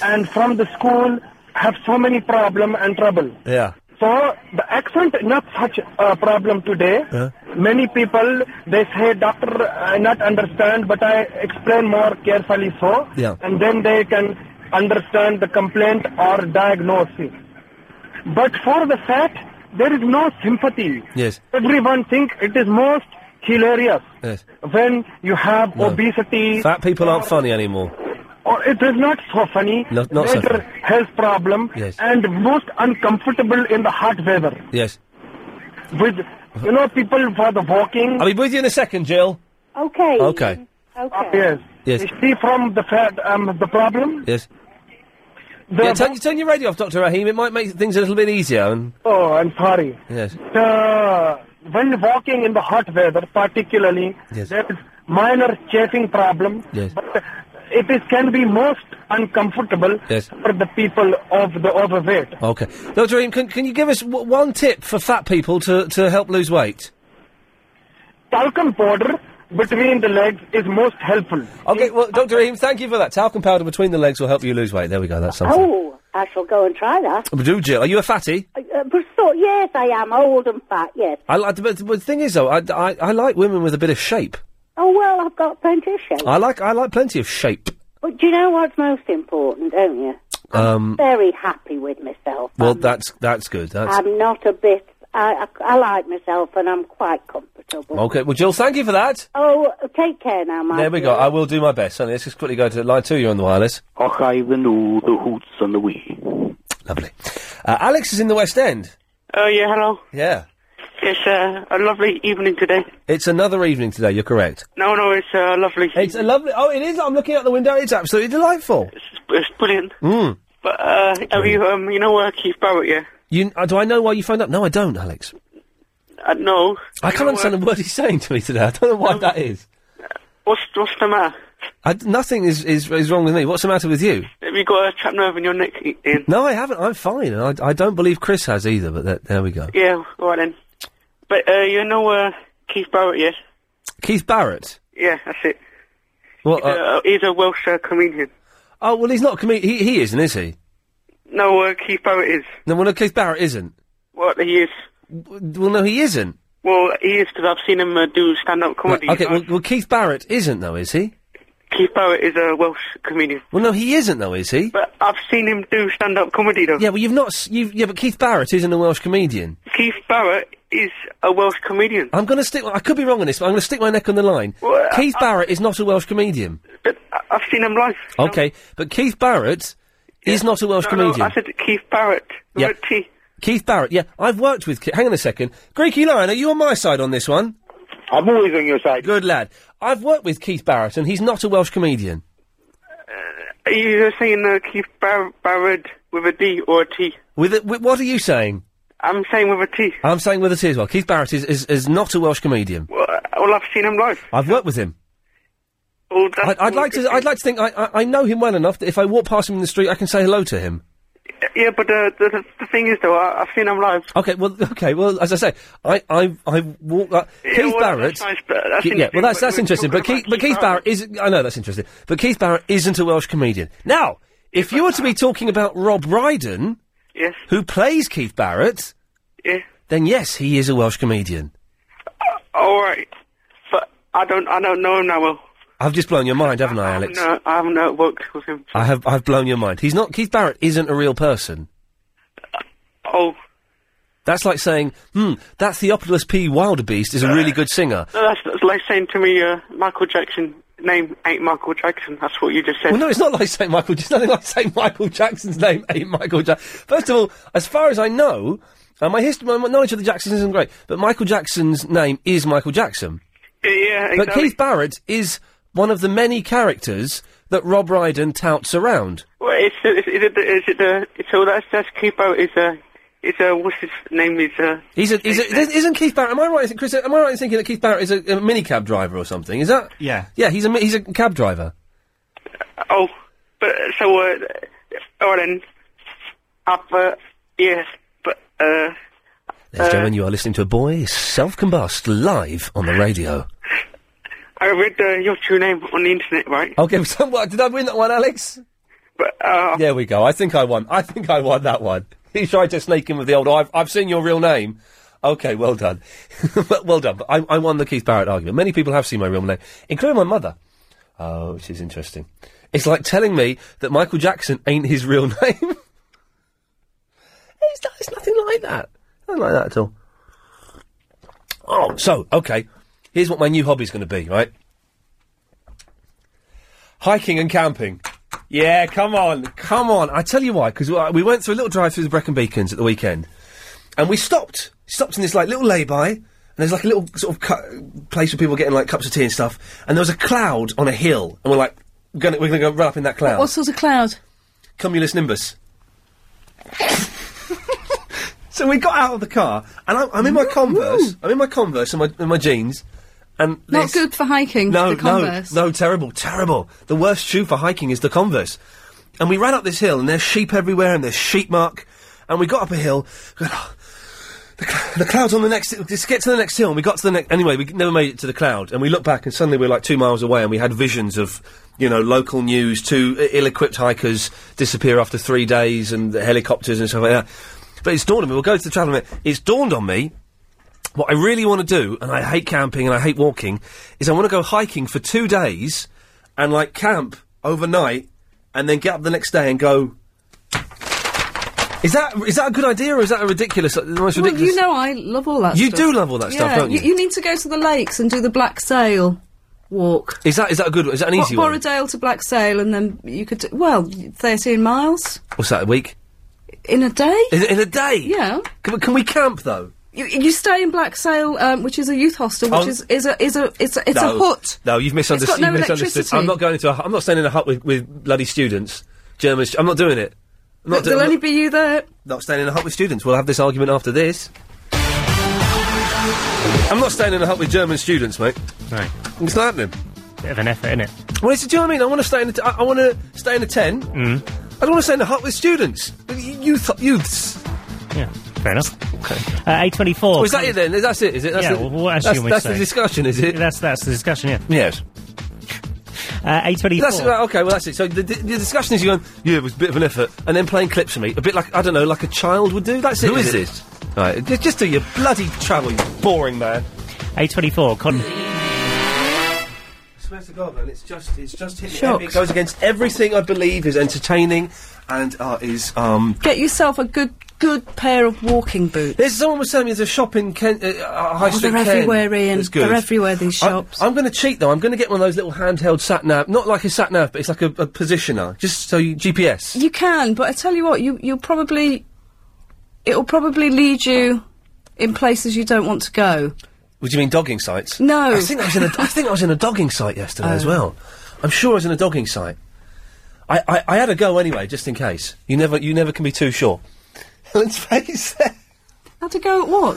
[SPEAKER 22] and from the school have so many problem and trouble.
[SPEAKER 2] Yeah.
[SPEAKER 22] So the accent not such a problem today.
[SPEAKER 2] Huh?
[SPEAKER 22] Many people they say, "Doctor, I not understand," but I explain more carefully so,
[SPEAKER 2] Yeah.
[SPEAKER 22] and then they can understand the complaint or diagnosis. But for the fat, there is no sympathy.
[SPEAKER 2] Yes.
[SPEAKER 22] Everyone think it is most hilarious
[SPEAKER 2] Yes.
[SPEAKER 22] when you have
[SPEAKER 2] No.
[SPEAKER 22] obesity.
[SPEAKER 2] Fat people aren't funny anymore.
[SPEAKER 22] Or it is not so funny.
[SPEAKER 2] No- not so
[SPEAKER 22] Major health problem
[SPEAKER 2] Yes.
[SPEAKER 22] and most uncomfortable in the heart weather
[SPEAKER 2] Yes.
[SPEAKER 22] with you know people for the walking.
[SPEAKER 2] I'll be with you in a second, Jill.
[SPEAKER 22] Okay.
[SPEAKER 2] Okay.
[SPEAKER 22] Okay. Ah, Yes.
[SPEAKER 2] Yes.
[SPEAKER 22] You see from the fat um, the problem.
[SPEAKER 2] Yes.
[SPEAKER 22] The-
[SPEAKER 2] yeah, turn, turn your radio off, Doctor Rahim. It might make things a little bit easier. And
[SPEAKER 22] Oh, I'm sorry.
[SPEAKER 2] yes.
[SPEAKER 22] Uh, when walking in the hot weather, particularly,
[SPEAKER 2] Yes.
[SPEAKER 22] there is minor chafing problem.
[SPEAKER 2] Yes.
[SPEAKER 22] But it is can be most uncomfortable
[SPEAKER 2] Yes.
[SPEAKER 22] for the people of the overweight.
[SPEAKER 2] Okay. Doctor Rahim, can, can you give us w- one tip for fat people to, to help lose weight?
[SPEAKER 22] Talcum powder between the legs is most helpful.
[SPEAKER 2] Okay. Well, Doctor Rahim, thank you for that. Talcum powder between the legs will help you lose weight. There we go. That's something.
[SPEAKER 8] Oh, I shall go and try that.
[SPEAKER 2] Do Jill? Are you a fatty?
[SPEAKER 8] Uh, uh, but so, yes, I am old and fat, yes.
[SPEAKER 2] I like, but but the thing is though, I, I, I like women with a bit of shape.
[SPEAKER 8] Oh, well, I've got plenty of shape.
[SPEAKER 2] I like I like plenty of shape.
[SPEAKER 8] But do you know what's most important, don't you?
[SPEAKER 2] Um,
[SPEAKER 8] Very happy with myself.
[SPEAKER 2] well, that's that's good. That's
[SPEAKER 8] I'm not a bit. I, I, I like myself and I'm quite comfortable.
[SPEAKER 2] okay. Well, Jill, thank you for that.
[SPEAKER 8] Oh, take care now, my
[SPEAKER 2] There we go. I will do my best. Sonny, let's just quickly go to line two. You're on the wireless.
[SPEAKER 13] Okay, the no, the hoots and the wee.
[SPEAKER 2] Lovely. Uh, Alex is in the West End.
[SPEAKER 17] Oh, yeah, hello.
[SPEAKER 2] Yeah.
[SPEAKER 17] It's uh, a lovely evening today.
[SPEAKER 2] It's another evening today. You're correct.
[SPEAKER 17] No, no, it's uh, lovely.
[SPEAKER 2] It's a lovely. Oh, it is. I'm looking out the window. It's absolutely delightful.
[SPEAKER 17] It's brilliant.
[SPEAKER 2] Mm.
[SPEAKER 17] But uh, have you, um, you know, uh, Keith Barrett, yeah?
[SPEAKER 2] You uh, do I know why you phoned up? No, I don't, Alex.
[SPEAKER 17] Uh, no.
[SPEAKER 2] I can't understand a word he's saying to me today. I don't know why that is.
[SPEAKER 17] What's what's the matter?
[SPEAKER 2] I, nothing is, is is wrong with me. What's the matter with you?
[SPEAKER 17] Have you got a trapped nerve in your neck, Ian?
[SPEAKER 2] No, I haven't. I'm fine, and I, I don't believe Chris has either. But that, there we go.
[SPEAKER 17] Yeah, all right then. But uh, you know uh, Keith Barrett, yeah?
[SPEAKER 2] Keith Barrett.
[SPEAKER 17] Yeah, that's it.
[SPEAKER 2] Well,
[SPEAKER 17] He's, uh, he's a Welsh uh, comedian.
[SPEAKER 2] Oh well, he's not. Comed- he he isn't, is he?
[SPEAKER 17] No, uh, Keith Barrett is.
[SPEAKER 2] No, well, no, Keith Barrett isn't.
[SPEAKER 17] What, he is?
[SPEAKER 2] Well, no, he isn't.
[SPEAKER 17] Well, he is because I've seen him uh, do stand-up comedy.
[SPEAKER 2] okay, well, well, Keith Barrett isn't though, is he?
[SPEAKER 17] Keith Barrett is a Welsh comedian.
[SPEAKER 2] Well, no, he isn't though, is he?
[SPEAKER 17] But I've seen him do stand-up comedy though.
[SPEAKER 2] Yeah, well, you've not. s- You've, yeah, but Keith Barrett isn't a Welsh comedian.
[SPEAKER 17] Keith Barrett is a Welsh comedian.
[SPEAKER 2] I'm going to stick. I could be wrong on this, but I'm going to stick my neck on the line.
[SPEAKER 17] Well, I-
[SPEAKER 2] Keith Barrett is not a Welsh comedian.
[SPEAKER 17] I- I've seen him live.
[SPEAKER 2] Okay, but Keith Barrett is not a Welsh
[SPEAKER 17] No, no,
[SPEAKER 2] comedian.
[SPEAKER 17] I said Keith Barrett.
[SPEAKER 2] Yeah.
[SPEAKER 17] T.
[SPEAKER 2] Keith Barrett. Yeah, I've worked with. Ke- Hang on a second, Greeky Lion. Are you on my side on this one?
[SPEAKER 22] I'm always on your side.
[SPEAKER 2] Good lad. I've worked with Keith Barrett, and he's not a Welsh comedian.
[SPEAKER 17] Are you saying uh, Keith Bar- Barrett with a D or a T?
[SPEAKER 2] With, it, with what are you saying?
[SPEAKER 17] I'm saying with a T.
[SPEAKER 2] I'm saying with a T as well. Keith Barrett is, is, is not a Welsh comedian.
[SPEAKER 17] Well, uh, well, I've seen him live.
[SPEAKER 2] I've worked with him.
[SPEAKER 17] Well, that's
[SPEAKER 2] I, I'd
[SPEAKER 17] all
[SPEAKER 2] like
[SPEAKER 17] good
[SPEAKER 2] to. I'd like to think I, I, I know him well enough that if I walk past him in the street, I can say hello to him.
[SPEAKER 17] Yeah, but uh, the, the, the thing is, though, I, I've seen him live.
[SPEAKER 2] Okay, well, okay, well, as I say, I, I, I walk. Uh,
[SPEAKER 17] Yeah,
[SPEAKER 2] Keith
[SPEAKER 17] well,
[SPEAKER 2] Barrett.
[SPEAKER 17] that's nice, but that's
[SPEAKER 2] yeah, well,
[SPEAKER 17] interesting,
[SPEAKER 2] that's
[SPEAKER 17] but
[SPEAKER 2] that's
[SPEAKER 17] we're
[SPEAKER 2] interesting. But
[SPEAKER 17] talking
[SPEAKER 2] Keith, but
[SPEAKER 17] about Keith
[SPEAKER 2] Keith Barrett is. I know that's interesting. But Keith Barrett isn't a Welsh comedian. Now, if you were to be talking about Rob Brydon,
[SPEAKER 17] Yes.
[SPEAKER 2] who plays Keith Barrett,
[SPEAKER 17] Yeah.
[SPEAKER 2] then yes, he is a Welsh comedian.
[SPEAKER 17] All right. But I don't. I don't know him now. Well,
[SPEAKER 2] I've just blown your mind, haven't I, Alex?
[SPEAKER 17] no, I haven't uh, worked with him.
[SPEAKER 2] I have. I've blown your mind. He's not. Keith Barrett isn't a real person.
[SPEAKER 17] Oh.
[SPEAKER 2] That's like saying, hmm, that Theopolis P. Wildebeest is a really good singer.
[SPEAKER 17] No, that's, that's like saying to me, uh, Michael Jackson name ain't Michael Jackson. That's what you just said.
[SPEAKER 2] Well, no, it's not like St. Michael. It's nothing like St. Michael Jackson's name ain't Michael Jackson. First of all, as far as I know, uh, my history, my my knowledge of the Jacksons isn't great, but Michael Jackson's name is Michael Jackson.
[SPEAKER 17] Yeah,
[SPEAKER 2] But Keith Barrett is one of the many characters that Rob Brydon touts around.
[SPEAKER 17] Well, it's it's is it the- is it the it's all that's that's Kipo is a is a what's his name is uh, a
[SPEAKER 2] He's a, is a, isn't Keith Barrett? Am I right, Chris? Am I right in thinking that Keith Barrett is a, a minicab driver or something? Is that?
[SPEAKER 17] Yeah.
[SPEAKER 2] Yeah, he's a mi- he's a cab driver.
[SPEAKER 17] oh but uh, so uh oh then up uh, yes but uh
[SPEAKER 2] Ladies and gentlemen, you are listening to a boy self combust live on the radio.
[SPEAKER 17] I read uh, your true name on the internet right
[SPEAKER 2] Okay, so what, did I win that one, Alex?
[SPEAKER 17] But, uh,
[SPEAKER 2] there we go. I think I won. I think I won that one. He tried to sneak in with the old. I've I've seen your real name. Okay, well done. But well done. But I, I won the Keith Barrett argument. Many people have seen my real name, including my mother. Oh, which is interesting. It's like telling me that Michael Jackson ain't his real name. it's, not, it's nothing like that. Nothing like that at all. Oh, so okay. Here's what my new hobby's going to be. Right, hiking and camping. Yeah, come on, come on. I tell you why, because we went through a little drive through the Brecon Beacons at the weekend, and we stopped, stopped in this like little lay-by, and there's like a little sort of cu- place where people were getting like cups of tea and stuff, and there was a cloud on a hill, and we're like, we're gonna, we're gonna go run up in that cloud.
[SPEAKER 7] What sort of cloud?
[SPEAKER 2] Cumulus nimbus. so we got out of the car, and I'm, I'm in my Converse. I'm in my Converse and my, and my jeans, and
[SPEAKER 7] Not
[SPEAKER 2] this-
[SPEAKER 7] good for hiking.
[SPEAKER 2] no,
[SPEAKER 7] the Converse.
[SPEAKER 2] no, no, terrible, terrible. The worst shoe for hiking is the Converse. And we ran up this hill, and there's sheep everywhere, and there's sheep mark. And we got up a hill. Going, "Oh, the, cl- the clouds on the next. Let's get to the next hill. And we got to the next. Anyway, we never made it to the cloud. And we looked back, and suddenly we were like two miles away, and we had visions of, you know, local news: two i- ill-equipped hikers disappear after three days, and the helicopters and stuff like that. But it's dawned on me. We'll go to the travel. minute. It's dawned on me what I really want to do, and I hate camping and I hate walking, is I want to go hiking for two days and like camp overnight and then get up the next day and go. Is that is that a good idea or is that a ridiculous, the most
[SPEAKER 7] Well,
[SPEAKER 2] ridiculous?
[SPEAKER 7] you know I love all that
[SPEAKER 2] You
[SPEAKER 7] stuff.
[SPEAKER 2] do love all that
[SPEAKER 7] yeah,
[SPEAKER 2] stuff, don't you?
[SPEAKER 7] you? need to go to the lakes and do the Black Sail walk.
[SPEAKER 2] Is that is that a good? Is that an easy
[SPEAKER 7] Bo-
[SPEAKER 2] one?
[SPEAKER 7] Borrowdale to Black Sail and then you could, do, well, 13 miles
[SPEAKER 2] What's that a week?
[SPEAKER 7] in a day?
[SPEAKER 2] In, in a day?
[SPEAKER 7] Yeah.
[SPEAKER 2] Can, we- can we camp though?
[SPEAKER 7] You, you stay in Black Sail, um, which is a youth hostel, which
[SPEAKER 2] Oh.
[SPEAKER 7] is, is a is a it's a, it's
[SPEAKER 2] no,
[SPEAKER 7] a hut.
[SPEAKER 2] No, you've misunderstood.
[SPEAKER 7] It's got no
[SPEAKER 2] you've misunderstood.
[SPEAKER 7] electricity.
[SPEAKER 2] I'm not going into. A, hu- I'm not staying in a hut with, with bloody students. German. stu- I'm not doing it. I'm not doing
[SPEAKER 7] There'll only be you there.
[SPEAKER 2] Not staying in a hut with students. We'll have this argument after this. I'm not staying in a hut with German students, mate.
[SPEAKER 9] Right.
[SPEAKER 2] What's happening?
[SPEAKER 9] Bit of an effort, innit?
[SPEAKER 2] Well, it's, do you know what I mean? I want to stay in. A t- I, I want to stay in a tent.
[SPEAKER 9] Mm.
[SPEAKER 2] I don't want to stay in a hut with students. Y- Youth, youths.
[SPEAKER 9] Yeah. Fair enough. Uh, A24.
[SPEAKER 2] Oh, is that it then? That's it. Is it? That's
[SPEAKER 9] yeah,
[SPEAKER 2] the-
[SPEAKER 9] well, what else
[SPEAKER 2] that's,
[SPEAKER 9] can we
[SPEAKER 2] that's
[SPEAKER 9] say?
[SPEAKER 2] the discussion, is it?
[SPEAKER 9] That's, that's the discussion, yeah.
[SPEAKER 2] Yes.
[SPEAKER 9] Uh, A24.
[SPEAKER 2] That's right, okay. Well, that's it. So the, the, the discussion is you going. Yeah, it was a bit of an effort, and then playing clips of me, a bit like I don't know, like a child would do. That's it.
[SPEAKER 9] Who is
[SPEAKER 2] it?
[SPEAKER 9] this?
[SPEAKER 2] Right, ju- just do your bloody travel, you boring man.
[SPEAKER 9] A24. Con-
[SPEAKER 2] I swear to God, man, it's just it's just hit
[SPEAKER 7] Shocks.
[SPEAKER 2] It goes against everything I believe is entertaining and uh, is um.
[SPEAKER 7] Get yourself a good good pair of walking boots.
[SPEAKER 2] There's someone was telling me there's a shop in Kent, uh, uh, High
[SPEAKER 7] Oh,
[SPEAKER 2] Street.
[SPEAKER 7] they're
[SPEAKER 2] Kent
[SPEAKER 7] everywhere, Ian.
[SPEAKER 2] that's good.
[SPEAKER 7] They're everywhere. These
[SPEAKER 2] I-
[SPEAKER 7] shops.
[SPEAKER 2] I'm going to cheat though. I'm going to get one of those little handheld sat nav, not like a sat nav, but it's like a, a positioner, just so you GPS.
[SPEAKER 7] You can, but I tell you what, you you'll probably it'll probably lead you in places you don't want to go.
[SPEAKER 2] What do you mean dogging sites?
[SPEAKER 7] No.
[SPEAKER 2] I think I was in a, I think I was in a dogging site yesterday as
[SPEAKER 7] Oh.
[SPEAKER 2] well. I'm sure I was in a dogging site. I, I, I had a go anyway, just in case. You never you never can be too sure. Helen's face there.
[SPEAKER 7] Had to go at what?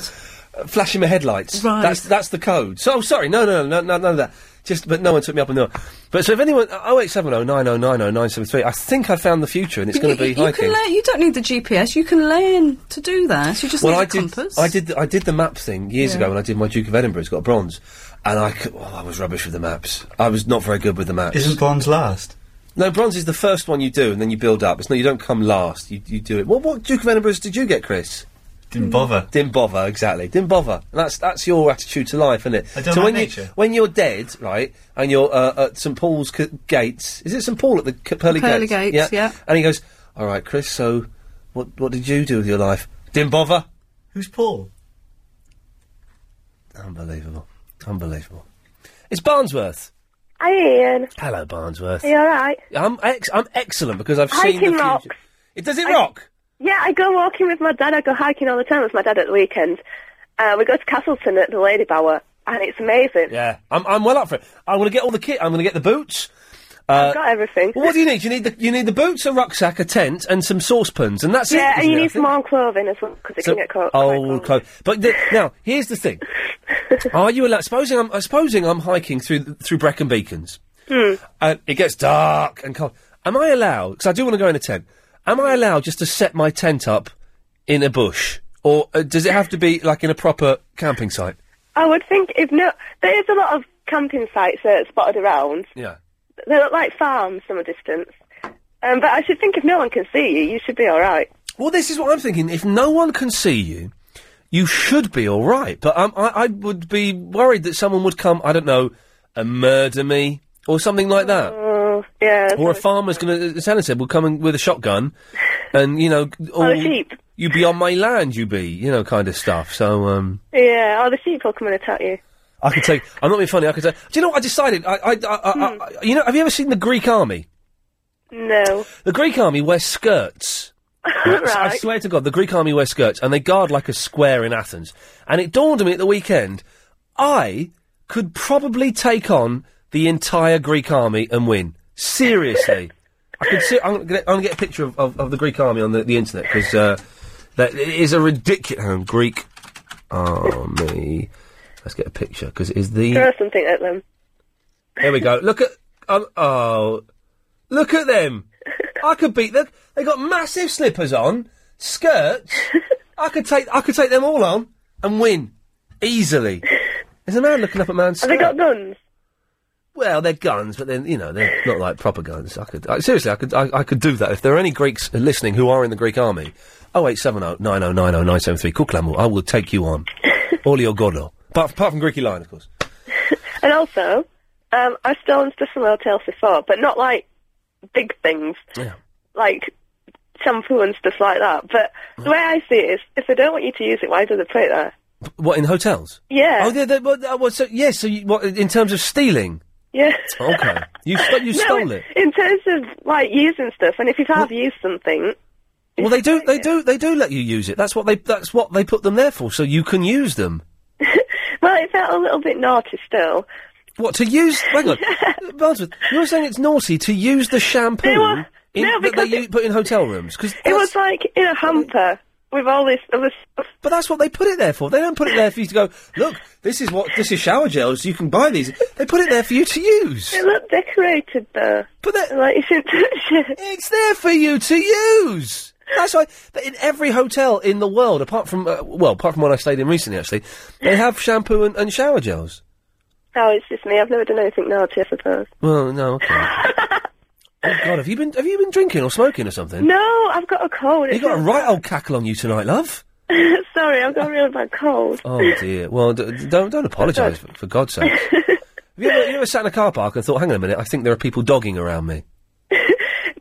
[SPEAKER 2] Uh, Flashing my headlights.
[SPEAKER 7] Right.
[SPEAKER 2] That's that's the code. So oh, sorry, no no no no none of that. Just but no one took me up on that. But so if anyone oh eight seven oh nine oh nine oh nine seven three, I think I found the future and it's going to
[SPEAKER 7] You-
[SPEAKER 2] be
[SPEAKER 7] you,
[SPEAKER 2] hiking.
[SPEAKER 7] can learn. You don't need the GPS. You can learn to do that. You just
[SPEAKER 2] well,
[SPEAKER 7] need
[SPEAKER 2] I
[SPEAKER 7] a
[SPEAKER 2] did,
[SPEAKER 7] compass.
[SPEAKER 2] I did. the- I did the map thing years
[SPEAKER 7] Yeah.
[SPEAKER 2] ago when I did my Duke of Edinburgh. It's got a bronze, and I, c- oh, I was rubbish with the maps. I was not very good with the
[SPEAKER 7] Oh.
[SPEAKER 2] maps.
[SPEAKER 3] Isn't bronze last?
[SPEAKER 2] No, bronze is the first one you do, and then you build up. It's not you don't come last. You you do it. What what Duke of Edinburghs did you get, Chris? Didn't bother. Didn't bother, exactly. Didn't bother. And that's that's your attitude to life, isn't it?
[SPEAKER 9] I don't
[SPEAKER 2] so
[SPEAKER 9] like
[SPEAKER 2] when you
[SPEAKER 9] nature.
[SPEAKER 2] when you're dead, right, and you're uh, at St Paul's c- gates, is it St Paul at the c- pearly,
[SPEAKER 3] Pearly Gates, yeah.
[SPEAKER 2] And he goes, "All right, Chris. So, what what did you do with your life? Didn't bother.
[SPEAKER 9] Who's Paul?
[SPEAKER 2] Unbelievable, unbelievable. It's Barnsworth.
[SPEAKER 29] Hi, Ian.
[SPEAKER 2] Hello, Barnsworth.
[SPEAKER 29] Are you alright?
[SPEAKER 2] I'm ex- I'm excellent because I've seen the
[SPEAKER 29] Hiking
[SPEAKER 2] future.
[SPEAKER 29] rocks.
[SPEAKER 2] It does it
[SPEAKER 29] I-
[SPEAKER 2] rock.
[SPEAKER 29] Yeah, I go walking with my dad. I go hiking all the time with my dad at the weekend. Uh, we go to Castleton at the Lady Bower, and it's amazing.
[SPEAKER 2] Yeah, I'm I'm well up for it. I'm gonna get all the kit. I'm gonna get the boots. Uh,
[SPEAKER 29] I've got everything.
[SPEAKER 2] Well, what do you need? You need the you need the boots, a rucksack, a tent, and some saucepans, and that's
[SPEAKER 29] yeah,
[SPEAKER 2] it.
[SPEAKER 29] and
[SPEAKER 2] isn't
[SPEAKER 29] you
[SPEAKER 2] it? I
[SPEAKER 29] need
[SPEAKER 2] think-
[SPEAKER 29] some warm clothing as well because it
[SPEAKER 2] So-
[SPEAKER 29] can get cold.
[SPEAKER 2] old clothes. But the, now here's the thing: Are you allowed? Supposing I'm uh, supposing I'm hiking through th- through Brecon Beacons,
[SPEAKER 29] Hmm.
[SPEAKER 2] and it gets dark and cold. Am I allowed? Because I do want to go in a tent. Am I allowed just to set my tent up in a bush, or uh, does it have to be like in a proper camping site?
[SPEAKER 29] I would think if no, there is a lot of camping sites that are spotted around.
[SPEAKER 2] Yeah.
[SPEAKER 29] They look like farms from a distance. Um, but I should think if no one can see you, you should be all right.
[SPEAKER 2] Well, this is what I'm thinking. If no one can see you, you should be all right. But um, I, I would be worried that someone would come. I don't know, and murder me or something like that.
[SPEAKER 29] Oh, yeah.
[SPEAKER 2] or a farmer's uh, going to, as Helen said, will come in with a shotgun, and you know, all,
[SPEAKER 29] a sheep.
[SPEAKER 2] you be on my land, you be, you know, kind of stuff. So, um,
[SPEAKER 29] Yeah, or the sheep will come and attack you.
[SPEAKER 2] I could take. I'm not being funny. I could take. Do you know what I decided? I, I, I, I, I you know, have you ever seen the Greek army?
[SPEAKER 29] No.
[SPEAKER 2] The Greek army wear skirts.
[SPEAKER 29] Right.
[SPEAKER 2] I swear to God, the Greek army wear skirts and they guard like a square in Athens. And it dawned on me at the weekend, I could probably take on the entire Greek army and win. Seriously. I could see, I'm going to get a picture of, of, of the Greek army on the, the internet because uh, that it is a ridiculous. Greek army. Let's get a picture because it is the.
[SPEAKER 29] Throw something at them.
[SPEAKER 2] There we go. Look at um, oh, look at them. I could beat them. They got massive slippers on, skirts. I could take I could take them all on and win easily. There's a man looking up at man's.
[SPEAKER 29] Have they
[SPEAKER 2] skirt.
[SPEAKER 29] got guns?
[SPEAKER 2] Well, they're guns, but then you know they're not like proper guns. I could I, seriously, I could I, I could do that if there are any Greeks listening who are in the Greek army. Oh eight seven oh nine oh nine oh nine seven three. Cook Lamu, I will take you on. Olio Godo. Apart, apart from Greeky Lion, of course.
[SPEAKER 29] And also, um, I've stolen stuff from hotels before, but not like big things,
[SPEAKER 2] Yeah.
[SPEAKER 29] like shampoo and stuff like that. But the way I see it is, if they don't want you to use it, why do they put it there?
[SPEAKER 2] What in hotels?
[SPEAKER 29] Yeah.
[SPEAKER 2] Oh, yeah. They, well, uh, well, so yes. so you, what in terms of stealing?
[SPEAKER 29] Yeah.
[SPEAKER 2] Okay. You st- you
[SPEAKER 29] No,
[SPEAKER 2] stole
[SPEAKER 29] in-
[SPEAKER 2] it.
[SPEAKER 29] In terms of like using stuff, and if you have used something,
[SPEAKER 2] Well, they do. They do. They do let you use it. That's what they. That's what they put them there for. So you can use them.
[SPEAKER 29] well, it felt a little bit naughty still.
[SPEAKER 2] What to use? Hang on, Barnsworth. You're saying it's naughty to use the shampoo
[SPEAKER 29] They were-
[SPEAKER 2] in,
[SPEAKER 29] no,
[SPEAKER 2] that they
[SPEAKER 29] because
[SPEAKER 2] u- put in hotel rooms because
[SPEAKER 29] It was like in a hamper with all this other stuff.
[SPEAKER 2] But that's what they put it there for. They don't put it there for you to go. Look, this is what this is shower gels. You can buy these. They put it there for you to use.
[SPEAKER 29] It looked decorated though.
[SPEAKER 2] But that,
[SPEAKER 29] like you should touch it.
[SPEAKER 2] It's there for you to use. That's why but in every hotel in the world, apart from uh, well, apart from one I stayed in recently, actually, they have shampoo and, and shower gels.
[SPEAKER 29] Oh, it's just me. I've never done anything naughty, I suppose.
[SPEAKER 2] Well, no, okay. oh God, have you been have you been drinking or smoking or something?
[SPEAKER 29] No, I've got a cold.
[SPEAKER 2] you
[SPEAKER 29] It's
[SPEAKER 2] got a right old cackle on you tonight, love.
[SPEAKER 29] not- Sorry, I've got a real bad cold.
[SPEAKER 2] Oh dear. Well, d- don't don't apologise for, for God's sake. Have you ever, you ever sat in a car park and thought, hang on a minute, I think there are people dogging around me?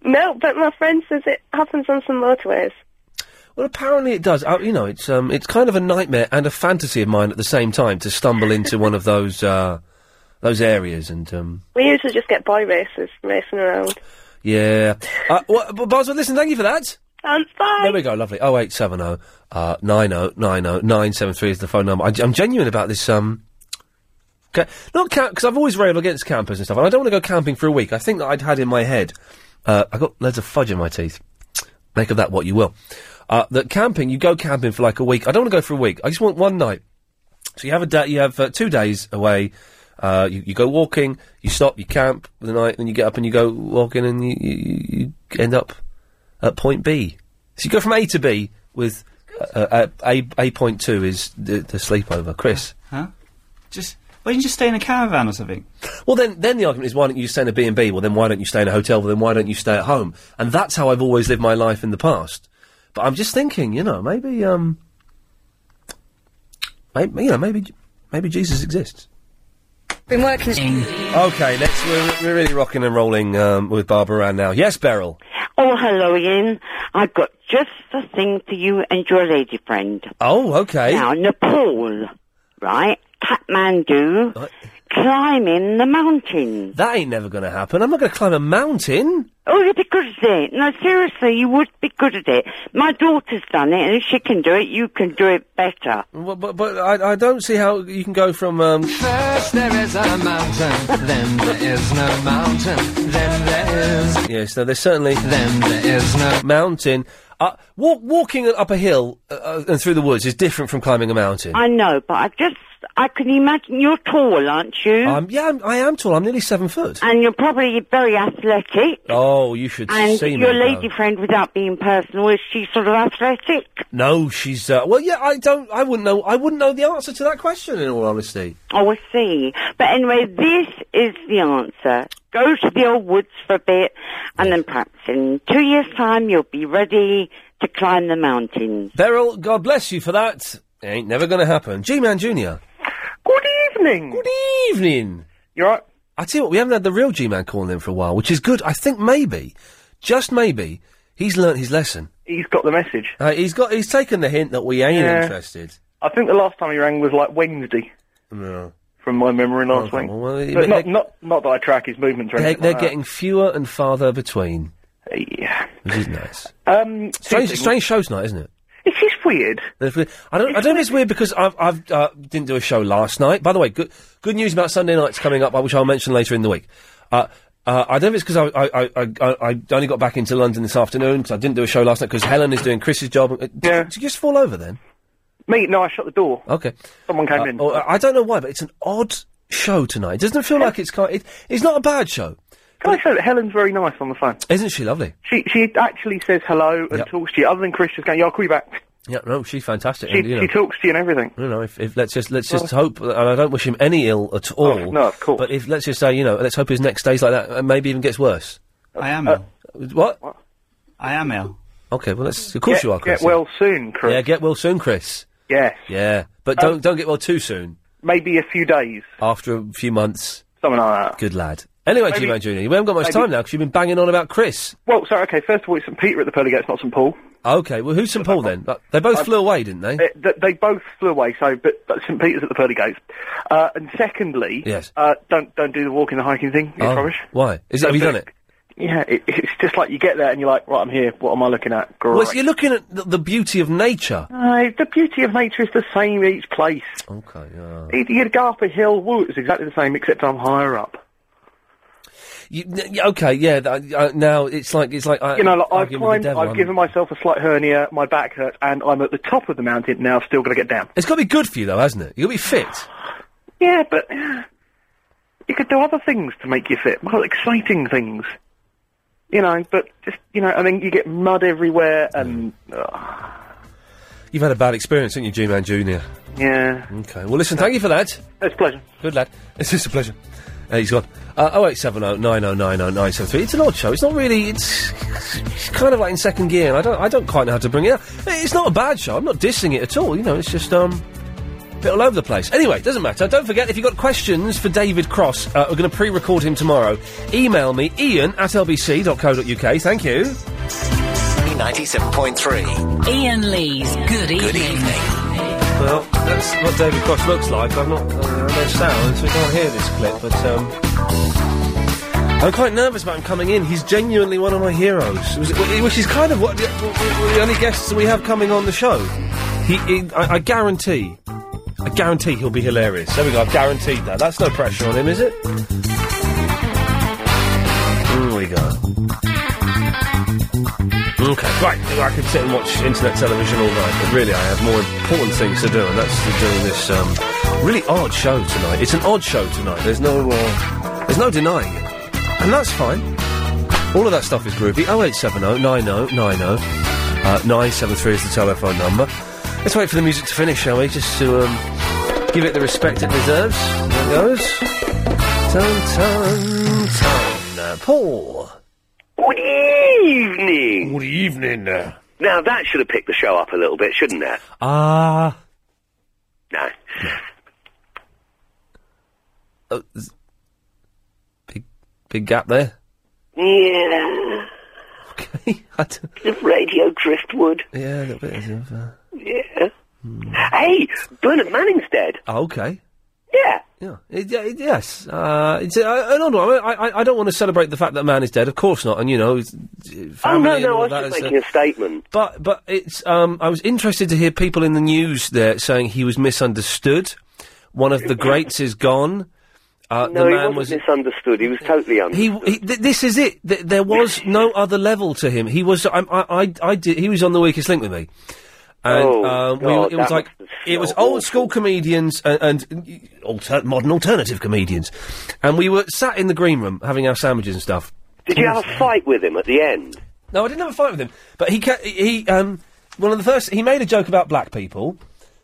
[SPEAKER 29] No, but my friend says it happens on some motorways.
[SPEAKER 2] Well, apparently it does. Uh, you know, it's um, it's kind of a nightmare and a fantasy of mine at the same time to stumble into one of those uh, those areas. And um,
[SPEAKER 29] We usually just get boy racers racing around.
[SPEAKER 2] yeah, uh, well, but Boswell, listen, thank you for that.
[SPEAKER 29] And fine.
[SPEAKER 2] There we go, lovely. Oh eight seven oh uh, nine oh nine oh nine seven three is the phone number. I, am genuine about this. Um, ca- not camp because I've always railed against campers and stuff, and I don't want to go camping for a week. I think that I'd had in my head. Uh, I got loads of fudge in my teeth. Make of that what you will. Uh, that camping, you go camping for like a week. I don't want to go for a week. I just want one night. So you have a day, you have uh, two days away. Uh, you, you go walking, you stop, you camp for the night, then you get up and you go walking, and you, you, you end up at point B. So you go from A to B with uh, uh, A A point two is the, the sleepover. Chris,
[SPEAKER 9] Huh? Just why didn't you just stay in a caravan or something?
[SPEAKER 2] Well, then, then the argument is why don't you stay in a B and B? Well, then why don't you stay in a hotel? Well, then why don't you stay at home? And that's how I've always lived my life in the past. But I'm just thinking, you know, maybe um, Maybe, you know, maybe, maybe Jesus exists.
[SPEAKER 5] Been working.
[SPEAKER 2] Okay, let's. We're, we're really rocking and rolling um, with Barbara Ann now. Yes, Beryl.
[SPEAKER 21] Oh, hello, Ian. I've got just the thing for you and your lady friend.
[SPEAKER 2] Oh, okay.
[SPEAKER 21] Now, Nepal, right? Kathmandu, climbing the mountain.
[SPEAKER 2] That ain't never going to happen. I'm not going to climb a mountain.
[SPEAKER 21] Oh, you'd be good at it. No, seriously, you would be good at it. My daughter's done it, and if she can do it, you can do it better.
[SPEAKER 2] But, but, but I, I don't see how you can go from. Um... First there is a mountain, then there is no mountain, then there is. Yes, no, there's certainly. Then there is no mountain. Uh, walk, walking up a hill uh, uh, and through the woods is different from climbing a mountain.
[SPEAKER 21] I know, but I just, I can imagine you're tall, aren't you?
[SPEAKER 2] Um, yeah, I'm, I am tall. I'm nearly seven foot.
[SPEAKER 21] and you're probably very athletic.
[SPEAKER 2] Oh, you should
[SPEAKER 21] And
[SPEAKER 2] see
[SPEAKER 21] your
[SPEAKER 2] me.
[SPEAKER 21] lady friend, without being personal, is she sort of athletic?
[SPEAKER 2] No, she's uh, well. Yeah, I don't. I wouldn't know. I wouldn't know the answer to that question. In all honesty,
[SPEAKER 21] Oh, I see. But anyway, this is the answer. Go to the old woods for a bit, and then perhaps in two years' time you'll be ready to climb the mountains.
[SPEAKER 2] Beryl, God bless you for that. It ain't never going to happen. G-Man Junior.
[SPEAKER 4] Good evening.
[SPEAKER 2] Good evening. You're right. I tell you what, we haven't had the real G-Man calling in for a while, which is good. I think maybe, just maybe, he's learnt his lesson.
[SPEAKER 4] He's got the message.
[SPEAKER 2] Uh, he's got. He's taken the hint that we ain't
[SPEAKER 4] Yeah.
[SPEAKER 2] interested.
[SPEAKER 4] I think the last time he rang was like Wednesday,
[SPEAKER 2] No. Oh,
[SPEAKER 4] from my memory last week.
[SPEAKER 2] well, but
[SPEAKER 4] But not, not, not that I track his movements or
[SPEAKER 2] They're,
[SPEAKER 4] anything.
[SPEAKER 2] they're
[SPEAKER 4] like
[SPEAKER 2] getting fewer and farther between.
[SPEAKER 4] Yeah.
[SPEAKER 2] Which is nice.
[SPEAKER 4] that. Um, two
[SPEAKER 2] strange,
[SPEAKER 4] things.
[SPEAKER 2] strange show tonight, isn't it?
[SPEAKER 4] It is weird.
[SPEAKER 2] I don't. I don't know. if It's weird because I've, I've uh, didn't do a show last night. By the way, good good news about Sunday nights coming up, which I'll mention later in the week. Uh, uh, I don't know if it's because I, I, I, I, I only got back into London this afternoon because I didn't do a show last night because Helen is doing Chris's job. Uh, yeah. Did you just fall over then?
[SPEAKER 4] Me? No, I shut the door.
[SPEAKER 2] Okay.
[SPEAKER 4] Someone came
[SPEAKER 2] Uh,
[SPEAKER 4] in.
[SPEAKER 2] oh, I I don't know why, but it's an odd show tonight. It doesn't feel like it's kind. It, it's not a bad show.
[SPEAKER 4] Can I say that Helen's very nice on the phone?
[SPEAKER 2] Isn't she lovely?
[SPEAKER 4] She she actually says hello and talks to you, other than Chris just going, yeah, I'll call you back.
[SPEAKER 2] Yeah, no, she's fantastic.
[SPEAKER 4] She,
[SPEAKER 2] and, you know.
[SPEAKER 4] she talks to you and everything.
[SPEAKER 2] You know, if, if let's just let's just hope, and I don't wish him any ill
[SPEAKER 4] Oh,
[SPEAKER 2] at all. no, of course. But if let's just say, you know, let's hope his next day's like that, and maybe even gets worse.
[SPEAKER 4] I am
[SPEAKER 2] ill. What?
[SPEAKER 4] I am ill.
[SPEAKER 2] Okay, well, let's, of course
[SPEAKER 4] Get-
[SPEAKER 2] you are, Chris.
[SPEAKER 4] Get well soon, Chris.
[SPEAKER 2] Yeah, get well soon, Chris.
[SPEAKER 4] Yes.
[SPEAKER 2] Yeah, but
[SPEAKER 4] Um,
[SPEAKER 2] don't don't get well too soon.
[SPEAKER 4] Maybe a few days.
[SPEAKER 2] After a few months,
[SPEAKER 4] something like that.
[SPEAKER 2] Good lad. Anyway,
[SPEAKER 4] Maybe-
[SPEAKER 2] G-Man Junior, we haven't got much
[SPEAKER 4] maybe-
[SPEAKER 2] time now because you've been banging on about Chris.
[SPEAKER 4] Well, sorry, okay, first of all, it's St. Peter at the Pearly Gates, not St. Paul.
[SPEAKER 2] Okay, well, who's St Paul then? Uh, They both
[SPEAKER 4] I'm-
[SPEAKER 2] flew away, didn't they?
[SPEAKER 4] They, they, they both flew away, so, but, but St. Peter's at the Pearly Gates. Uh, and secondly,
[SPEAKER 2] Yes.
[SPEAKER 4] uh, don't, don't do the walking, the hiking thing. It's
[SPEAKER 2] Oh,
[SPEAKER 4] rubbish.
[SPEAKER 2] Why? Is it, have you done it?
[SPEAKER 4] Yeah, it, it's just like you get there and you're like, right, I'm here. What am I looking at? Great.
[SPEAKER 2] Well, it's- you're looking at the, the beauty of nature.
[SPEAKER 4] No, the beauty of nature is the same each place.
[SPEAKER 2] Okay. Yeah.
[SPEAKER 4] You'd, you'd go up a hill, woo, it's exactly the same, except I'm higher up.
[SPEAKER 2] You, n- y- okay, yeah. Th- uh, now it's like it's like I,
[SPEAKER 4] you know, like,
[SPEAKER 2] Uh,
[SPEAKER 4] I've
[SPEAKER 2] arguing with the
[SPEAKER 4] climbed,
[SPEAKER 2] devil,
[SPEAKER 4] I've
[SPEAKER 2] I'm-
[SPEAKER 4] given myself a slight hernia, my back hurts, and I'm at the top of the mountain now. Still got to get down.
[SPEAKER 2] It's got to be good for you though, hasn't it? You'll be fit.
[SPEAKER 4] Yeah, but you could do other things to make you fit. Well, exciting things. You know, but just you know, I mean, you get mud everywhere, and
[SPEAKER 2] Mm.
[SPEAKER 4] ugh,
[SPEAKER 2] You've had a bad experience, haven't you, G-Man Junior?
[SPEAKER 4] yeah,
[SPEAKER 2] Okay. Well, listen. Thank you for that.
[SPEAKER 4] it's a pleasure.
[SPEAKER 2] Good lad. It's just a pleasure. Uh, he's gone. Uh, 0870 9090973. It's an odd show. It's not really. It's, it's kind of like in second gear. And I don't. I don't quite know how to bring it up. It's not a bad show. I'm not dissing it at all. You know, it's just um. a Bit all over the place. Anyway, doesn't matter. Don't forget, if you've got questions for David Cross, uh, we're going to pre-record him tomorrow. Email me, ian at lbc.co.uk. Thank you.
[SPEAKER 30] 97.3.
[SPEAKER 5] Ian Lee's Good Evening.
[SPEAKER 2] Well, that's what David Cross looks like. I'm not. Uh, no sound, so we can't hear this clip. But um, I'm quite nervous about him coming in. He's genuinely one of my heroes, which which is kind of what the, the only guests we have coming on the show. He, he I, I guarantee, I guarantee he'll be hilarious. There we go. I've guaranteed that. That's no pressure on him, is it? Here we go. Okay, right. I could sit and watch internet television all night, but really, I have more important things to do, and that's to doing this um, really odd show tonight. It's an odd show tonight. There's no, uh, there's no denying it, and that's fine. All of that stuff is groovy. 0870 90 90 uh, 973 is the telephone number. Let's wait for the music to finish, shall we? Just to um, give it the respect it deserves. There it goes. Dun, dun, dun. Uh, Paul.
[SPEAKER 25] Good evening.
[SPEAKER 2] Good evening. uh,
[SPEAKER 25] Now that should have picked the show up a little bit, shouldn't it?
[SPEAKER 2] Ah.
[SPEAKER 25] No.
[SPEAKER 2] Oh, z- big, big gap there.
[SPEAKER 25] Yeah.
[SPEAKER 2] I d-
[SPEAKER 25] Of radio driftwood.
[SPEAKER 2] yeah, a little bit. Of, uh,
[SPEAKER 25] Yeah.
[SPEAKER 2] Hmm.
[SPEAKER 25] Hey, Bernard Manning's dead.
[SPEAKER 2] oh, okay.
[SPEAKER 25] Yeah.
[SPEAKER 2] Yeah. It- yeah, it- yes. Uh, it's uh, an odd one. I, I, I don't want to celebrate the fact that a man is dead. Of course not. And you know, it's- family
[SPEAKER 25] Oh no,
[SPEAKER 2] and
[SPEAKER 25] no,
[SPEAKER 2] all
[SPEAKER 25] I was
[SPEAKER 2] that
[SPEAKER 25] just
[SPEAKER 2] is, uh,
[SPEAKER 25] making a statement.
[SPEAKER 2] But but it's um, I was interested to hear people in the news there saying he was misunderstood. One of the greats is gone. Uh,
[SPEAKER 25] No,
[SPEAKER 2] the
[SPEAKER 25] he
[SPEAKER 2] man
[SPEAKER 25] wasn't misunderstood. He was totally
[SPEAKER 2] was. He,
[SPEAKER 25] understood.
[SPEAKER 2] he th- this is it. Th- there was no other level to him. He was I I I, I did, he was on the weakest link with me. And
[SPEAKER 25] Oh,
[SPEAKER 2] um, we,
[SPEAKER 25] God,
[SPEAKER 2] it was
[SPEAKER 25] that
[SPEAKER 2] like
[SPEAKER 25] must have
[SPEAKER 2] it was
[SPEAKER 25] felt
[SPEAKER 2] old school comedians and, and alter- modern alternative comedians, and we were sat in the green room having our sandwiches and stuff.
[SPEAKER 25] Did you have a fight with him at the end?
[SPEAKER 2] No, I didn't have a fight with him. But he ca- he um one of the first he made a joke about black people.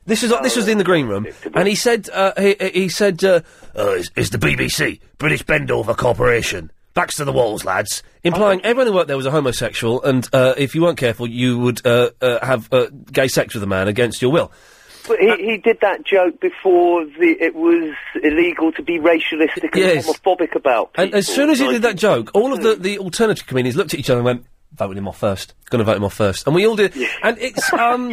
[SPEAKER 2] This is this was in the green room, and he said uh, he he said uh, oh, it's, it's the BBC British Bendover Corporation. Backs to the walls, lads. Implying everyone who worked there was a homosexual, and uh, if you weren't careful, you would uh, uh, have uh, gay sex with a man against your will.
[SPEAKER 25] But he, he did that joke before the, it was illegal to be racialistic and
[SPEAKER 2] Yes.
[SPEAKER 25] homophobic about people.
[SPEAKER 2] And as soon as he did that joke, all of the, the alternative comedians looked at each other and went, voting him off first. Gonna vote him off first. And we all did. And it's, um,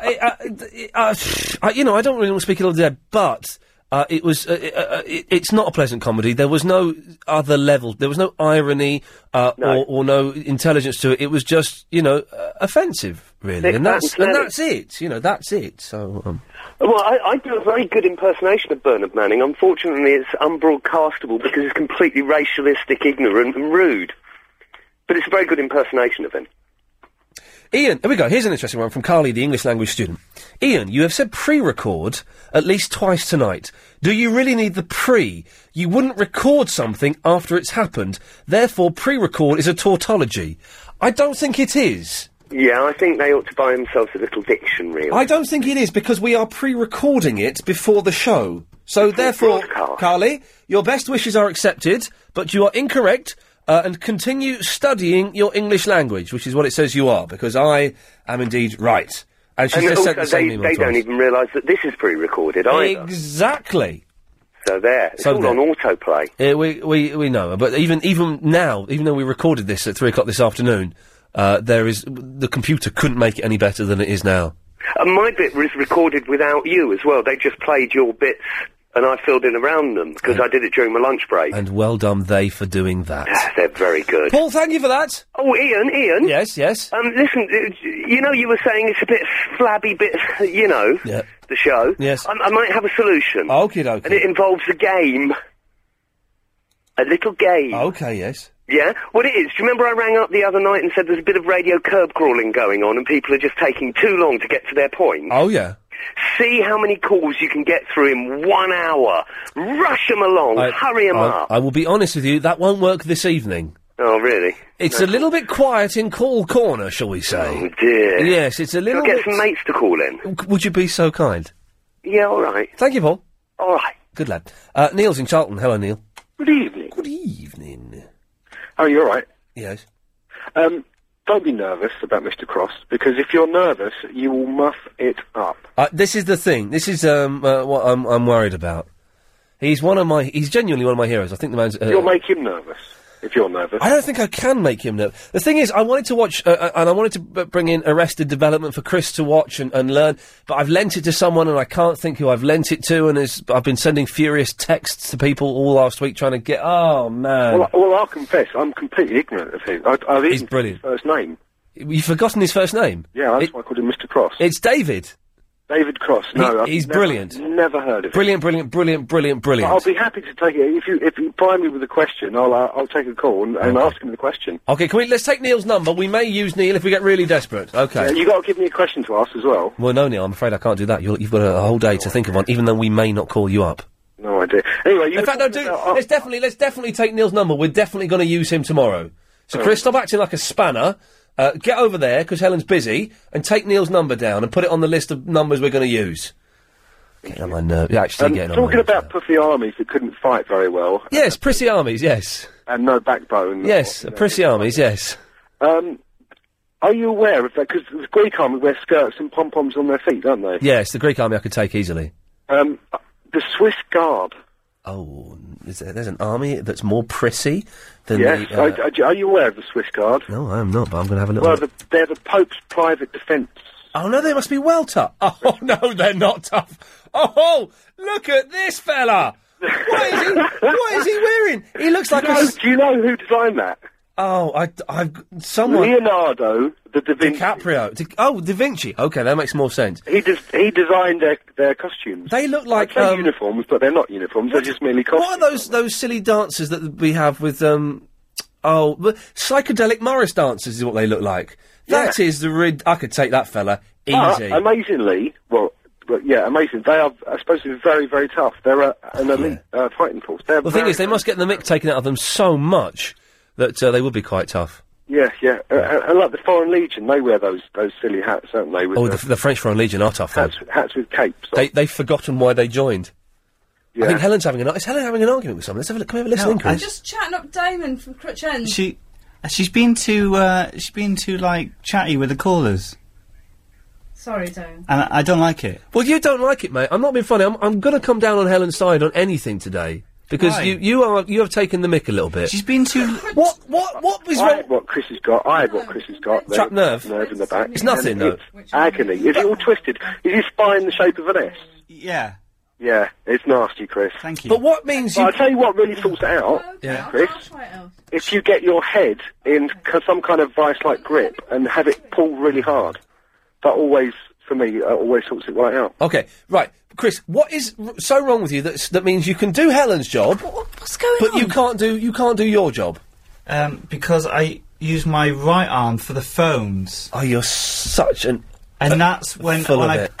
[SPEAKER 2] I, uh, th- uh, I, you know, I don't really want to speak ill of the dead, but uh, it was, uh, uh, uh, it, it's not a pleasant comedy. There was no other level. There was no irony, uh, or, or no intelligence to it. It was just, you know, uh, offensive, really.
[SPEAKER 25] Thick,
[SPEAKER 2] And
[SPEAKER 25] fat
[SPEAKER 2] that's,
[SPEAKER 25] and
[SPEAKER 2] and
[SPEAKER 25] smelly.
[SPEAKER 2] that's it. You know, that's it. So, um,
[SPEAKER 25] Well, I, I do a very good impersonation of Bernard Manning. Unfortunately, it's unbroadcastable because it's completely racialistic, ignorant, and rude. But it's a very good impersonation of him.
[SPEAKER 2] Ian, here we go. Here's an interesting one from Carly, the English language student. Ian, you have said pre-record at least twice tonight. Do you really need the pre? You wouldn't record something after it's happened. Therefore, pre-record is a tautology. I don't think it is.
[SPEAKER 25] Yeah, I think they ought to buy themselves a little dictionary.
[SPEAKER 2] I don't think it is because we are pre-recording it before the show. So therefore, Carly, your best wishes are accepted, but you are incorrect. Uh, and continue studying your English language, which is what it says you are, because I am indeed right. And she's
[SPEAKER 25] And
[SPEAKER 2] just
[SPEAKER 25] also,
[SPEAKER 2] sent the same
[SPEAKER 25] they,
[SPEAKER 2] email
[SPEAKER 25] they
[SPEAKER 2] to
[SPEAKER 25] don't
[SPEAKER 2] us.
[SPEAKER 25] even realise that this is pre-recorded either.
[SPEAKER 2] Exactly.
[SPEAKER 25] So there, it's
[SPEAKER 2] So
[SPEAKER 25] all
[SPEAKER 2] there.
[SPEAKER 25] on autoplay.
[SPEAKER 2] Yeah, we, we we know, but even even now, even though we recorded this at three o'clock this afternoon, uh, there is the computer couldn't make it any better than it is now.
[SPEAKER 25] And my bit was recorded without you as well. They just played your bits, and I filled in around them because I did it during my lunch break.
[SPEAKER 2] And well done they for doing that.
[SPEAKER 25] They're very good.
[SPEAKER 2] Paul, thank you for that.
[SPEAKER 25] Oh, Ian, Ian.
[SPEAKER 2] Yes, yes.
[SPEAKER 25] Um, listen, uh, you know, you were saying it's a bit flabby, bit, you know,
[SPEAKER 2] Yeah.
[SPEAKER 25] the show.
[SPEAKER 2] Yes.
[SPEAKER 25] I, I might have a solution.
[SPEAKER 2] Okie dokie.
[SPEAKER 25] And it involves a game. A little game.
[SPEAKER 2] Oh, Okay, yes.
[SPEAKER 25] Yeah? What it is, do you remember I rang up the other night and said there's a bit of radio curb crawling going on and people are just taking too long to get to their point?
[SPEAKER 2] Oh yeah.
[SPEAKER 25] See how many calls you can get through in one hour. Rush them along.
[SPEAKER 2] I-
[SPEAKER 25] Hurry them
[SPEAKER 2] I-
[SPEAKER 25] up.
[SPEAKER 2] I will be honest with you, that won't work this evening.
[SPEAKER 25] oh, really?
[SPEAKER 2] It's a little bit quiet in call corner, shall we say?
[SPEAKER 25] Oh, dear.
[SPEAKER 2] Yes, it's a little.
[SPEAKER 25] I'll get
[SPEAKER 2] bit...
[SPEAKER 25] some mates to call in.
[SPEAKER 2] Would you be so kind?
[SPEAKER 25] Yeah, all right.
[SPEAKER 2] Thank you, Paul.
[SPEAKER 25] All right.
[SPEAKER 2] Good lad. Uh, Neil's in Charlton. Hello, Neil.
[SPEAKER 4] Good evening.
[SPEAKER 2] Good evening.
[SPEAKER 4] Oh, you're right.
[SPEAKER 2] Yes.
[SPEAKER 4] Um, don't be nervous about Mr. Cross because if you're nervous, you will muff it up.
[SPEAKER 2] Uh, this is the thing. This is um, uh, what I'm, I'm worried about. He's one of my. He's genuinely one of my heroes. I think the man's. Uh,
[SPEAKER 4] You'll make him nervous if you're nervous.
[SPEAKER 2] I don't think I can make him nervous. The thing is, I wanted to watch, uh, uh, and I wanted to b- bring in Arrested Development for Chris to watch and, and learn, but I've lent it to someone and I can't think who I've lent it to, and it's, I've been sending furious texts to people all last week trying to get. Oh, man.
[SPEAKER 4] Well, I- well, I'll confess, I'm completely ignorant of him. I, I've He's brilliant. His first name.
[SPEAKER 2] You've forgotten his first name?
[SPEAKER 4] Yeah, that's why I called him Mr. Cross.
[SPEAKER 2] It's David.
[SPEAKER 4] David Cross. No,
[SPEAKER 2] He-
[SPEAKER 4] I've
[SPEAKER 2] he's
[SPEAKER 4] never-
[SPEAKER 2] brilliant.
[SPEAKER 4] Never heard of him.
[SPEAKER 2] Brilliant, brilliant, brilliant, brilliant, brilliant.
[SPEAKER 4] I'll be happy to take it if you if you prime me with a question. I'll uh, I'll take a call and, and
[SPEAKER 2] Okay.
[SPEAKER 4] ask him the question.
[SPEAKER 2] Okay, can we let's take Neil's number. We may use Neil if we get really desperate. Okay.
[SPEAKER 4] Yeah, you got to give me a question to ask as well.
[SPEAKER 2] Well, no, Neil, I'm afraid I can't do that. You'll, you've got a, a whole day to think of one, even though we may not call you up.
[SPEAKER 4] No idea. Anyway, you
[SPEAKER 2] in
[SPEAKER 4] were
[SPEAKER 2] fact, no, do,
[SPEAKER 4] talking about-
[SPEAKER 2] let's definitely let's definitely take Neil's number. We're definitely going to use him tomorrow. So,
[SPEAKER 4] Oh.
[SPEAKER 2] Chris, stop acting like a spanner. Uh, get over there because Helen's busy, and take Neil's number down and put it on the list of numbers we're going to use. Getting on my nerves. Yeah, actually,
[SPEAKER 4] Um,
[SPEAKER 2] getting on my
[SPEAKER 4] talking about puffy armies that couldn't fight very well
[SPEAKER 2] Yes, prissy armies. Yes,
[SPEAKER 4] and no backbone.
[SPEAKER 2] yes, prissy armies. Yes.
[SPEAKER 4] Um, are you aware of that? Because the Greek army wear skirts and pom poms on their feet, don't they?
[SPEAKER 2] Yes, the Greek army I could take easily.
[SPEAKER 4] Um, the Swiss Guard.
[SPEAKER 2] Oh, is there, there's an army that's more prissy than
[SPEAKER 4] yes.
[SPEAKER 2] the. uh,
[SPEAKER 4] I- I- are you aware of the Swiss Guard?
[SPEAKER 2] no, I'm not, but I'm going to have a little.
[SPEAKER 4] Well,
[SPEAKER 2] look.
[SPEAKER 4] the, they're the Pope's private defence.
[SPEAKER 2] Oh no, they must be well tough. Oh no, they're not tough. Oh, look at this fella. What is he? what is he wearing? He looks like a.
[SPEAKER 4] Do you know who designed that?
[SPEAKER 2] Oh, I, I've someone
[SPEAKER 4] Leonardo the Da Vinci.
[SPEAKER 2] DiCaprio. Di- oh, Da Vinci. Okay, that makes more sense.
[SPEAKER 4] He des- he designed their their costumes.
[SPEAKER 2] They look like
[SPEAKER 4] They're
[SPEAKER 2] um,
[SPEAKER 4] uniforms, but they're not uniforms. They're just merely costumes.
[SPEAKER 2] What are those those silly dances that we have with um oh but psychedelic Morris dances is what they look like. That is the rid. I could take that fella easy.
[SPEAKER 4] But amazingly, well, but yeah, amazing. They are uh, supposed to be very, very tough. They're a, an elite uh, fighting force. They're
[SPEAKER 2] the thing
[SPEAKER 4] very-
[SPEAKER 2] is, they must get the mick taken out of them so much that uh, they would be quite tough.
[SPEAKER 4] yeah, yeah, uh, uh, and like the Foreign Legion, they wear those those silly hats, don't they? With
[SPEAKER 2] Oh,
[SPEAKER 4] the
[SPEAKER 2] the, the French Foreign Legion are tough. though.
[SPEAKER 4] hats with capes.
[SPEAKER 2] They they've forgotten why they joined. I
[SPEAKER 4] Yeah.
[SPEAKER 2] think Helen's having an is Helen having an argument with someone. Let's have a look. Come here, listen,
[SPEAKER 3] No,
[SPEAKER 2] in,
[SPEAKER 3] I
[SPEAKER 2] Chris.
[SPEAKER 3] just-
[SPEAKER 7] Chatting up Damon from Crutch End.
[SPEAKER 3] She, she's been too, uh, she's been too like chatty with the callers,
[SPEAKER 7] Sorry, Damon.
[SPEAKER 3] and I, I don't like it.
[SPEAKER 2] Well, you don't like it, mate. I'm not being funny. I'm, I'm going to come down on Helen's side on anything today because
[SPEAKER 3] Why?
[SPEAKER 2] you, you are you have taken the mick a little bit.
[SPEAKER 3] She's been too.
[SPEAKER 2] What? What? What was
[SPEAKER 4] I
[SPEAKER 2] wrong-
[SPEAKER 4] had what Chris has got. I had what Chris has got. there.
[SPEAKER 2] Trapped nerve.
[SPEAKER 4] nerve in the back.
[SPEAKER 2] It's nothing,
[SPEAKER 4] And
[SPEAKER 2] though.
[SPEAKER 4] It's agony. Is it all twisted? Is his spine the shape of an S?
[SPEAKER 3] Yeah.
[SPEAKER 4] Yeah, it's nasty, Chris.
[SPEAKER 3] Thank you.
[SPEAKER 2] But what means
[SPEAKER 4] I'll tell you what really sorts it out,
[SPEAKER 2] Yeah.
[SPEAKER 4] Chris. If you get your head in c- some kind of vice-like grip and have it pull really hard, that always, for me, uh, always sorts it right out.
[SPEAKER 2] Okay, right, Chris. What is r- so wrong with you that that means you can do Helen's job?
[SPEAKER 7] what's going
[SPEAKER 2] but you can't do you can't do your job.
[SPEAKER 3] Um, because I use my right arm for the phones.
[SPEAKER 2] Oh, you're such an. uh,
[SPEAKER 3] And that's when
[SPEAKER 2] full
[SPEAKER 3] when
[SPEAKER 2] of
[SPEAKER 3] I
[SPEAKER 2] it.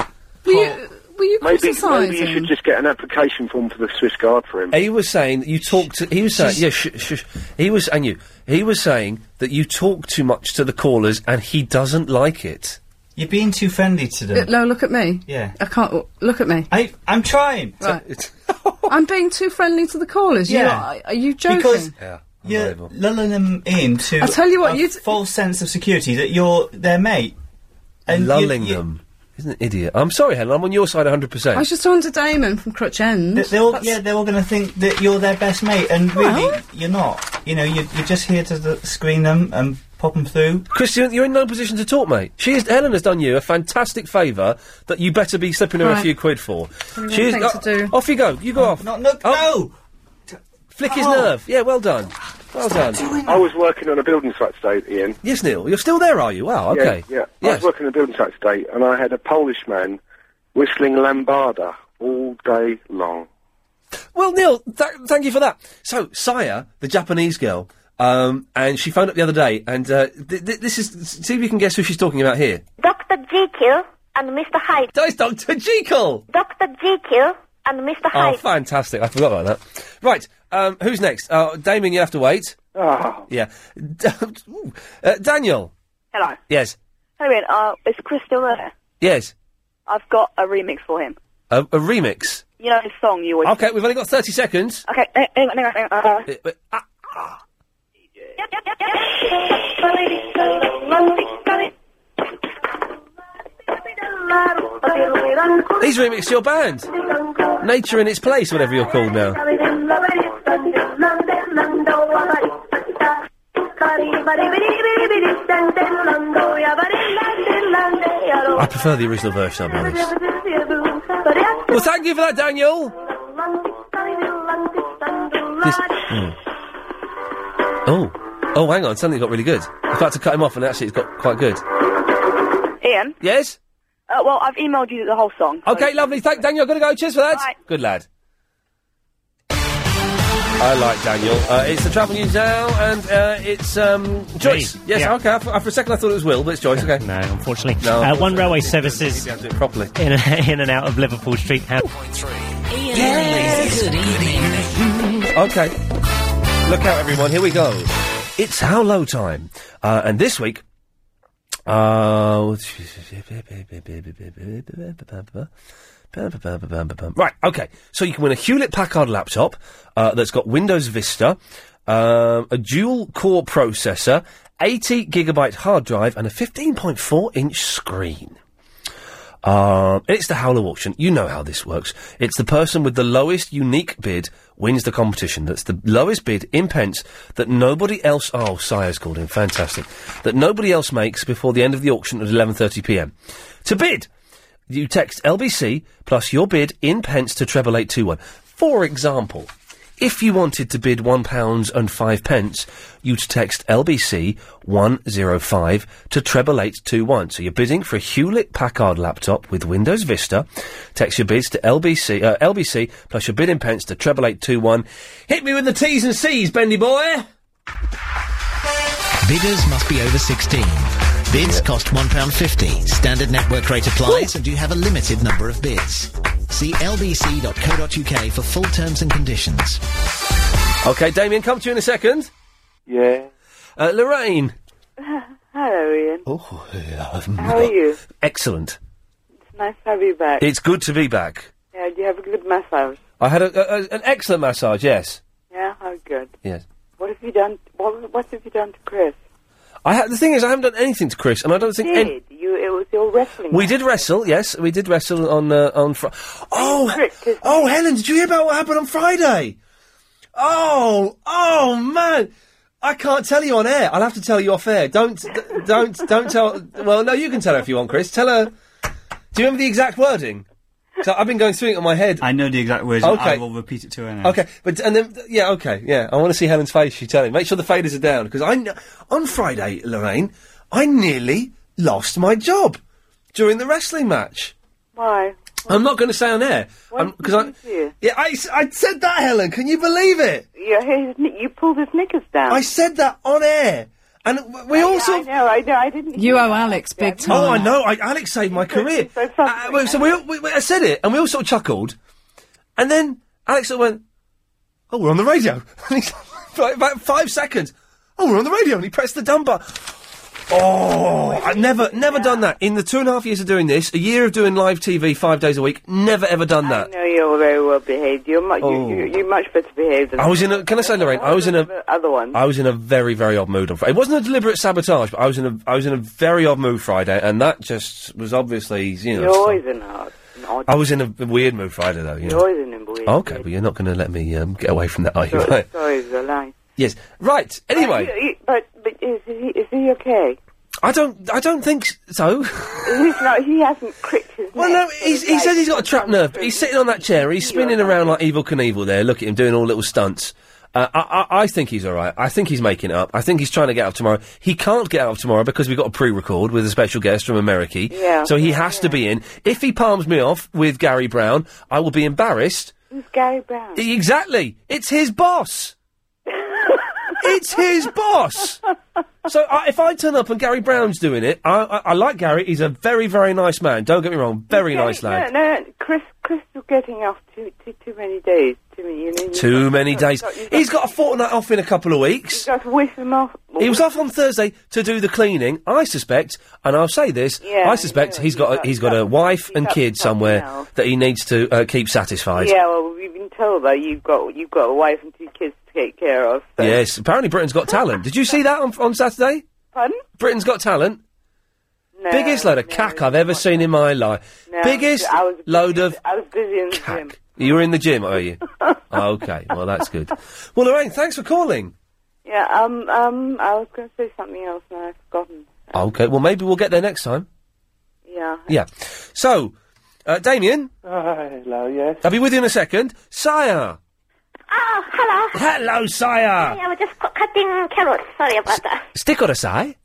[SPEAKER 7] Were you, were you
[SPEAKER 4] Maybe, maybe you
[SPEAKER 7] criticising?
[SPEAKER 4] should just get an application form for the Swiss Guard for him.
[SPEAKER 2] He was saying that you talk to. He was saying, yeah, sh- sh- sh- he was, and you. He was saying that you talk too much to the callers, and he doesn't like it.
[SPEAKER 3] You're being too friendly today.
[SPEAKER 7] Look, no, Uh, look at me.
[SPEAKER 3] Yeah.
[SPEAKER 7] I can't w- look at me.
[SPEAKER 3] I, I'm trying.
[SPEAKER 7] Right. I'm being too friendly to the callers.
[SPEAKER 3] Yeah.
[SPEAKER 7] You're not- are you joking?
[SPEAKER 3] Because
[SPEAKER 2] Yeah.
[SPEAKER 3] you're lulling them into
[SPEAKER 7] I'll tell you what,
[SPEAKER 3] a
[SPEAKER 7] you
[SPEAKER 3] false sense of security that you're their mate. And you-
[SPEAKER 2] lulling
[SPEAKER 3] you-
[SPEAKER 2] them. Isn't an idiot. I'm sorry, Helen. I'm on your side 100.
[SPEAKER 7] I was
[SPEAKER 2] percent
[SPEAKER 7] just talking to Damon from Crutch End.
[SPEAKER 3] They- They're all,
[SPEAKER 7] That's-
[SPEAKER 3] yeah, they're all going to think that you're their best mate, and really,
[SPEAKER 7] Well.
[SPEAKER 3] you're not. You know, you're, you're just here to th- screen them and pop them through.
[SPEAKER 2] Christian, you're in no position to talk, mate. She is, Helen has done you a fantastic favour that you better be slipping her a
[SPEAKER 3] Right.
[SPEAKER 2] few quid for.
[SPEAKER 3] Only one
[SPEAKER 2] She is,
[SPEAKER 3] thing
[SPEAKER 2] oh,
[SPEAKER 3] to
[SPEAKER 2] Off you go. You go off. Oh.
[SPEAKER 3] Not, no, no!
[SPEAKER 2] Flick his
[SPEAKER 3] Oh.
[SPEAKER 2] nerve. Yeah, well done. Well done. Oh,
[SPEAKER 4] I was working on a building site today, Ian.
[SPEAKER 2] Yes, Neil. You're still there, are you? Wow.
[SPEAKER 4] Yeah,
[SPEAKER 2] Okay.
[SPEAKER 4] Yeah, I was working on a building site today, and I had a Polish man whistling lambada all day long.
[SPEAKER 2] Well, Neil, th- thank you for that. So, Saya, the Japanese girl, um, and she phoned up the other day, and uh, th- th- this is. See if you can guess who she's talking about here.
[SPEAKER 26] Dr. Jekyll and Mr. Hyde.
[SPEAKER 2] That is Dr. Jekyll.
[SPEAKER 26] Dr. Jekyll and Mr.
[SPEAKER 2] Oh,
[SPEAKER 26] Hyde.
[SPEAKER 2] fantastic! I forgot about that. Right, um, who's next? Uh, Damien, you have to wait.
[SPEAKER 25] Ah.
[SPEAKER 2] Yeah, D- ooh. uh, Daniel.
[SPEAKER 19] Hello.
[SPEAKER 2] Yes,
[SPEAKER 19] Hello, Ian. Uh, it's Chris still there?
[SPEAKER 2] yes.
[SPEAKER 19] I've got a remix for him.
[SPEAKER 2] A, a remix.
[SPEAKER 19] You know his song you always...
[SPEAKER 2] Okay, we've only got thirty seconds.
[SPEAKER 19] Okay, hang hang on, hang on, hang on. Uh,
[SPEAKER 2] Uh, uh, ah, He's remixed your band, Nature in its place, whatever you're called now. I prefer the original version. I'll be honest. Well, thank you for that, Daniel. This- hmm. Oh, oh, hang on! Suddenly it got really good. I was about to cut him off, and actually, it's got quite good.
[SPEAKER 19] Ian?
[SPEAKER 2] Yes.
[SPEAKER 19] Uh, well, I've emailed you the whole song.
[SPEAKER 2] Okay, lovely. Thank Daniel. Got to go. Cheers for that.
[SPEAKER 19] Right.
[SPEAKER 2] Good lad. I like Daniel. Uh, it's the travel news now, and uh, it's um, Joyce.
[SPEAKER 9] Me.
[SPEAKER 2] Yes.
[SPEAKER 9] Yeah.
[SPEAKER 2] Okay. I for, I- for a second, I thought it was Will, but it's Joyce. Okay.
[SPEAKER 9] no, unfortunately.
[SPEAKER 2] No.
[SPEAKER 9] uh, one railway services
[SPEAKER 2] do it properly.
[SPEAKER 9] in, in and out of Liverpool Street. How-
[SPEAKER 23] Ian Lee, good evening.
[SPEAKER 2] Okay. Look out, everyone. Here we go. It's how low time, uh, and this week. Uh, right, okay. So you can win a Hewlett Packard laptop uh, that's got Windows Vista, um, a dual core processor, 80 gigabyte hard drive, and a 15.4 inch screen. Um, it's the Howler auction. You know how this works. It's the person with the lowest unique bid wins the competition. That's the lowest bid in pence that nobody else. Oh, Sire's called in. Fantastic. That nobody else makes before the end of the auction at 11:30 p.m. To bid, you text LBC plus your bid in pence to treble eight two one. For example, if you wanted to bid one pounds and five pence, you'd text LBC one zero five to treble eight two one. So you're bidding for a Hewlett Packard laptop with Windows Vista. Text your bids to LBC uh, LBC plus your bid in pence to treble eight two one. Hit me with the T's and C's, Bendy boy.
[SPEAKER 6] Bidders must be over 16. Bids cost £1.50. Standard network rate applies and you have a limited number of bids. See lbc.co.uk for full terms and conditions.
[SPEAKER 2] Okay, Damien, come to you in a second.
[SPEAKER 25] Yeah.
[SPEAKER 2] Uh, Lorraine.
[SPEAKER 27] Hello, Ian.
[SPEAKER 2] Oh,
[SPEAKER 27] How are you?
[SPEAKER 2] Excellent.
[SPEAKER 27] It's nice to have you back.
[SPEAKER 2] It's good to be back.
[SPEAKER 27] Yeah, do you have a good massage?
[SPEAKER 2] I had a, a, a- an excellent massage. Yes.
[SPEAKER 27] Yeah, how good.
[SPEAKER 2] Yes.
[SPEAKER 27] What have you done? What, what have you done to Chris?
[SPEAKER 2] I ha- the thing is, I haven't done anything to Chris, and I don't think
[SPEAKER 27] You
[SPEAKER 2] any-
[SPEAKER 27] did you? It was your wrestling.
[SPEAKER 2] we did wrestle. Yes, we did wrestle on uh, on. Fri oh, oh, Helen, did you hear about what happened on Friday? Oh, oh man, I can't tell you on air. I'll have to tell you off air. Don't, d- don't, don't tell. Well, no, you can tell her if you want, Chris. Tell her. Do you remember the exact wording? 'Cause I've been going through it in my head.
[SPEAKER 3] I know the exact words. and I
[SPEAKER 2] Okay.
[SPEAKER 3] will repeat it to her now.
[SPEAKER 2] Okay, but and then yeah, okay, yeah. I want to see Helen's face. She's telling. Make sure the faders are down because I kn- on Friday, Lorraine, I nearly lost my job during the wrestling match.
[SPEAKER 27] Why?
[SPEAKER 2] I'm not going to say on air because I
[SPEAKER 27] You.
[SPEAKER 2] yeah I, s- I said that Helen. Can you believe it?
[SPEAKER 27] Yeah, his, kn- you pulled his knickers down.
[SPEAKER 2] I said that on air, and w- we also.
[SPEAKER 27] I know, I know, I didn't.
[SPEAKER 7] You owe Alex big time.
[SPEAKER 2] Oh, I know. I, Alex saved my career. Uh, well, so we, all- we, we, I said it, and we all sort of chuckled, and then Alex sort of went, "Oh, we're on the radio." and he's like, about five seconds. Oh, we're on the radio, and he pressed the dumb button. Oh, I've never, never done that. In the two and a half years of doing this, a year of doing live TV five days a week, never ever done
[SPEAKER 27] I
[SPEAKER 2] that.
[SPEAKER 27] know you're very well behaved. You're much,
[SPEAKER 2] Oh.
[SPEAKER 27] you, you, you're much better behaved than
[SPEAKER 2] I was in a. Can I say, Lorraine? I was in a.
[SPEAKER 27] the other one.
[SPEAKER 2] I was in a very, very odd mood on Friday. It wasn't a deliberate sabotage, but I was in a, I was in a very odd mood Friday, and that just was obviously, you know.
[SPEAKER 27] You're always in a, an odd.
[SPEAKER 2] I was in a weird mood Friday, though. You
[SPEAKER 27] You're
[SPEAKER 2] know.
[SPEAKER 27] always in a weird.
[SPEAKER 2] Okay, but you're not going to let me um, get away from that, are you?
[SPEAKER 27] Sorry,
[SPEAKER 2] Right.
[SPEAKER 27] sorry, the line.
[SPEAKER 2] Yes. Right.
[SPEAKER 27] But,
[SPEAKER 2] Anyway,
[SPEAKER 27] you- you- but, but is, he, is he okay?
[SPEAKER 2] I don't. I don't think s- so.
[SPEAKER 27] He's not, he hasn't cricked his
[SPEAKER 2] Well, no,
[SPEAKER 27] neck.
[SPEAKER 2] he's, he says he's got a trapped nerve. He's sitting on that chair. He's spinning around like Evil Knievel there. Look at him doing all little stunts. Uh, I, I, I think he's all right. I think he's making it up. I think he's trying to get up tomorrow. He can't get up tomorrow because we've got a pre-record with a special guest from America.
[SPEAKER 27] Yeah.
[SPEAKER 2] So he has to be in. If he palms me off with Gary Brown, I will be embarrassed.
[SPEAKER 27] He's Gary Brown.
[SPEAKER 2] Exactly. It's his boss. it's his boss. So I, if I turn up and Gary Brown's doing it, I, I, I like Gary. He's a very, very nice man. Don't get me wrong. Very nice
[SPEAKER 27] No,
[SPEAKER 2] lad.
[SPEAKER 27] no, Chris, Chris is getting off too, too, too many days. Too many, you know, you-
[SPEAKER 2] Too many days. He's got a fortnight off in a couple of weeks.
[SPEAKER 27] You've got to whip him off.
[SPEAKER 2] He was off on Thursday to do the cleaning. I suspect, and I'll say this:
[SPEAKER 27] Yeah,
[SPEAKER 2] I suspect he's got a, he's got a wife and kid somewhere
[SPEAKER 27] else.
[SPEAKER 2] that he needs to uh, keep satisfied.
[SPEAKER 27] Yeah, well, we've been told that you've got you've got a wife and two kids to take care of.
[SPEAKER 2] Yes, apparently Britain's Got Talent. Did you see that on, on Saturday?
[SPEAKER 27] Pardon?
[SPEAKER 2] Britain's Got Talent.
[SPEAKER 27] No,
[SPEAKER 2] Biggest load of cack I've ever seen in my life.
[SPEAKER 27] no,
[SPEAKER 2] Biggest
[SPEAKER 27] I was
[SPEAKER 2] load of.
[SPEAKER 27] I was busy in the gym.
[SPEAKER 2] You were in the gym, are you? Oh, okay, well that's good. Well, Lorraine, thanks for calling.
[SPEAKER 27] Yeah, um, um, I was going to say something else and I've forgotten.
[SPEAKER 2] Okay, well maybe we'll get there next time.
[SPEAKER 27] Yeah.
[SPEAKER 2] Yeah. So, uh, Damien,
[SPEAKER 11] hello, yes.
[SPEAKER 2] I'll be with you in a second. Sire.
[SPEAKER 26] Oh, hello.
[SPEAKER 2] Hello, Sire.
[SPEAKER 26] Yeah, we're just cu- cutting carrots. Sorry about that.
[SPEAKER 2] Stick or a sigh?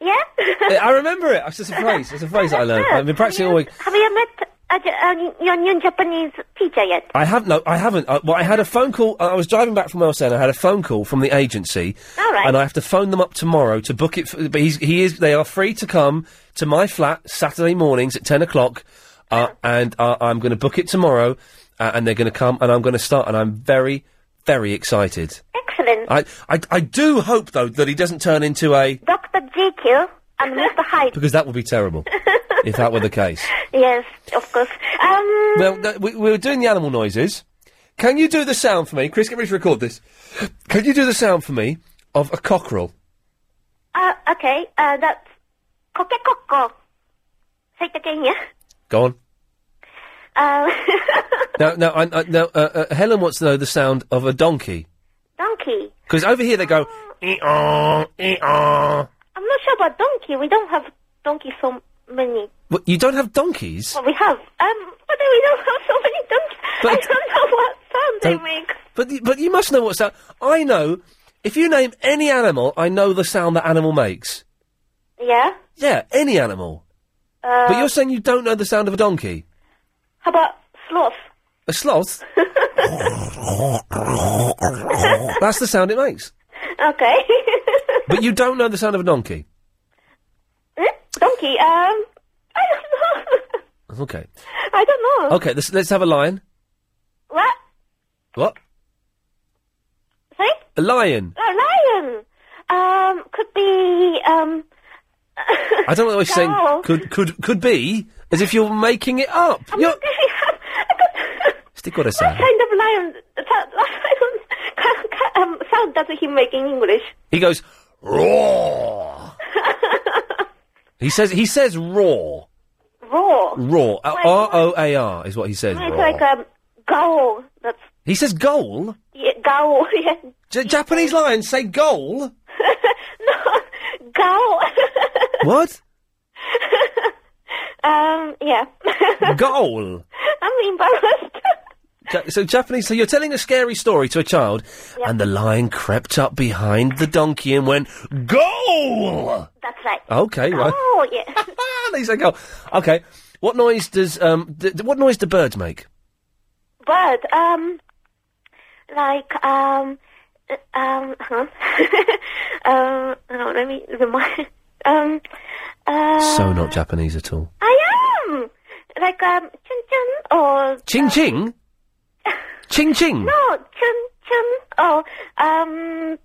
[SPEAKER 26] yeah?
[SPEAKER 2] Uh, I remember it. It's just a phrase. It's a phrase that I learned. I've been practicing all week.
[SPEAKER 26] Have you met a, J- a, your new Japanese teacher yet?
[SPEAKER 2] I have no, I haven't. Uh, well, I had a phone call. I was driving back from Wales, and I had a phone call from the agency,
[SPEAKER 26] All right.
[SPEAKER 2] and I have to phone them up tomorrow to book it. For, but he's, he is. They are free to come to my flat Saturday mornings at ten o'clock, uh, and uh, I'm going to book it tomorrow, uh, and they're going to come, and I'm going to start, and I'm very, very excited.
[SPEAKER 26] Excellent.
[SPEAKER 2] I, I, I do hope though that he doesn't turn into a
[SPEAKER 26] Dr. GQ and Mr. Hyde.
[SPEAKER 2] because that would be terrible if that were the case.
[SPEAKER 26] Yes, of course. Um,
[SPEAKER 2] Well, th- we, we were doing the animal noises. Can you do the sound for me? Chris, get ready to record this. Can you do the sound for me of a cockerel?
[SPEAKER 26] uh, okay, uh, that's Kokekoko. Say it again, yeah?
[SPEAKER 2] Go on.
[SPEAKER 26] Uh,
[SPEAKER 2] Now, now, I, I, now uh, uh, Helen wants to know the sound of a donkey.
[SPEAKER 26] donkey.
[SPEAKER 2] Because over here they go, ee-aw, ee-aw.
[SPEAKER 26] I'm not sure about donkey. We don't have donkey so many.
[SPEAKER 2] But you don't have donkeys?
[SPEAKER 26] Well, we have. Um, but then we don't have so many donkeys. I don't know what sound they
[SPEAKER 2] Don't-
[SPEAKER 26] make.
[SPEAKER 2] But y- but you must know what sound. I know. If you name any animal, I know the sound that animal makes.
[SPEAKER 26] Yeah?
[SPEAKER 2] Yeah, any animal.
[SPEAKER 26] Uh,
[SPEAKER 2] but you're saying you don't know the sound of a donkey,
[SPEAKER 26] How about sloth?
[SPEAKER 2] a sloth. That's the sound it makes.
[SPEAKER 26] Okay.
[SPEAKER 2] But you don't know the sound of a donkey.
[SPEAKER 26] Eh? donkey, um, I don't know.
[SPEAKER 2] Okay.
[SPEAKER 26] I don't know.
[SPEAKER 2] Okay. Let's let's have a lion.
[SPEAKER 26] What?
[SPEAKER 2] What?
[SPEAKER 26] Sorry?
[SPEAKER 2] A lion.
[SPEAKER 26] A Oh, lion. Um, could be, um,
[SPEAKER 2] I don't know what you're saying.
[SPEAKER 26] Cow.
[SPEAKER 2] Could could could be as if you're making it up. You're- Stick what I
[SPEAKER 26] what
[SPEAKER 2] say.
[SPEAKER 26] kind of lion I don't, ca- ca- um, sound does he make in English?
[SPEAKER 2] He goes roar. he says he says roar.
[SPEAKER 26] Roar.
[SPEAKER 2] Roar. Uh, R O A R is what he says.
[SPEAKER 26] It's
[SPEAKER 2] roar.
[SPEAKER 26] like um, goal. That's
[SPEAKER 2] He says goal.
[SPEAKER 26] yeah, goal. Yeah,
[SPEAKER 2] J- Japanese lions say goal.
[SPEAKER 26] goal.
[SPEAKER 2] what?
[SPEAKER 26] um, yeah.
[SPEAKER 2] Goal.
[SPEAKER 26] I'm embarrassed.
[SPEAKER 2] Ja- so Japanese. So you're telling a scary story to a child, and the lion crept up behind the donkey and went goal.
[SPEAKER 26] That's right.
[SPEAKER 2] Okay, right.
[SPEAKER 26] Oh yeah.
[SPEAKER 2] they say goal. "Oh, Okay. What noise does um? Th- th- what noise do birds make?
[SPEAKER 26] But um, like um, uh, um, huh? um, no, let me remind. Um, uh,
[SPEAKER 2] So not Japanese at all.
[SPEAKER 26] I am like um, chun chun or
[SPEAKER 2] Ching ching. Ching ching.
[SPEAKER 26] no chun chun or um.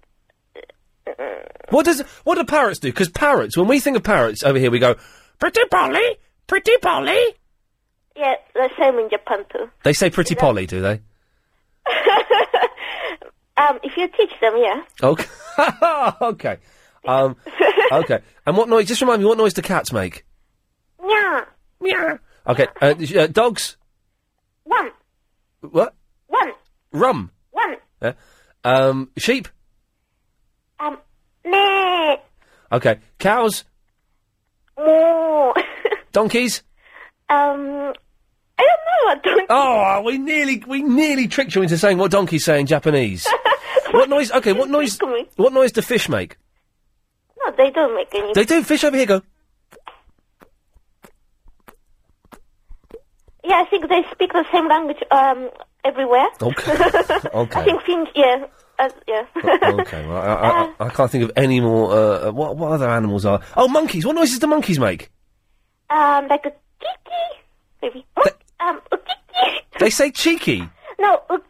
[SPEAKER 2] What does what do parrots do? Because parrots, when we think of parrots over here, we go pretty Polly, pretty Polly.
[SPEAKER 26] Yeah, the same in Japan too.
[SPEAKER 2] They say pretty Polly, do they?
[SPEAKER 26] Um, if you teach them, yeah.
[SPEAKER 2] Okay. okay. Um, okay. And what noise? Just remind me, what noise do cats make?
[SPEAKER 26] Yeah. Yeah.
[SPEAKER 2] Okay. Uh, sh- uh, dogs.
[SPEAKER 26] One.
[SPEAKER 2] What?
[SPEAKER 26] One.
[SPEAKER 2] Rum.
[SPEAKER 26] One.
[SPEAKER 2] Yeah. Um, sheep.
[SPEAKER 26] Um. Meh.
[SPEAKER 2] Okay. Cows.
[SPEAKER 26] Moo.
[SPEAKER 2] Donkeys.
[SPEAKER 26] um. I don't know what donkey.
[SPEAKER 2] Oh, we nearly we nearly tricked you into saying what donkeys say in Japanese. what noise? Okay. What noise? What noise do fish make?
[SPEAKER 26] No, they don't make any.
[SPEAKER 2] They do. Fish over here go.
[SPEAKER 26] Yeah, I think they speak the same language um everywhere.
[SPEAKER 2] Okay.
[SPEAKER 26] I
[SPEAKER 2] Okay.
[SPEAKER 26] think Finnish. Yeah. Uh, yeah.
[SPEAKER 2] okay, well, I, I,
[SPEAKER 26] Uh.
[SPEAKER 2] I, I can't think of any more. Uh, uh, what, what other animals are? Oh, monkeys! What noises do monkeys make?
[SPEAKER 26] um, like a kiki, maybe. Um, ukiki.
[SPEAKER 2] They say cheeky.
[SPEAKER 26] No, ukiki.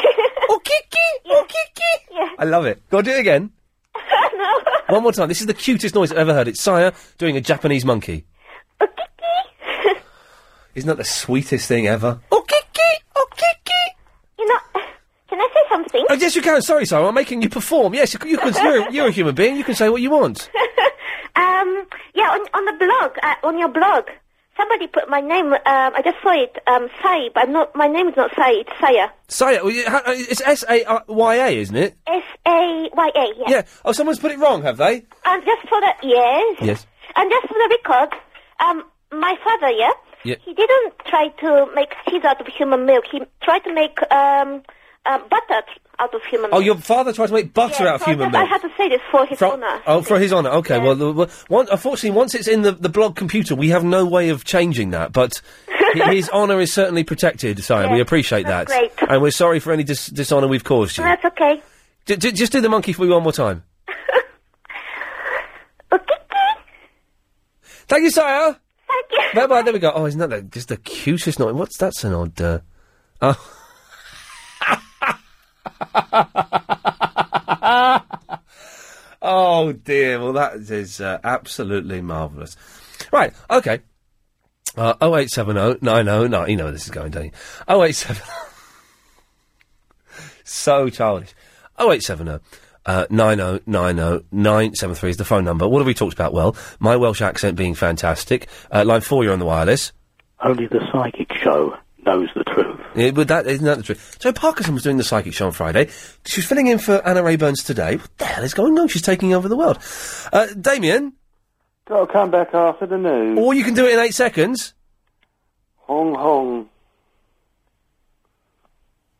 [SPEAKER 2] ukiki.
[SPEAKER 26] Yeah. Ukiki. Yeah.
[SPEAKER 2] I love it. Go on, do it again. One more time. This is the cutest noise I've ever heard. It's Saya doing a Japanese monkey. Isn't that the sweetest thing ever?
[SPEAKER 26] Ukiki. Ukiki. You know, can I say something?
[SPEAKER 2] Oh, yes, you can. Sorry, Saya. I'm making you perform. Yes, you, you can. You're, you're a human being. You can say what you want.
[SPEAKER 26] Um, yeah, on, on the blog, uh, on your blog, somebody put my name. Um, I just saw it. Um, Sai, but I'm not. My name is not Sai. It's Saya.
[SPEAKER 2] Saya, well, you- ha- uh, it's S A Y A, isn't it?
[SPEAKER 26] S A Y A. Yeah.
[SPEAKER 2] Yeah. Oh, someone's put it wrong, have they?
[SPEAKER 26] And just for the yes,
[SPEAKER 2] Yes.
[SPEAKER 26] and just for the record, um, my father, yeah,
[SPEAKER 2] Yeah.
[SPEAKER 26] he didn't try to make cheese out of human milk. He tried to make um, uh, butter t- out of human
[SPEAKER 2] Oh,
[SPEAKER 26] milk.
[SPEAKER 2] your father tried to make butter
[SPEAKER 26] Yeah,
[SPEAKER 2] out of
[SPEAKER 26] so I
[SPEAKER 2] human
[SPEAKER 26] just- I
[SPEAKER 2] milk.
[SPEAKER 26] had to say this for his
[SPEAKER 2] From-
[SPEAKER 26] honor.
[SPEAKER 2] Oh, for his honour. Okay. Well, the, well one, unfortunately, once it's in the, the blog computer, we have no way of changing that. But hi- his honour is certainly protected, Simon. we appreciate that,
[SPEAKER 26] that's great.
[SPEAKER 2] and we're sorry for any dis- dishonour we've caused you.
[SPEAKER 26] That's okay.
[SPEAKER 2] D- d- just do the monkey for me one more time. Thank you, Sire.
[SPEAKER 26] Thank you.
[SPEAKER 2] Bye bye. There we go. Oh, isn't that the, just the cutest noise? What's that's an odd. Uh, oh. oh dear. Well, that is uh, absolutely marvellous. Right. Okay. Uh, 0870 no, no, no, oh you know where this is going, don't you? 087 So childish. 0870 Uh, 9090973 is the phone number. What have we talked about? Well, my Welsh accent being fantastic. Uh, line four, you're on the wireless.
[SPEAKER 31] Only the psychic show knows the truth.
[SPEAKER 2] Yeah, but that isn't that the truth. So Parkinson was doing the psychic show on Friday. She's filling in for Anna Ray Burns today. What the hell is going on? She's taking over the world. Uh, Damien,
[SPEAKER 32] Gotta come back after the news.
[SPEAKER 2] or you can do it in eight seconds.
[SPEAKER 32] Hong Hong.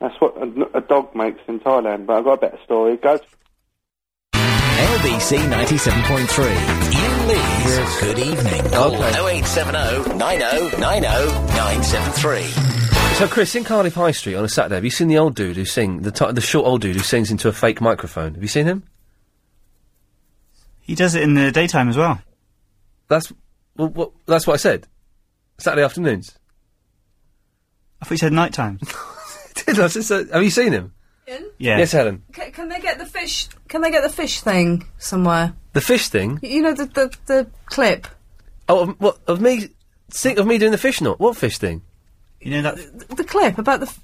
[SPEAKER 32] That's what a, a dog makes in Thailand, but I've got a better story. Go to
[SPEAKER 25] LBC 97.3. Ian Lee's Good Evening. Call 0870 90 90 973.
[SPEAKER 2] So, Chris, in Cardiff High Street on a Saturday, have you seen the old dude who sing the ti the short old dude who sings into a fake microphone? Have you seen him?
[SPEAKER 3] He does it in the daytime as well.
[SPEAKER 2] That's well, what, that's what I said. Saturday afternoons.
[SPEAKER 3] I thought you said night time.
[SPEAKER 2] Did I? Just, have you seen him?
[SPEAKER 7] Ian?
[SPEAKER 3] Yeah.
[SPEAKER 2] Yes, Helen.
[SPEAKER 7] C- can they get the fish? Can they get the fish thing somewhere?
[SPEAKER 2] The fish thing.
[SPEAKER 7] Y- You know the the, the clip.
[SPEAKER 2] Oh, of, what of me? Think of me doing the fish knot. What fish thing?
[SPEAKER 3] You know that.
[SPEAKER 7] The clip about the f-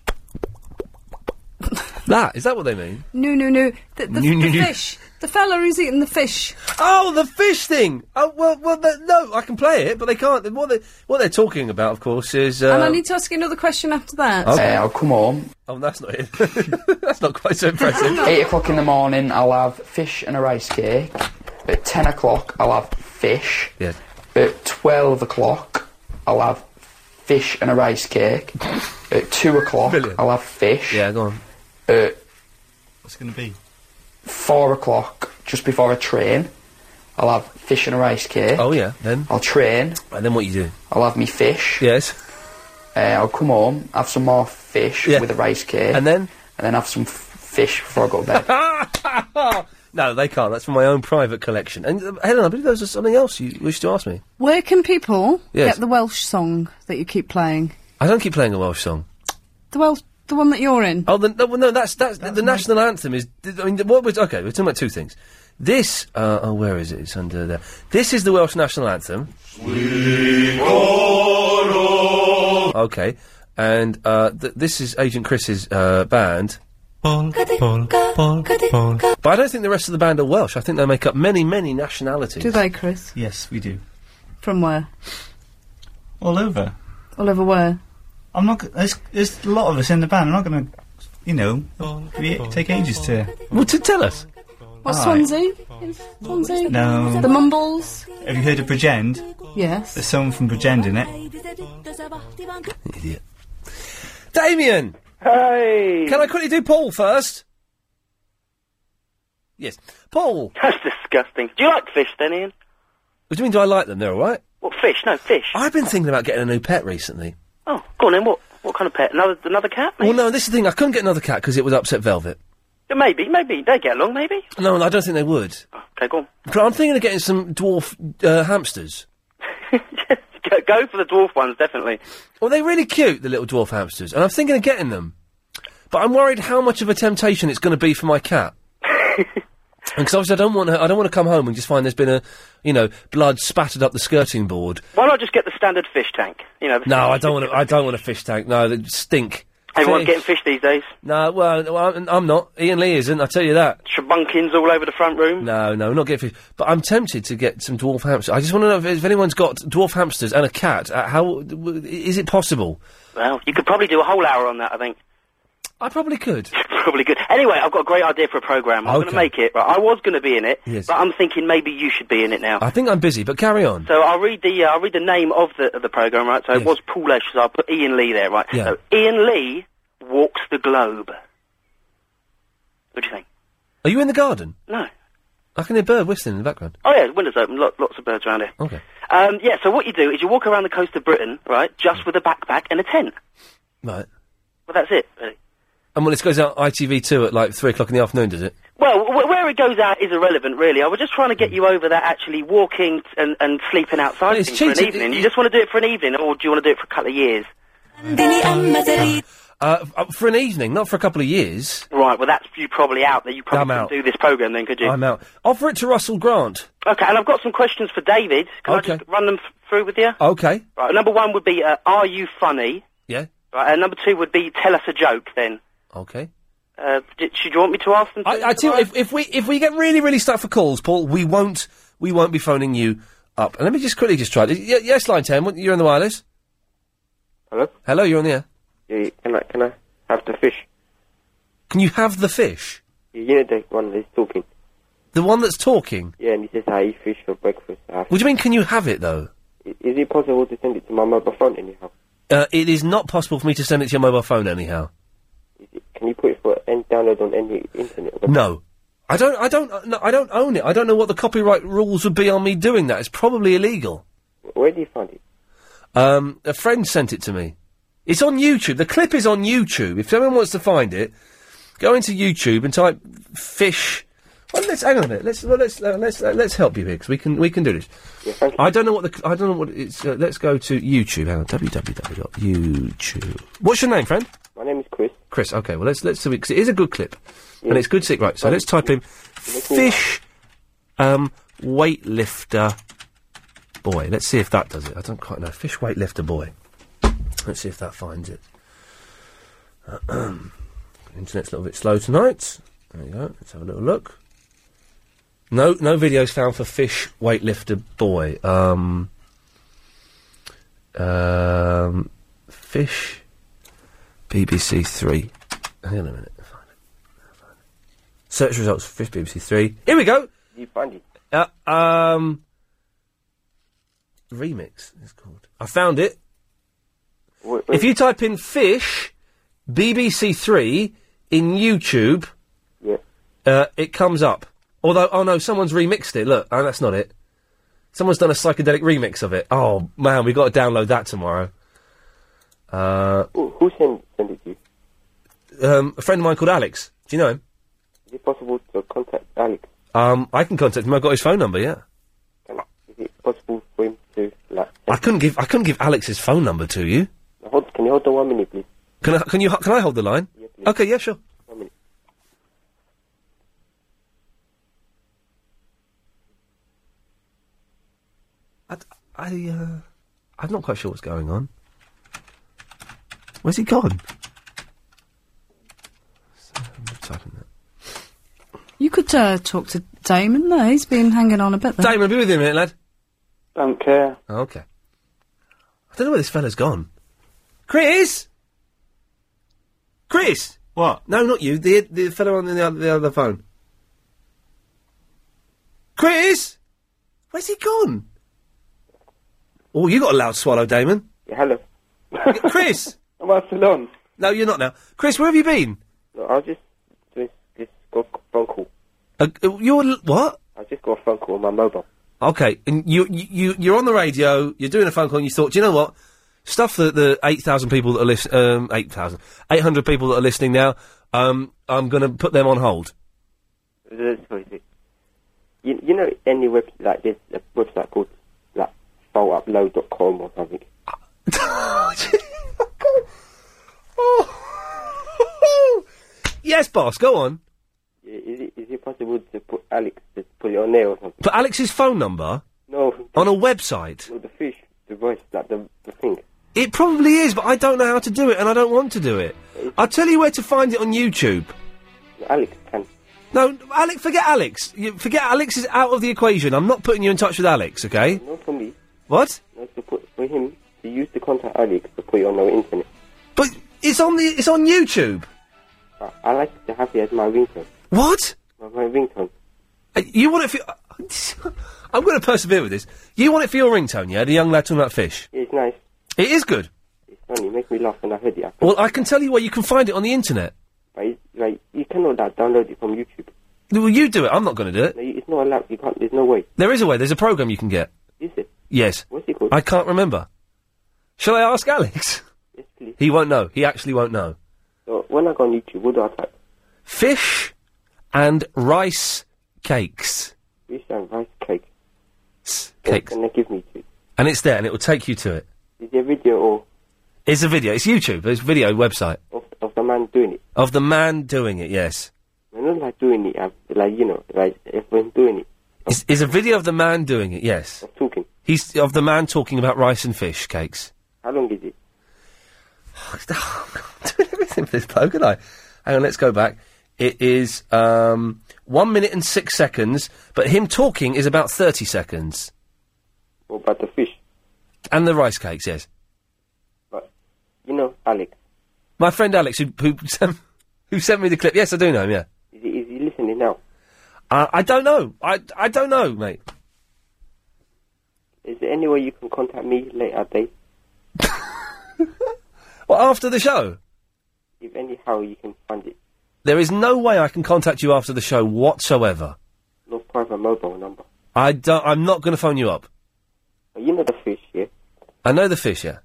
[SPEAKER 2] That is that what they mean?
[SPEAKER 7] no no no the, the,
[SPEAKER 2] No, no,
[SPEAKER 7] the
[SPEAKER 2] no.
[SPEAKER 7] fish. The fella who's eating the fish.
[SPEAKER 2] Oh, the fish thing. Oh well, well the, no, I can play it, but they can't. What they what they're talking about, of course, is. Uh,
[SPEAKER 7] and I need to ask you another question after that.
[SPEAKER 2] come on. Oh, that's not it. that's not quite so impressive.
[SPEAKER 1] Eight o'clock in the morning, I'll have fish and a rice cake. At ten o'clock, I'll have fish.
[SPEAKER 2] Yeah.
[SPEAKER 1] At twelve o'clock, I'll have fish and a rice cake. At two o'clock, I'll have fish. Yeah,
[SPEAKER 2] go on.
[SPEAKER 1] At
[SPEAKER 3] What's it going to be?
[SPEAKER 1] four o'clock, just before I train, I'll have fish and a rice cake.
[SPEAKER 2] Oh yeah, then
[SPEAKER 1] I'll train.
[SPEAKER 2] And then what you do?
[SPEAKER 1] I'll have me fish.
[SPEAKER 2] Yes.
[SPEAKER 1] Uh, I'll come home, have some more fish with a rice cake.
[SPEAKER 2] And then?
[SPEAKER 1] And then have some f- fish before I go to bed.
[SPEAKER 2] no, they can't. That's for my own private collection. And uh, Helen, I believe those are something else you wish to ask me.
[SPEAKER 7] Where can people
[SPEAKER 2] Yes.
[SPEAKER 7] get the Welsh song that you keep playing?
[SPEAKER 2] I don't keep playing a Welsh song.
[SPEAKER 7] The Welsh, the one that you're in.
[SPEAKER 2] Oh, the, no, well, no, that's that's, the, the national anthem is. th- I mean, th- what was okay? We're talking about two things. This, uh, oh, where is it? It's under there. This is the Welsh national anthem. Okay, and uh, th- this is Agent Chris's uh, band. But I don't think the rest of the band are Welsh. I think they make up many, many nationalities.
[SPEAKER 7] Do they, Chris?
[SPEAKER 3] Yes, we do.
[SPEAKER 7] From where?
[SPEAKER 3] All over.
[SPEAKER 7] All over where?
[SPEAKER 3] I'm not. g- There's, there's a lot of us in the band. I'm not going to, you know, be- take ages to.
[SPEAKER 2] Well, to tell us.
[SPEAKER 7] What's
[SPEAKER 3] Aye.
[SPEAKER 7] Swansea? Swansea?
[SPEAKER 3] No.
[SPEAKER 7] The Mumbles?
[SPEAKER 3] Have you heard of Bridgend?
[SPEAKER 7] Yes.
[SPEAKER 3] There's someone from Bridgend in it.
[SPEAKER 2] Idiot. Damien!
[SPEAKER 32] Hey!
[SPEAKER 2] Can I quickly do Paul first? Yes. Paul!
[SPEAKER 32] That's disgusting. Do you like fish then, Ian?
[SPEAKER 2] What do you mean, do I like them? They're alright?
[SPEAKER 32] What, fish? No, fish.
[SPEAKER 2] I've been thinking about getting a new pet recently.
[SPEAKER 32] Oh, go on then, what, what kind of pet? Another, another cat?
[SPEAKER 2] Well, no, this is the thing. I couldn't get another cat because it was upset velvet.
[SPEAKER 32] Yeah, Maybe, maybe. They get along, maybe.
[SPEAKER 2] No, I don't think they would.
[SPEAKER 32] Okay, go on.
[SPEAKER 2] But I'm thinking of getting some dwarf uh, hamsters.
[SPEAKER 32] Go- Go for the dwarf ones, definitely.
[SPEAKER 2] Well, they're really cute, the little dwarf hamsters, and I'm thinking of getting them. But I'm worried how much of a temptation it's going to be for my cat. Because obviously I don't want her, I don't want to come home and just find there's been a, you know, blood spattered up the skirting board.
[SPEAKER 32] Why not just get the standard fish tank? You know,
[SPEAKER 2] No, I don't want to. I don't want a fish tank. No, they stink.
[SPEAKER 32] everyone's
[SPEAKER 2] Fish-
[SPEAKER 32] getting fish these days.
[SPEAKER 2] No, well, no, I'm, I'm not. Ian Lee isn't. I tell you that.
[SPEAKER 32] Shabunkins all over the front room.
[SPEAKER 2] No, no, not get fish. But I'm tempted to get some dwarf hamsters. I just want to know if, if anyone's got dwarf hamsters and a cat. Uh, how w- is it possible?
[SPEAKER 32] Well, you could probably do a whole hour on that, I think.
[SPEAKER 2] I probably could.
[SPEAKER 32] probably good. Anyway, I've got a great idea for a program. I'm going
[SPEAKER 2] Okay.
[SPEAKER 32] to make it. Right, I was going to be in it,
[SPEAKER 2] Yes.
[SPEAKER 32] but I'm thinking maybe you should be in it now.
[SPEAKER 2] I think I'm busy, but carry on.
[SPEAKER 32] So I'll read the uh, I'll read the name of the of the program, right? So it was Paul Lesh, so I'll put Ian Lee there, right?
[SPEAKER 2] Yeah.
[SPEAKER 32] So Ian Lee walks the globe. What do you think?
[SPEAKER 2] Are you in the garden?
[SPEAKER 32] No.
[SPEAKER 2] I can hear bird whistling in the background.
[SPEAKER 32] Oh yeah, the window's open. Lot, lots of birds around here.
[SPEAKER 2] Okay.
[SPEAKER 32] Um, yeah. So what you do is you walk around the coast of Britain, right? Just with a backpack and a tent.
[SPEAKER 2] Right.
[SPEAKER 32] Well, that's it. Really.
[SPEAKER 2] And well, it goes out ITV2 at like 3 o'clock in the afternoon, does it?
[SPEAKER 32] Well, wh- where it goes out is irrelevant, really. I was just trying to get you over that actually walking t- and, and sleeping outside
[SPEAKER 2] it's
[SPEAKER 32] thing for an
[SPEAKER 2] cheating.
[SPEAKER 32] evening. You just want to do it for an evening, or do you want to do it for a couple of years?
[SPEAKER 2] Uh, f- uh, for an evening, not for a couple of years.
[SPEAKER 32] Right, well, that's you probably out there. You
[SPEAKER 2] I'm
[SPEAKER 32] probably
[SPEAKER 2] out.
[SPEAKER 32] couldn't do this program then, could you?
[SPEAKER 2] I'm out. Offer it to Russell Grant.
[SPEAKER 32] Okay, and I've got some questions for David. Can I just run them th- through with you?
[SPEAKER 2] Okay.
[SPEAKER 32] Right, number one would be, uh, are you funny?
[SPEAKER 2] Yeah.
[SPEAKER 32] Right, and number two would be, tell us a joke then.
[SPEAKER 2] Okay.
[SPEAKER 32] Uh, did, should you want me to ask them? To
[SPEAKER 2] I, I tell you, what, if, if we if we get really really stuck for calls, Paul, we won't we won't be phoning you up. And let me just quickly just try. it. Y- yes, line ten. what- You're on the wireless.
[SPEAKER 18] Hello?
[SPEAKER 2] Hello, you're on the air.
[SPEAKER 18] Yeah, can I can I have the fish?
[SPEAKER 2] Can you have the fish?
[SPEAKER 18] You know the one that's talking.
[SPEAKER 2] The one that's talking.
[SPEAKER 18] Yeah, and he says I eat fish for breakfast. I have-
[SPEAKER 2] What do you mean? Can you have it though?
[SPEAKER 18] I- Is it possible to send it to my mobile phone anyhow?
[SPEAKER 2] Uh, it is not possible for me to send it to your mobile phone anyhow.
[SPEAKER 18] Can you put it for and download on any internet?
[SPEAKER 2] No. I don't. I don't. uh, No, I don't own it. I don't know what the copyright rules would be on me doing that. It's probably illegal.
[SPEAKER 18] Where do you find it?
[SPEAKER 2] Um, a friend sent it to me. It's on YouTube. The clip is on YouTube. If someone wants to find it, go into YouTube and type fish. Well, let's hang on a minute. Let's well, let's uh, let's uh, let's help you here because we can we can do this. I don't know what the I don't know what it's. Uh, let's go to YouTube. Hang on. www.youtube. What's your name, friend?
[SPEAKER 18] My name is Chris.
[SPEAKER 2] Chris. Okay. Well, let's let's see because it is a good clip and it's good sick. Right. So let's type in fish um weightlifter boy. Let's see if that does it. I don't quite know. Fish weightlifter boy. Let's see if that finds it. Internet's a little bit slow tonight. There you go. Let's have a little look. No, no videos found for fish weightlifter boy. Um, um, fish, BBC Three. Hang on a minute. Find it. Find it. Search results for fish BBC Three. Here we go.
[SPEAKER 18] You find it.
[SPEAKER 2] Uh, um, remix is called. I found it. If you type in fish, BBC Three in YouTube, uh, it comes up. Although, oh no, someone's remixed it. Look, oh, that's not it. Someone's done a psychedelic remix of it. Oh man, we got to download that tomorrow. Uh,
[SPEAKER 18] Who sent sent it to you?
[SPEAKER 2] um, a friend of mine called Alex. Do you know him?
[SPEAKER 18] Is it possible to contact Alex?
[SPEAKER 2] Um, I can contact him. I've got his phone number. Yeah.
[SPEAKER 18] Is it possible for him to like?
[SPEAKER 2] I couldn't give I couldn't give Alex his phone number to you.
[SPEAKER 18] Hold, can you hold on one minute, please?
[SPEAKER 2] Can I, can you can I hold the line? okay, yeah, sure.
[SPEAKER 18] One minute.
[SPEAKER 2] I, d- I, uh, I'm not quite sure what's going on. Where's he gone? So, I'm just typing that.
[SPEAKER 7] You could uh, talk to Damon there. He's been hanging on a bit there.
[SPEAKER 2] Damon, be with you in a minute, lad.
[SPEAKER 18] Don't care.
[SPEAKER 2] Okay. I don't know where this fella's gone. Chris, Chris. What? No, not you. The the fellow on the other, the other phone. Chris, where's he gone? Oh, you got a loud swallow, Damon.
[SPEAKER 18] Yeah, hello.
[SPEAKER 2] Chris.
[SPEAKER 18] Am I still on?
[SPEAKER 2] No, you're not now. Chris, where have you been?
[SPEAKER 18] No, I was just doing this got a phone call.
[SPEAKER 2] Uh, uh, you're l- what?
[SPEAKER 18] I just got a phone call on my mobile.
[SPEAKER 2] Okay, and you, you you you're on the radio. You're doing a phone call. and You thought, do you know what? Stuff that the eight thousand people that are listening, um, eight thousand, eight hundred people that are listening now. Um, I'm going to put them on hold.
[SPEAKER 18] Uh, sorry, sorry. You, you know any web like there's a website called like photoupload.com or something.
[SPEAKER 2] Yes, boss. Go on.
[SPEAKER 18] I- Is it, is it possible to put Alex to put it on there or something?
[SPEAKER 2] Put Alex's phone number
[SPEAKER 18] No,
[SPEAKER 2] on a website.
[SPEAKER 18] no, the fish, the voice, like the the thing.
[SPEAKER 2] It probably is, but I don't know how to do it, and I don't want to do it. I'll tell you where to find it on YouTube.
[SPEAKER 18] Alex can.
[SPEAKER 2] No, Alex. Forget Alex. You, forget Alex is out of the equation. I'm not putting you in touch with Alex. Okay.
[SPEAKER 18] Not for me.
[SPEAKER 2] What?
[SPEAKER 18] No, to put for him to use the contact Alex to put it on our internet.
[SPEAKER 2] But it's on the it's on YouTube.
[SPEAKER 18] I, Uh, I like to have it as my ringtone.
[SPEAKER 2] What?
[SPEAKER 18] My, my ringtone.
[SPEAKER 2] Uh, You want it for? your- I'm going to persevere with this. You want it for your ringtone, yeah? The young lad talking about fish.
[SPEAKER 18] It's nice.
[SPEAKER 2] It is good.
[SPEAKER 18] It's funny. It makes me laugh when I heard it. I-
[SPEAKER 2] Well, I can tell you where you can find it on the internet.
[SPEAKER 18] But it's, like you cannot like, download it from YouTube.
[SPEAKER 2] Well, you do it. I'm not going to do it.
[SPEAKER 18] No, you- it's not allowed. You can't. There's no way.
[SPEAKER 2] There is a way. There's a program you can get.
[SPEAKER 18] Is it?
[SPEAKER 2] Yes.
[SPEAKER 18] What's it called?
[SPEAKER 2] I can't remember. Shall I ask Alex?
[SPEAKER 18] Yes, please.
[SPEAKER 2] He won't know. He actually won't know.
[SPEAKER 18] So when I go on YouTube, what do I type?
[SPEAKER 2] Fish and rice cakes.
[SPEAKER 18] Fish and rice cake.
[SPEAKER 2] Cakes.
[SPEAKER 18] What can they give me to?
[SPEAKER 2] And it's there, and it will take you to it.
[SPEAKER 18] Is there a video or
[SPEAKER 2] It's a video. It's YouTube. It's a video website
[SPEAKER 18] of the man doing it?
[SPEAKER 2] of the man doing it. Yes.
[SPEAKER 18] I'm not like doing it. I'm, like you know, like if I'm doing it,
[SPEAKER 2] Is, is a video of the man doing it? Yes.
[SPEAKER 18] talking.
[SPEAKER 2] He's of the man talking about rice and fish cakes.
[SPEAKER 18] How long is it?
[SPEAKER 2] I'm doing everything for this bloke, and I. Hang on, let's go back. It is um, one minute and six seconds, but him talking is about thirty seconds.
[SPEAKER 22] What about the fish?
[SPEAKER 2] And the rice cakes, yes.
[SPEAKER 22] You know, Alex.
[SPEAKER 2] My friend Alex, who who sent, who sent me the clip. Yes, I do know him. Yeah.
[SPEAKER 22] Is he, is he listening now?
[SPEAKER 2] Uh, I don't know. I I don't know, mate.
[SPEAKER 22] Is there any way you can contact me later, Dave?
[SPEAKER 2] Well, after the show,
[SPEAKER 22] If anyhow you can find it,
[SPEAKER 2] there is no way I can contact you after the show whatsoever.
[SPEAKER 22] no private mobile number.
[SPEAKER 2] I don't. I'm not going to phone you up.
[SPEAKER 22] But you know the fish, yeah?
[SPEAKER 2] I know the fish, yeah.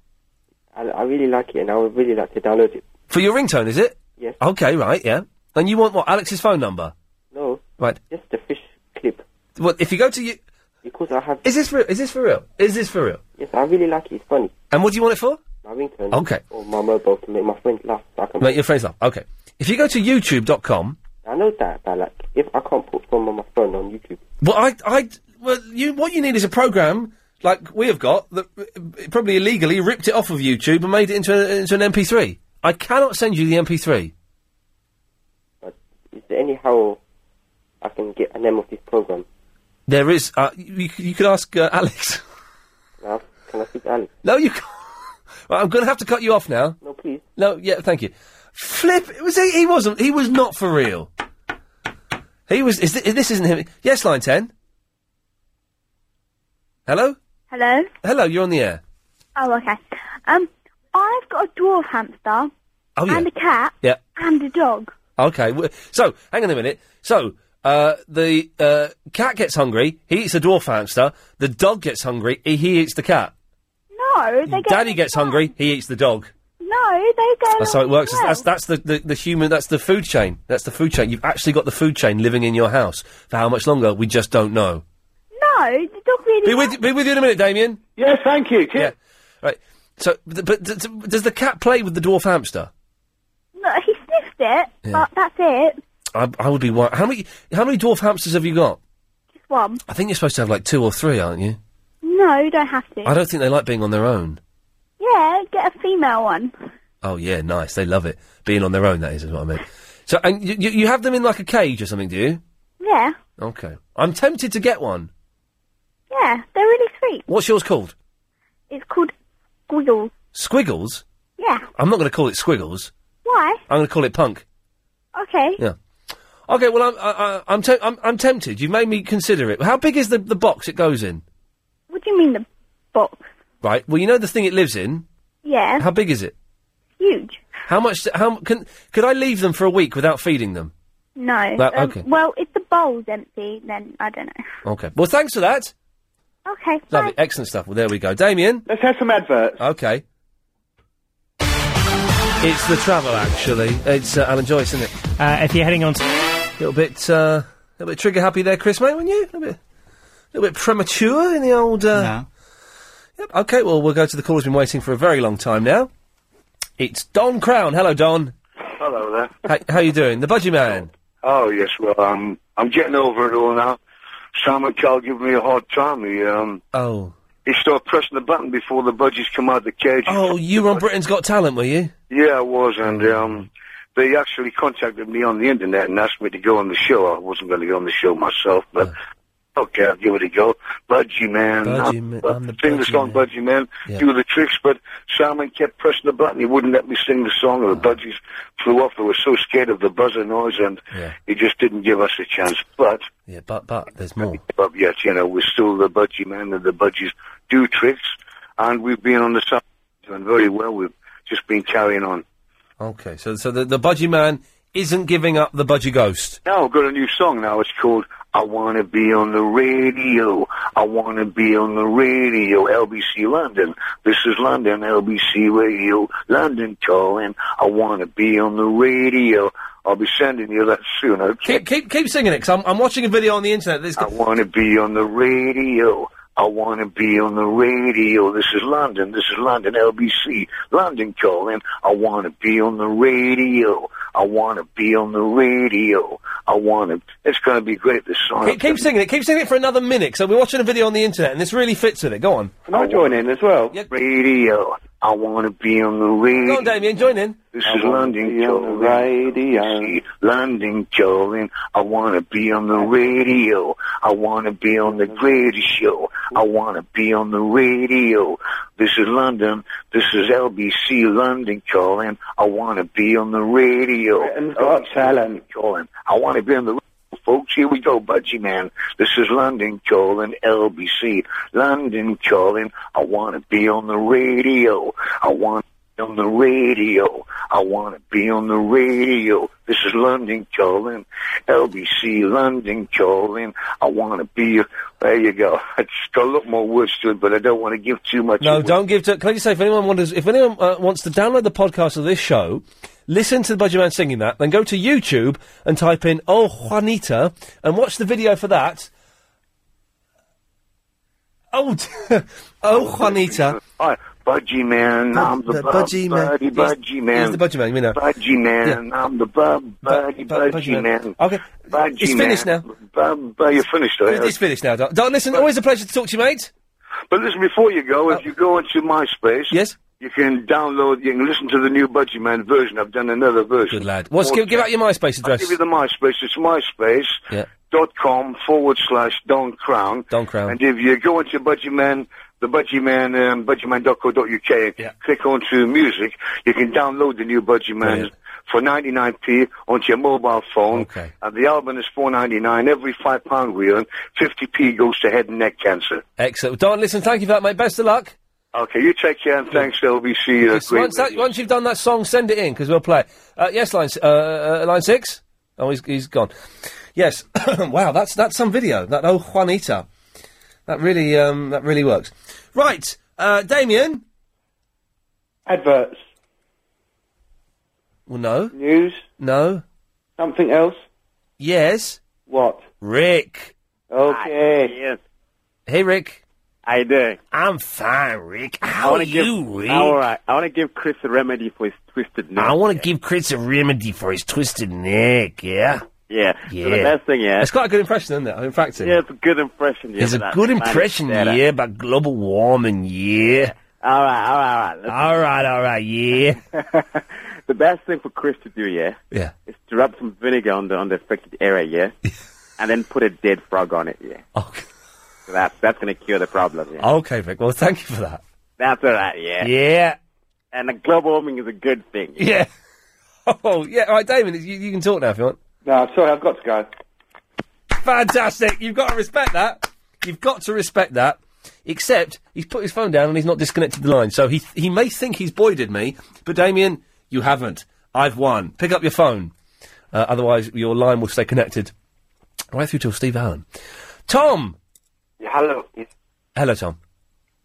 [SPEAKER 22] I, I really like it and I would really like to download it.
[SPEAKER 2] For your ringtone, is it?
[SPEAKER 22] Yes.
[SPEAKER 2] Okay, right, yeah. And you want what? Alex's phone number,
[SPEAKER 22] No,
[SPEAKER 2] right?
[SPEAKER 22] just the fish clip.
[SPEAKER 2] What if you go to you?
[SPEAKER 22] Because I have.
[SPEAKER 2] Is this real? Is this for real? Is this for real?
[SPEAKER 22] Yes, I really like it. It's funny.
[SPEAKER 2] And what do you want it for?
[SPEAKER 22] My ringtone.
[SPEAKER 2] Okay.
[SPEAKER 22] Or my mobile to make my friends laugh. So I can.
[SPEAKER 2] Make your friends laugh. Okay. If you go to YouTube.com,
[SPEAKER 22] I know that, but like, if I can't put film on my phone on YouTube,
[SPEAKER 2] well, I, I, well, you, what you need is a program like we have got that uh, probably illegally ripped it off of YouTube and made it into, a, into an MP3. I cannot send you the MP3.
[SPEAKER 22] is there anyhow I can get a name of this program?
[SPEAKER 2] There is. Uh, you, you could ask uh, Alex.
[SPEAKER 22] Now, can I speak to Alex?
[SPEAKER 2] No, you can't. Well, I'm going to have to cut you off now.
[SPEAKER 22] No, please.
[SPEAKER 2] No, yeah, thank you. Flip. It was he, he wasn't. He was not for real. He was. Is this, this isn't him? Yes, line ten. Hello.
[SPEAKER 20] Hello.
[SPEAKER 2] Hello. You're on the air.
[SPEAKER 20] Oh, okay. Um, I've got a dwarf hamster
[SPEAKER 2] Oh yeah.
[SPEAKER 20] and a cat
[SPEAKER 2] Yeah.
[SPEAKER 20] and a dog.
[SPEAKER 2] Okay. w- So, hang on a minute. So, uh, the uh, cat gets hungry. He eats the dwarf hamster. The dog gets hungry. He, he eats the cat.
[SPEAKER 20] No, they go.
[SPEAKER 2] Daddy Oh, gets hungry. He eats the dog.
[SPEAKER 20] No, they go.
[SPEAKER 2] That's how it works.
[SPEAKER 20] Well.
[SPEAKER 2] That's that's the, the, the human. That's the food chain. That's the food chain. You've actually got the food chain living in your house for how much longer? We just don't know.
[SPEAKER 20] No, the dog really.
[SPEAKER 2] Be with be with you in a minute, Damien.
[SPEAKER 28] Yes, thank you.
[SPEAKER 2] Yeah. Right. So, but, but d- d- does the cat play with the dwarf hamster?
[SPEAKER 20] No, he sniffed it,
[SPEAKER 2] Yeah.
[SPEAKER 20] but that's it.
[SPEAKER 2] I, I would be wor- How many how many dwarf hamsters have you got?
[SPEAKER 20] Just one.
[SPEAKER 2] I think you're supposed to have like two or three, aren't you?
[SPEAKER 20] No, you don't have to.
[SPEAKER 2] I don't think they like being on their own.
[SPEAKER 20] Yeah, get a female one.
[SPEAKER 2] Oh yeah, nice. They love it being on their own. That is, is what I meant. So, and you, you- you have them in like a cage or something, do you?
[SPEAKER 20] Yeah,
[SPEAKER 2] Okay. I'm tempted to get one.
[SPEAKER 20] yeah, they're really sweet.
[SPEAKER 2] What's yours called?
[SPEAKER 20] It's called Squiggle.
[SPEAKER 2] Squiggles.
[SPEAKER 20] Yeah.
[SPEAKER 2] I'm not going to call it Squiggles.
[SPEAKER 20] Why?
[SPEAKER 2] I'm going to call it Punk.
[SPEAKER 20] Okay.
[SPEAKER 2] Yeah. Okay. Well, I'm I, I, I'm, te- I'm I'm tempted. You made me consider it. How big is the the box it goes in?
[SPEAKER 20] What do you mean the box?
[SPEAKER 2] Right. Well, you know the thing it lives in.
[SPEAKER 20] Yeah.
[SPEAKER 2] How big is it?
[SPEAKER 20] Huge.
[SPEAKER 2] How much? How m- can could I leave them for a week without feeding them?
[SPEAKER 20] No.
[SPEAKER 2] That-
[SPEAKER 19] Um,
[SPEAKER 2] okay.
[SPEAKER 20] Well, if the bowl's empty, then I don't know.
[SPEAKER 2] Okay. Well, thanks for that.
[SPEAKER 20] Okay.
[SPEAKER 2] Lovely, excellent stuff. Well, there we go, Damien.
[SPEAKER 28] Let's have some adverts.
[SPEAKER 2] Okay. It's the travel, actually. It's uh, Alan Joyce, isn't it?
[SPEAKER 9] Uh, if you're heading on to
[SPEAKER 2] a little bit, uh, little bit trigger happy there, Chris, mate, weren't you? A little bit, little bit premature in the old. Uh... Yep. Okay. Well, we'll go to the caller's been waiting for a very long time now. It's Don Crown. Hello, Don.
[SPEAKER 8] Hello there.
[SPEAKER 2] how, how you doing? The Budgie Man.
[SPEAKER 8] Oh yes, well um, I'm getting over it all now. Sam McCall giving me a hard time. He um,
[SPEAKER 2] Oh.
[SPEAKER 8] he started pressing the button before the budgies come out of the cage.
[SPEAKER 2] Oh, you were on Britain's Got Talent, were you?
[SPEAKER 8] Yeah, I was, and um, they actually contacted me on the internet and asked me to go on the show. I wasn't going to go on the show myself, but okay, I'll give it a go. Budgie man,
[SPEAKER 2] Budgie Man,
[SPEAKER 8] i sing the song Budgie Man,
[SPEAKER 2] Yeah.
[SPEAKER 8] do the tricks, but Simon kept pressing the button. He wouldn't let me sing the song, and the budgies flew off. They were so scared of the buzzer noise, and
[SPEAKER 2] Yeah.
[SPEAKER 8] he just didn't give us a chance. But
[SPEAKER 2] Yeah. But but there's more.
[SPEAKER 8] but yet, you know, we're still the budgie man and the budgies do tricks, and we've been on the side doing very well. We've just been carrying on.
[SPEAKER 2] Okay. So so the, the Budgie Man isn't giving up the Budgie Ghost.
[SPEAKER 8] Now I've got a new song now. It's called I Wanna Be on the Radio. I Wanna Be on the Radio. LBC London. This is London, LBC Radio. London calling. I Wanna Be on the Radio. I'll be sending you that soon, okay?
[SPEAKER 2] Keep keep keep singing it. i I'm I'm watching a video on the internet. That's
[SPEAKER 8] I want to be on the radio. I want to be on the radio. This is London. This is London LBC. London calling. I want to be on the radio. I want to be on the radio. I want to. It's going to be great, this song.
[SPEAKER 2] Keep, keep singing it. Keep singing it for another minute. So we're watching a video on the internet, and this really fits with it. Go on.
[SPEAKER 8] Can I join in as well? Radio. I want to be on the radio.
[SPEAKER 2] Go on, Damien. Join in.
[SPEAKER 8] This is London calling. Radio. London calling. I want to be on the radio. I want to be on the greatest show. I want to be on the radio. This is London. This is LBC London calling. I want to be on the radio.
[SPEAKER 13] Britain's Got
[SPEAKER 8] Talent calling. I want to be on the radio. Folks, here we go, Budgie Man. This is London calling LBC. London calling. I want to be on the radio. I want on the radio. I want to be on the radio. This is London calling, LBC London calling. I want to be. There you go. It's got a lot more words to it, but I don't want to give too much.
[SPEAKER 2] No, don't give. To, can I just say, if anyone wonders, if anyone uh, wants to download the podcast of this show, listen to the Budget Man singing that, then go to YouTube and type in "Oh Juanita" and watch the video for that. Oh, oh Juanita.
[SPEAKER 8] Hi, Budgie Man. I'm the,
[SPEAKER 2] the
[SPEAKER 8] bu-
[SPEAKER 2] Budgie Man.
[SPEAKER 8] buddy,
[SPEAKER 2] He's-
[SPEAKER 8] Budgie Man.
[SPEAKER 2] he's the Budgie Man, we know.
[SPEAKER 8] Budgie Man. I'm the bu- buddy, Budgie Man.
[SPEAKER 2] Okay.
[SPEAKER 8] Budgie
[SPEAKER 2] It's
[SPEAKER 8] Man.
[SPEAKER 2] finished now.
[SPEAKER 8] Bu- bu- you're finished, are you?
[SPEAKER 2] It's finished now, Doc. Doc, listen, always a pleasure to talk to you, mate.
[SPEAKER 8] But listen, before you go,
[SPEAKER 2] Uh,
[SPEAKER 8] if you go into MySpace, yes, you can download, you can listen to the new Budgie Man version. I've done another version. Good lad.
[SPEAKER 2] What's- give- give out your MySpace address.
[SPEAKER 8] I'll give you the MySpace. It's MySpace.
[SPEAKER 2] Yeah.
[SPEAKER 8] Dot com forward slash Don Crown.
[SPEAKER 2] Don Crown.
[SPEAKER 8] And if you go into Budgie Man, the Budgie Man, um, budgieman.co.uk, click onto music, you can download the new Budgie Man for 99p onto your mobile phone. Okay. And the album is 4.99. Every five pound we earn, 50p goes to head and neck cancer.
[SPEAKER 2] Excellent. Don, listen, thank you for that, mate. Best of luck.
[SPEAKER 8] Okay, you take care and thanks, LBC. Uh,
[SPEAKER 2] Yes, once, that, once you've done that song, send it in because we'll play. it. Uh, yes, line s- uh, uh, line six. Oh, he's he's gone. Yes. wow, that's that's some video. That oh Juanita. That really um that really works. Right, uh, Damien.
[SPEAKER 18] Adverts.
[SPEAKER 2] Well, no.
[SPEAKER 18] News.
[SPEAKER 2] No.
[SPEAKER 18] Something else.
[SPEAKER 2] Yes.
[SPEAKER 18] What?
[SPEAKER 2] Rick.
[SPEAKER 18] Okay.
[SPEAKER 12] yes.
[SPEAKER 2] Hey, Rick.
[SPEAKER 12] How you doing?
[SPEAKER 2] I'm fine, Rick. How
[SPEAKER 12] I wanna
[SPEAKER 2] are you,
[SPEAKER 12] give,
[SPEAKER 2] Rick?
[SPEAKER 12] All right. I want to give Chris a remedy for his twisted neck.
[SPEAKER 2] I want to give Chris a remedy for his twisted neck. Yeah.
[SPEAKER 12] Yeah. So the
[SPEAKER 2] Yeah.
[SPEAKER 12] best thing, yeah.
[SPEAKER 2] It's quite a good impression, isn't it? In fact,
[SPEAKER 12] Yeah, it's a good impression. Yeah,
[SPEAKER 2] It's
[SPEAKER 12] but
[SPEAKER 2] a
[SPEAKER 12] I-
[SPEAKER 2] good
[SPEAKER 12] I need
[SPEAKER 2] impression,
[SPEAKER 12] better.
[SPEAKER 2] yeah, about global warming, yeah.
[SPEAKER 12] All right, all right, all right.
[SPEAKER 2] All right, all right, yeah.
[SPEAKER 12] the best thing for Chris to do, yeah,
[SPEAKER 2] Yeah.
[SPEAKER 12] is to rub some vinegar on the on the affected area, yeah, and then put a dead frog on it, yeah.
[SPEAKER 2] Okay.
[SPEAKER 12] So that's that's gonna cure the problem. Yeah.
[SPEAKER 2] Okay, Rick. Well, thank you for that.
[SPEAKER 12] That's all right. Yeah.
[SPEAKER 2] Yeah.
[SPEAKER 12] And the global warming is a good thing.
[SPEAKER 2] Yeah. Oh, yeah. All right, Damon, you, you can talk now if you want.
[SPEAKER 18] No, sorry, I've got to go.
[SPEAKER 2] Fantastic. You've got to respect that. You've got to respect that. Except he's put his phone down and he's not disconnected the line. So he he may think he's boyded me, but Damien, you haven't. I've won. Pick up your phone. Uh, otherwise, your line will stay connected right through till Steve Allen. Tom.
[SPEAKER 18] Hello.
[SPEAKER 2] Hello, Tom.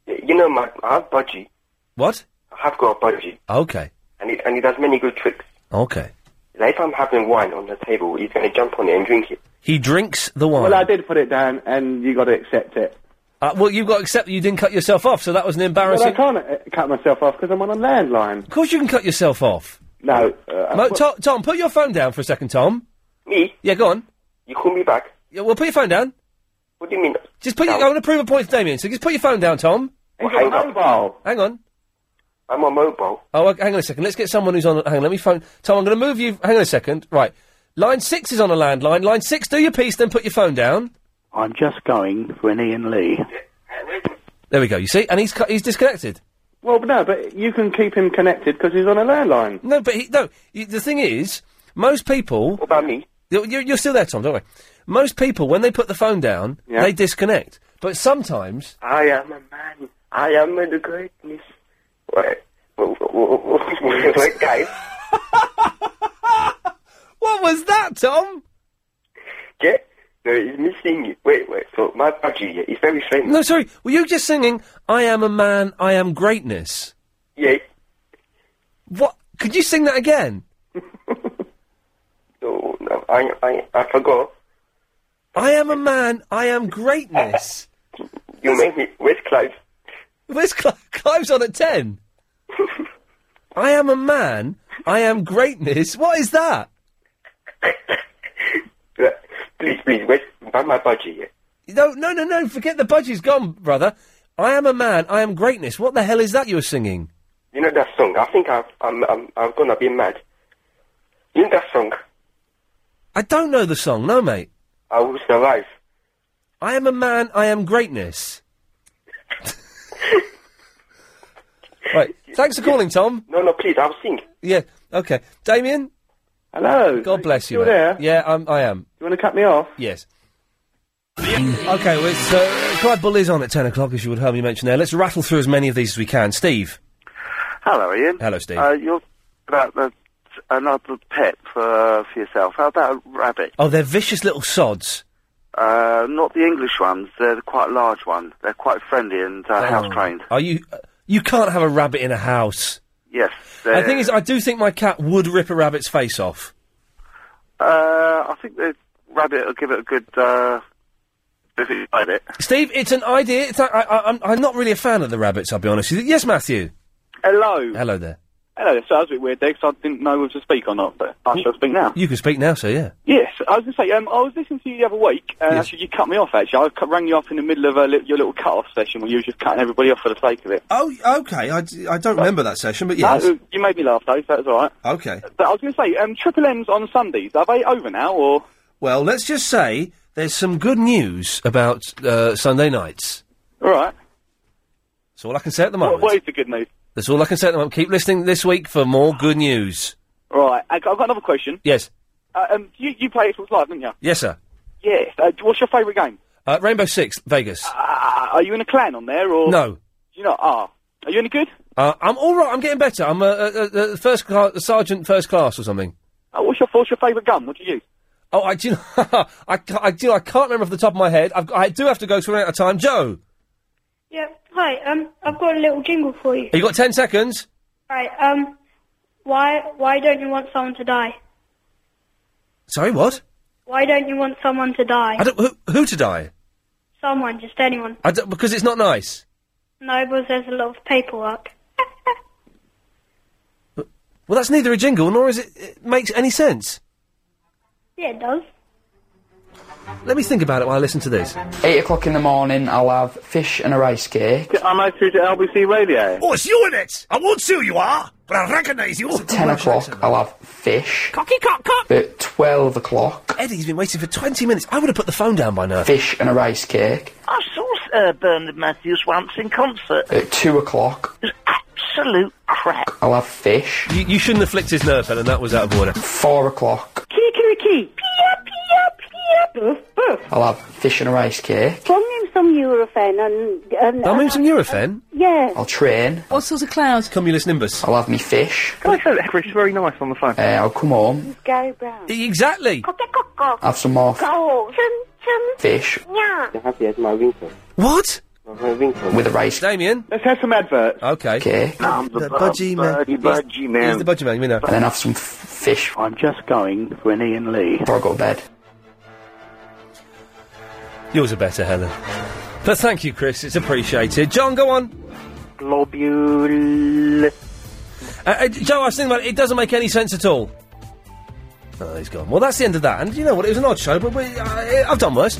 [SPEAKER 18] You know, my, I have budgie.
[SPEAKER 2] What?
[SPEAKER 18] I have got a budgie,
[SPEAKER 2] Okay.
[SPEAKER 18] and it, and it has many good tricks.
[SPEAKER 2] Okay.
[SPEAKER 18] Like if I'm having wine on the table, he's going to jump on it and drink it.
[SPEAKER 2] He drinks the wine.
[SPEAKER 18] I did put it down, and you got to accept it.
[SPEAKER 2] Uh, well, you've got to accept that you didn't cut yourself off, so that was an
[SPEAKER 18] But I
[SPEAKER 2] embarrassing.
[SPEAKER 18] can't uh, cut myself off because I'm on a landline.
[SPEAKER 2] Of course, you can cut yourself off.
[SPEAKER 18] No. Uh,
[SPEAKER 2] Mo-
[SPEAKER 18] what-
[SPEAKER 2] Tom, Tom, put your phone down for a second, Tom.
[SPEAKER 18] Me?
[SPEAKER 2] Yeah, go on.
[SPEAKER 18] You call me back?
[SPEAKER 2] Yeah, well, put your phone down.
[SPEAKER 18] What do you mean?
[SPEAKER 2] Just put your. I want to prove a point to Damien, so just put your phone down, Tom.
[SPEAKER 18] Well, He's on hang on. mobile.
[SPEAKER 2] Hang on.
[SPEAKER 18] I'm on mobile.
[SPEAKER 2] Oh, okay, hang on a second. Let's get someone who's on. Hang on, let me phone. Tom, I'm going to move you. Hang on a second. Right. Line six is on a landline. Line six, do your piece, then put your phone down.
[SPEAKER 13] I'm just going for an Ian Lee.
[SPEAKER 2] There we go. You see, and he's cu- he's disconnected.
[SPEAKER 18] Well, no, but you can keep him connected because he's on a landline.
[SPEAKER 2] No, but he, no. y- The thing is, most people. What
[SPEAKER 18] about me?
[SPEAKER 2] You're, you're you're still there, Tom. Don't worry. Most people, when they put the phone down, they disconnect. But sometimes
[SPEAKER 18] I am a man. I am the greatness. Wait, wait, wait, wait, guys.
[SPEAKER 2] What was that, Tom?
[SPEAKER 18] Yeah, no, he's missing. Wait, wait. So my budgie, yeah, he's very famous.
[SPEAKER 2] No, sorry. Were you just singing "I am a man, I am greatness"?
[SPEAKER 18] Yeah.
[SPEAKER 2] What? Could you sing that again?
[SPEAKER 18] No, no, I, I, I forgot.
[SPEAKER 2] I am a man. I am greatness.
[SPEAKER 18] You made me. Where's Clive?
[SPEAKER 2] Where's Cl- Clive's on at ten? I am a man. I am greatness. What is that?
[SPEAKER 18] Yeah, Please, please, where's buy my budgie? Yeah.
[SPEAKER 2] No, no, no, no. Forget the budgie's gone, brother. I am a man. I am greatness. What the hell is that you're singing?
[SPEAKER 18] You know that song? I think I've, I'm, I'm, I'm gonna be mad. You know that song?
[SPEAKER 2] I don't know the song, no, mate.
[SPEAKER 18] I will survive.
[SPEAKER 2] I am a man, I am greatness. right, thanks for calling, Tom.
[SPEAKER 18] No, no, please, I'll sing.
[SPEAKER 2] Yeah, okay. Damien?
[SPEAKER 18] Hello.
[SPEAKER 2] God bless you,
[SPEAKER 18] still
[SPEAKER 2] mate.
[SPEAKER 18] there?
[SPEAKER 2] Yeah, I'm, I am.
[SPEAKER 18] You want to cut me off?
[SPEAKER 2] Yes. okay, well, it's, uh, Clyde Bull is on at 10 o'clock, as you would heard me mention there. Let's rattle through as many of these as we can. Steve.
[SPEAKER 4] Hello, Ian.
[SPEAKER 2] Hello, Steve.
[SPEAKER 4] Uh, you're about the, another pet for, for yourself. How about a rabbit?
[SPEAKER 2] oh, they're vicious little sods.
[SPEAKER 4] Uh, not the English ones. They're quite large ones. They're quite friendly and uh,
[SPEAKER 2] Oh.
[SPEAKER 4] house trained.
[SPEAKER 2] Are you... uh, You can't have a rabbit in a house.
[SPEAKER 4] Yes.
[SPEAKER 2] The
[SPEAKER 4] they're-
[SPEAKER 2] thing is, I do think my cat would rip a rabbit's face off.
[SPEAKER 4] uh, I think the rabbit will give it a good. Uh, if it bite it.
[SPEAKER 2] Steve, it's an idea. It's a, I, I, I'm, I'm not really a fan of the rabbits, I'll be honest with you. Yes, Matthew.
[SPEAKER 13] Hello.
[SPEAKER 2] Hello there.
[SPEAKER 13] Hello. So that was a bit weird there 'cause I didn't know whether to speak or not, but I shall speak now.
[SPEAKER 2] You can speak now, so yeah.
[SPEAKER 13] Yes, I was going to say, um, I was listening to you the other week, and actually you cut me off, actually. I cu- rang you up in the middle of a li- your little cut-off session where you were just cutting everybody off for the sake of it.
[SPEAKER 2] Oh, okay. I, I don't remember that session, but
[SPEAKER 13] No, you made me laugh, though, so that was all right.
[SPEAKER 2] Okay.
[SPEAKER 13] But I was going to say, um, Triple M's on Sundays, are they over now, or...?
[SPEAKER 2] Well, let's just say there's some good news about uh, Sunday nights.
[SPEAKER 13] All right.
[SPEAKER 2] That's all I can say at the moment.
[SPEAKER 13] What, what is the good news?
[SPEAKER 2] That's all I can say at the moment. Keep listening this week for more good news.
[SPEAKER 13] Right, I, I've got another question.
[SPEAKER 2] Yes.
[SPEAKER 13] Uh, um, you, you play Xbox Live, don't you?
[SPEAKER 2] Yes, sir.
[SPEAKER 13] Yes. Uh, what's your favourite game?
[SPEAKER 2] Uh, Rainbow Six, Vegas.
[SPEAKER 13] Uh, are you in a clan on there, or...?
[SPEAKER 2] no.
[SPEAKER 13] You know, ah. Are you any good?
[SPEAKER 2] Uh, I'm all right. I'm getting better. I'm a, a, a- a first class, a sergeant first class or something.
[SPEAKER 13] Oh, what's your, what's your favourite gun? What do you use?
[SPEAKER 2] Oh, I do. You know, I, ca- I do. I can't remember off the top of my head. I've, got- I do have to go to run out of time. Joe,
[SPEAKER 33] Yeah. Hi. Um, I've got a little jingle for you.
[SPEAKER 2] have you got ten seconds?
[SPEAKER 33] Right. Um, why why don't you want someone to die?
[SPEAKER 2] Sorry, what?
[SPEAKER 33] Why don't you want someone to die?
[SPEAKER 2] I don't. Who, who to die?
[SPEAKER 33] Someone, just anyone.
[SPEAKER 2] I don't, because it's not nice.
[SPEAKER 33] No, because there's a lot of paperwork.
[SPEAKER 2] Well, that's neither a jingle nor is it, it makes any sense.
[SPEAKER 33] Yeah, it does.
[SPEAKER 2] Let me think about it while I listen to this.
[SPEAKER 1] Eight o'clock in the morning, I'll have fish and a rice
[SPEAKER 2] Oh,
[SPEAKER 1] cake.
[SPEAKER 13] Am I through to LBC Radio?
[SPEAKER 1] Oh,
[SPEAKER 13] it's you in it! I won't see who you
[SPEAKER 2] ah!
[SPEAKER 13] are, but I recognise
[SPEAKER 8] Oh,
[SPEAKER 13] you.
[SPEAKER 1] Ten o'clock, I'll have fish.
[SPEAKER 2] Cocky cock cock.
[SPEAKER 1] At twelve o'clock,
[SPEAKER 2] Eddie's been waiting for twenty minutes. I would have put the phone down by now.
[SPEAKER 1] fish and a rice cake.
[SPEAKER 5] I saw uh, Bernard Matthews once in concert.
[SPEAKER 1] At two o'clock,
[SPEAKER 5] Absolute crap.
[SPEAKER 1] I'll have fish.
[SPEAKER 2] You, you shouldn't have flicked his nerve, Helen. That was out of order.
[SPEAKER 1] Four o'clock,
[SPEAKER 5] Kikiriki.
[SPEAKER 1] I'll have fish and a rice cake.
[SPEAKER 34] From him some Eurofen and... and uh,
[SPEAKER 2] I'll move some Nurofen.
[SPEAKER 34] yeah.
[SPEAKER 1] I'll train.
[SPEAKER 34] What sort of cloud?
[SPEAKER 2] Cumulus nimbus.
[SPEAKER 1] I'll have me fish.
[SPEAKER 34] Can I say that,
[SPEAKER 1] Chris? very nice on the phone. Uh, I'll come home.
[SPEAKER 34] Gary Brown.
[SPEAKER 2] Exactly.
[SPEAKER 1] Have some more f-
[SPEAKER 26] Go. Chum, chum.
[SPEAKER 1] fish
[SPEAKER 26] Yeah.
[SPEAKER 35] The happy as my winkle.
[SPEAKER 2] What?
[SPEAKER 35] My winkle.
[SPEAKER 1] with a rice.
[SPEAKER 2] Damien.
[SPEAKER 13] Let's have some adverts.
[SPEAKER 2] Okay.
[SPEAKER 1] Okay.
[SPEAKER 13] I'm
[SPEAKER 2] the budgie man.
[SPEAKER 13] budgie man.
[SPEAKER 2] He's the budgie man. We know.
[SPEAKER 1] And then have some f- fish.
[SPEAKER 36] I'm just going for an Ian Lee.
[SPEAKER 1] Before I go to bed.
[SPEAKER 2] Yours are better, Helen. But thank you, Chris. It's appreciated. John, go on. Globule. Uh, uh, Joe, I was thinking about it. It doesn't make any sense at all. Oh, he's gone. Well, that's the end of that. And you know what? It was an odd show, but we, uh, I've done worse.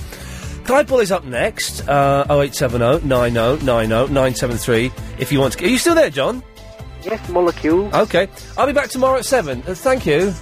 [SPEAKER 2] Clyde Bull is up next. Uh, 0870 90 90 973. If you want to. Are you still there, John?
[SPEAKER 13] Yes, molecule.
[SPEAKER 2] Okay. I'll be back tomorrow at 7. Uh, thank you.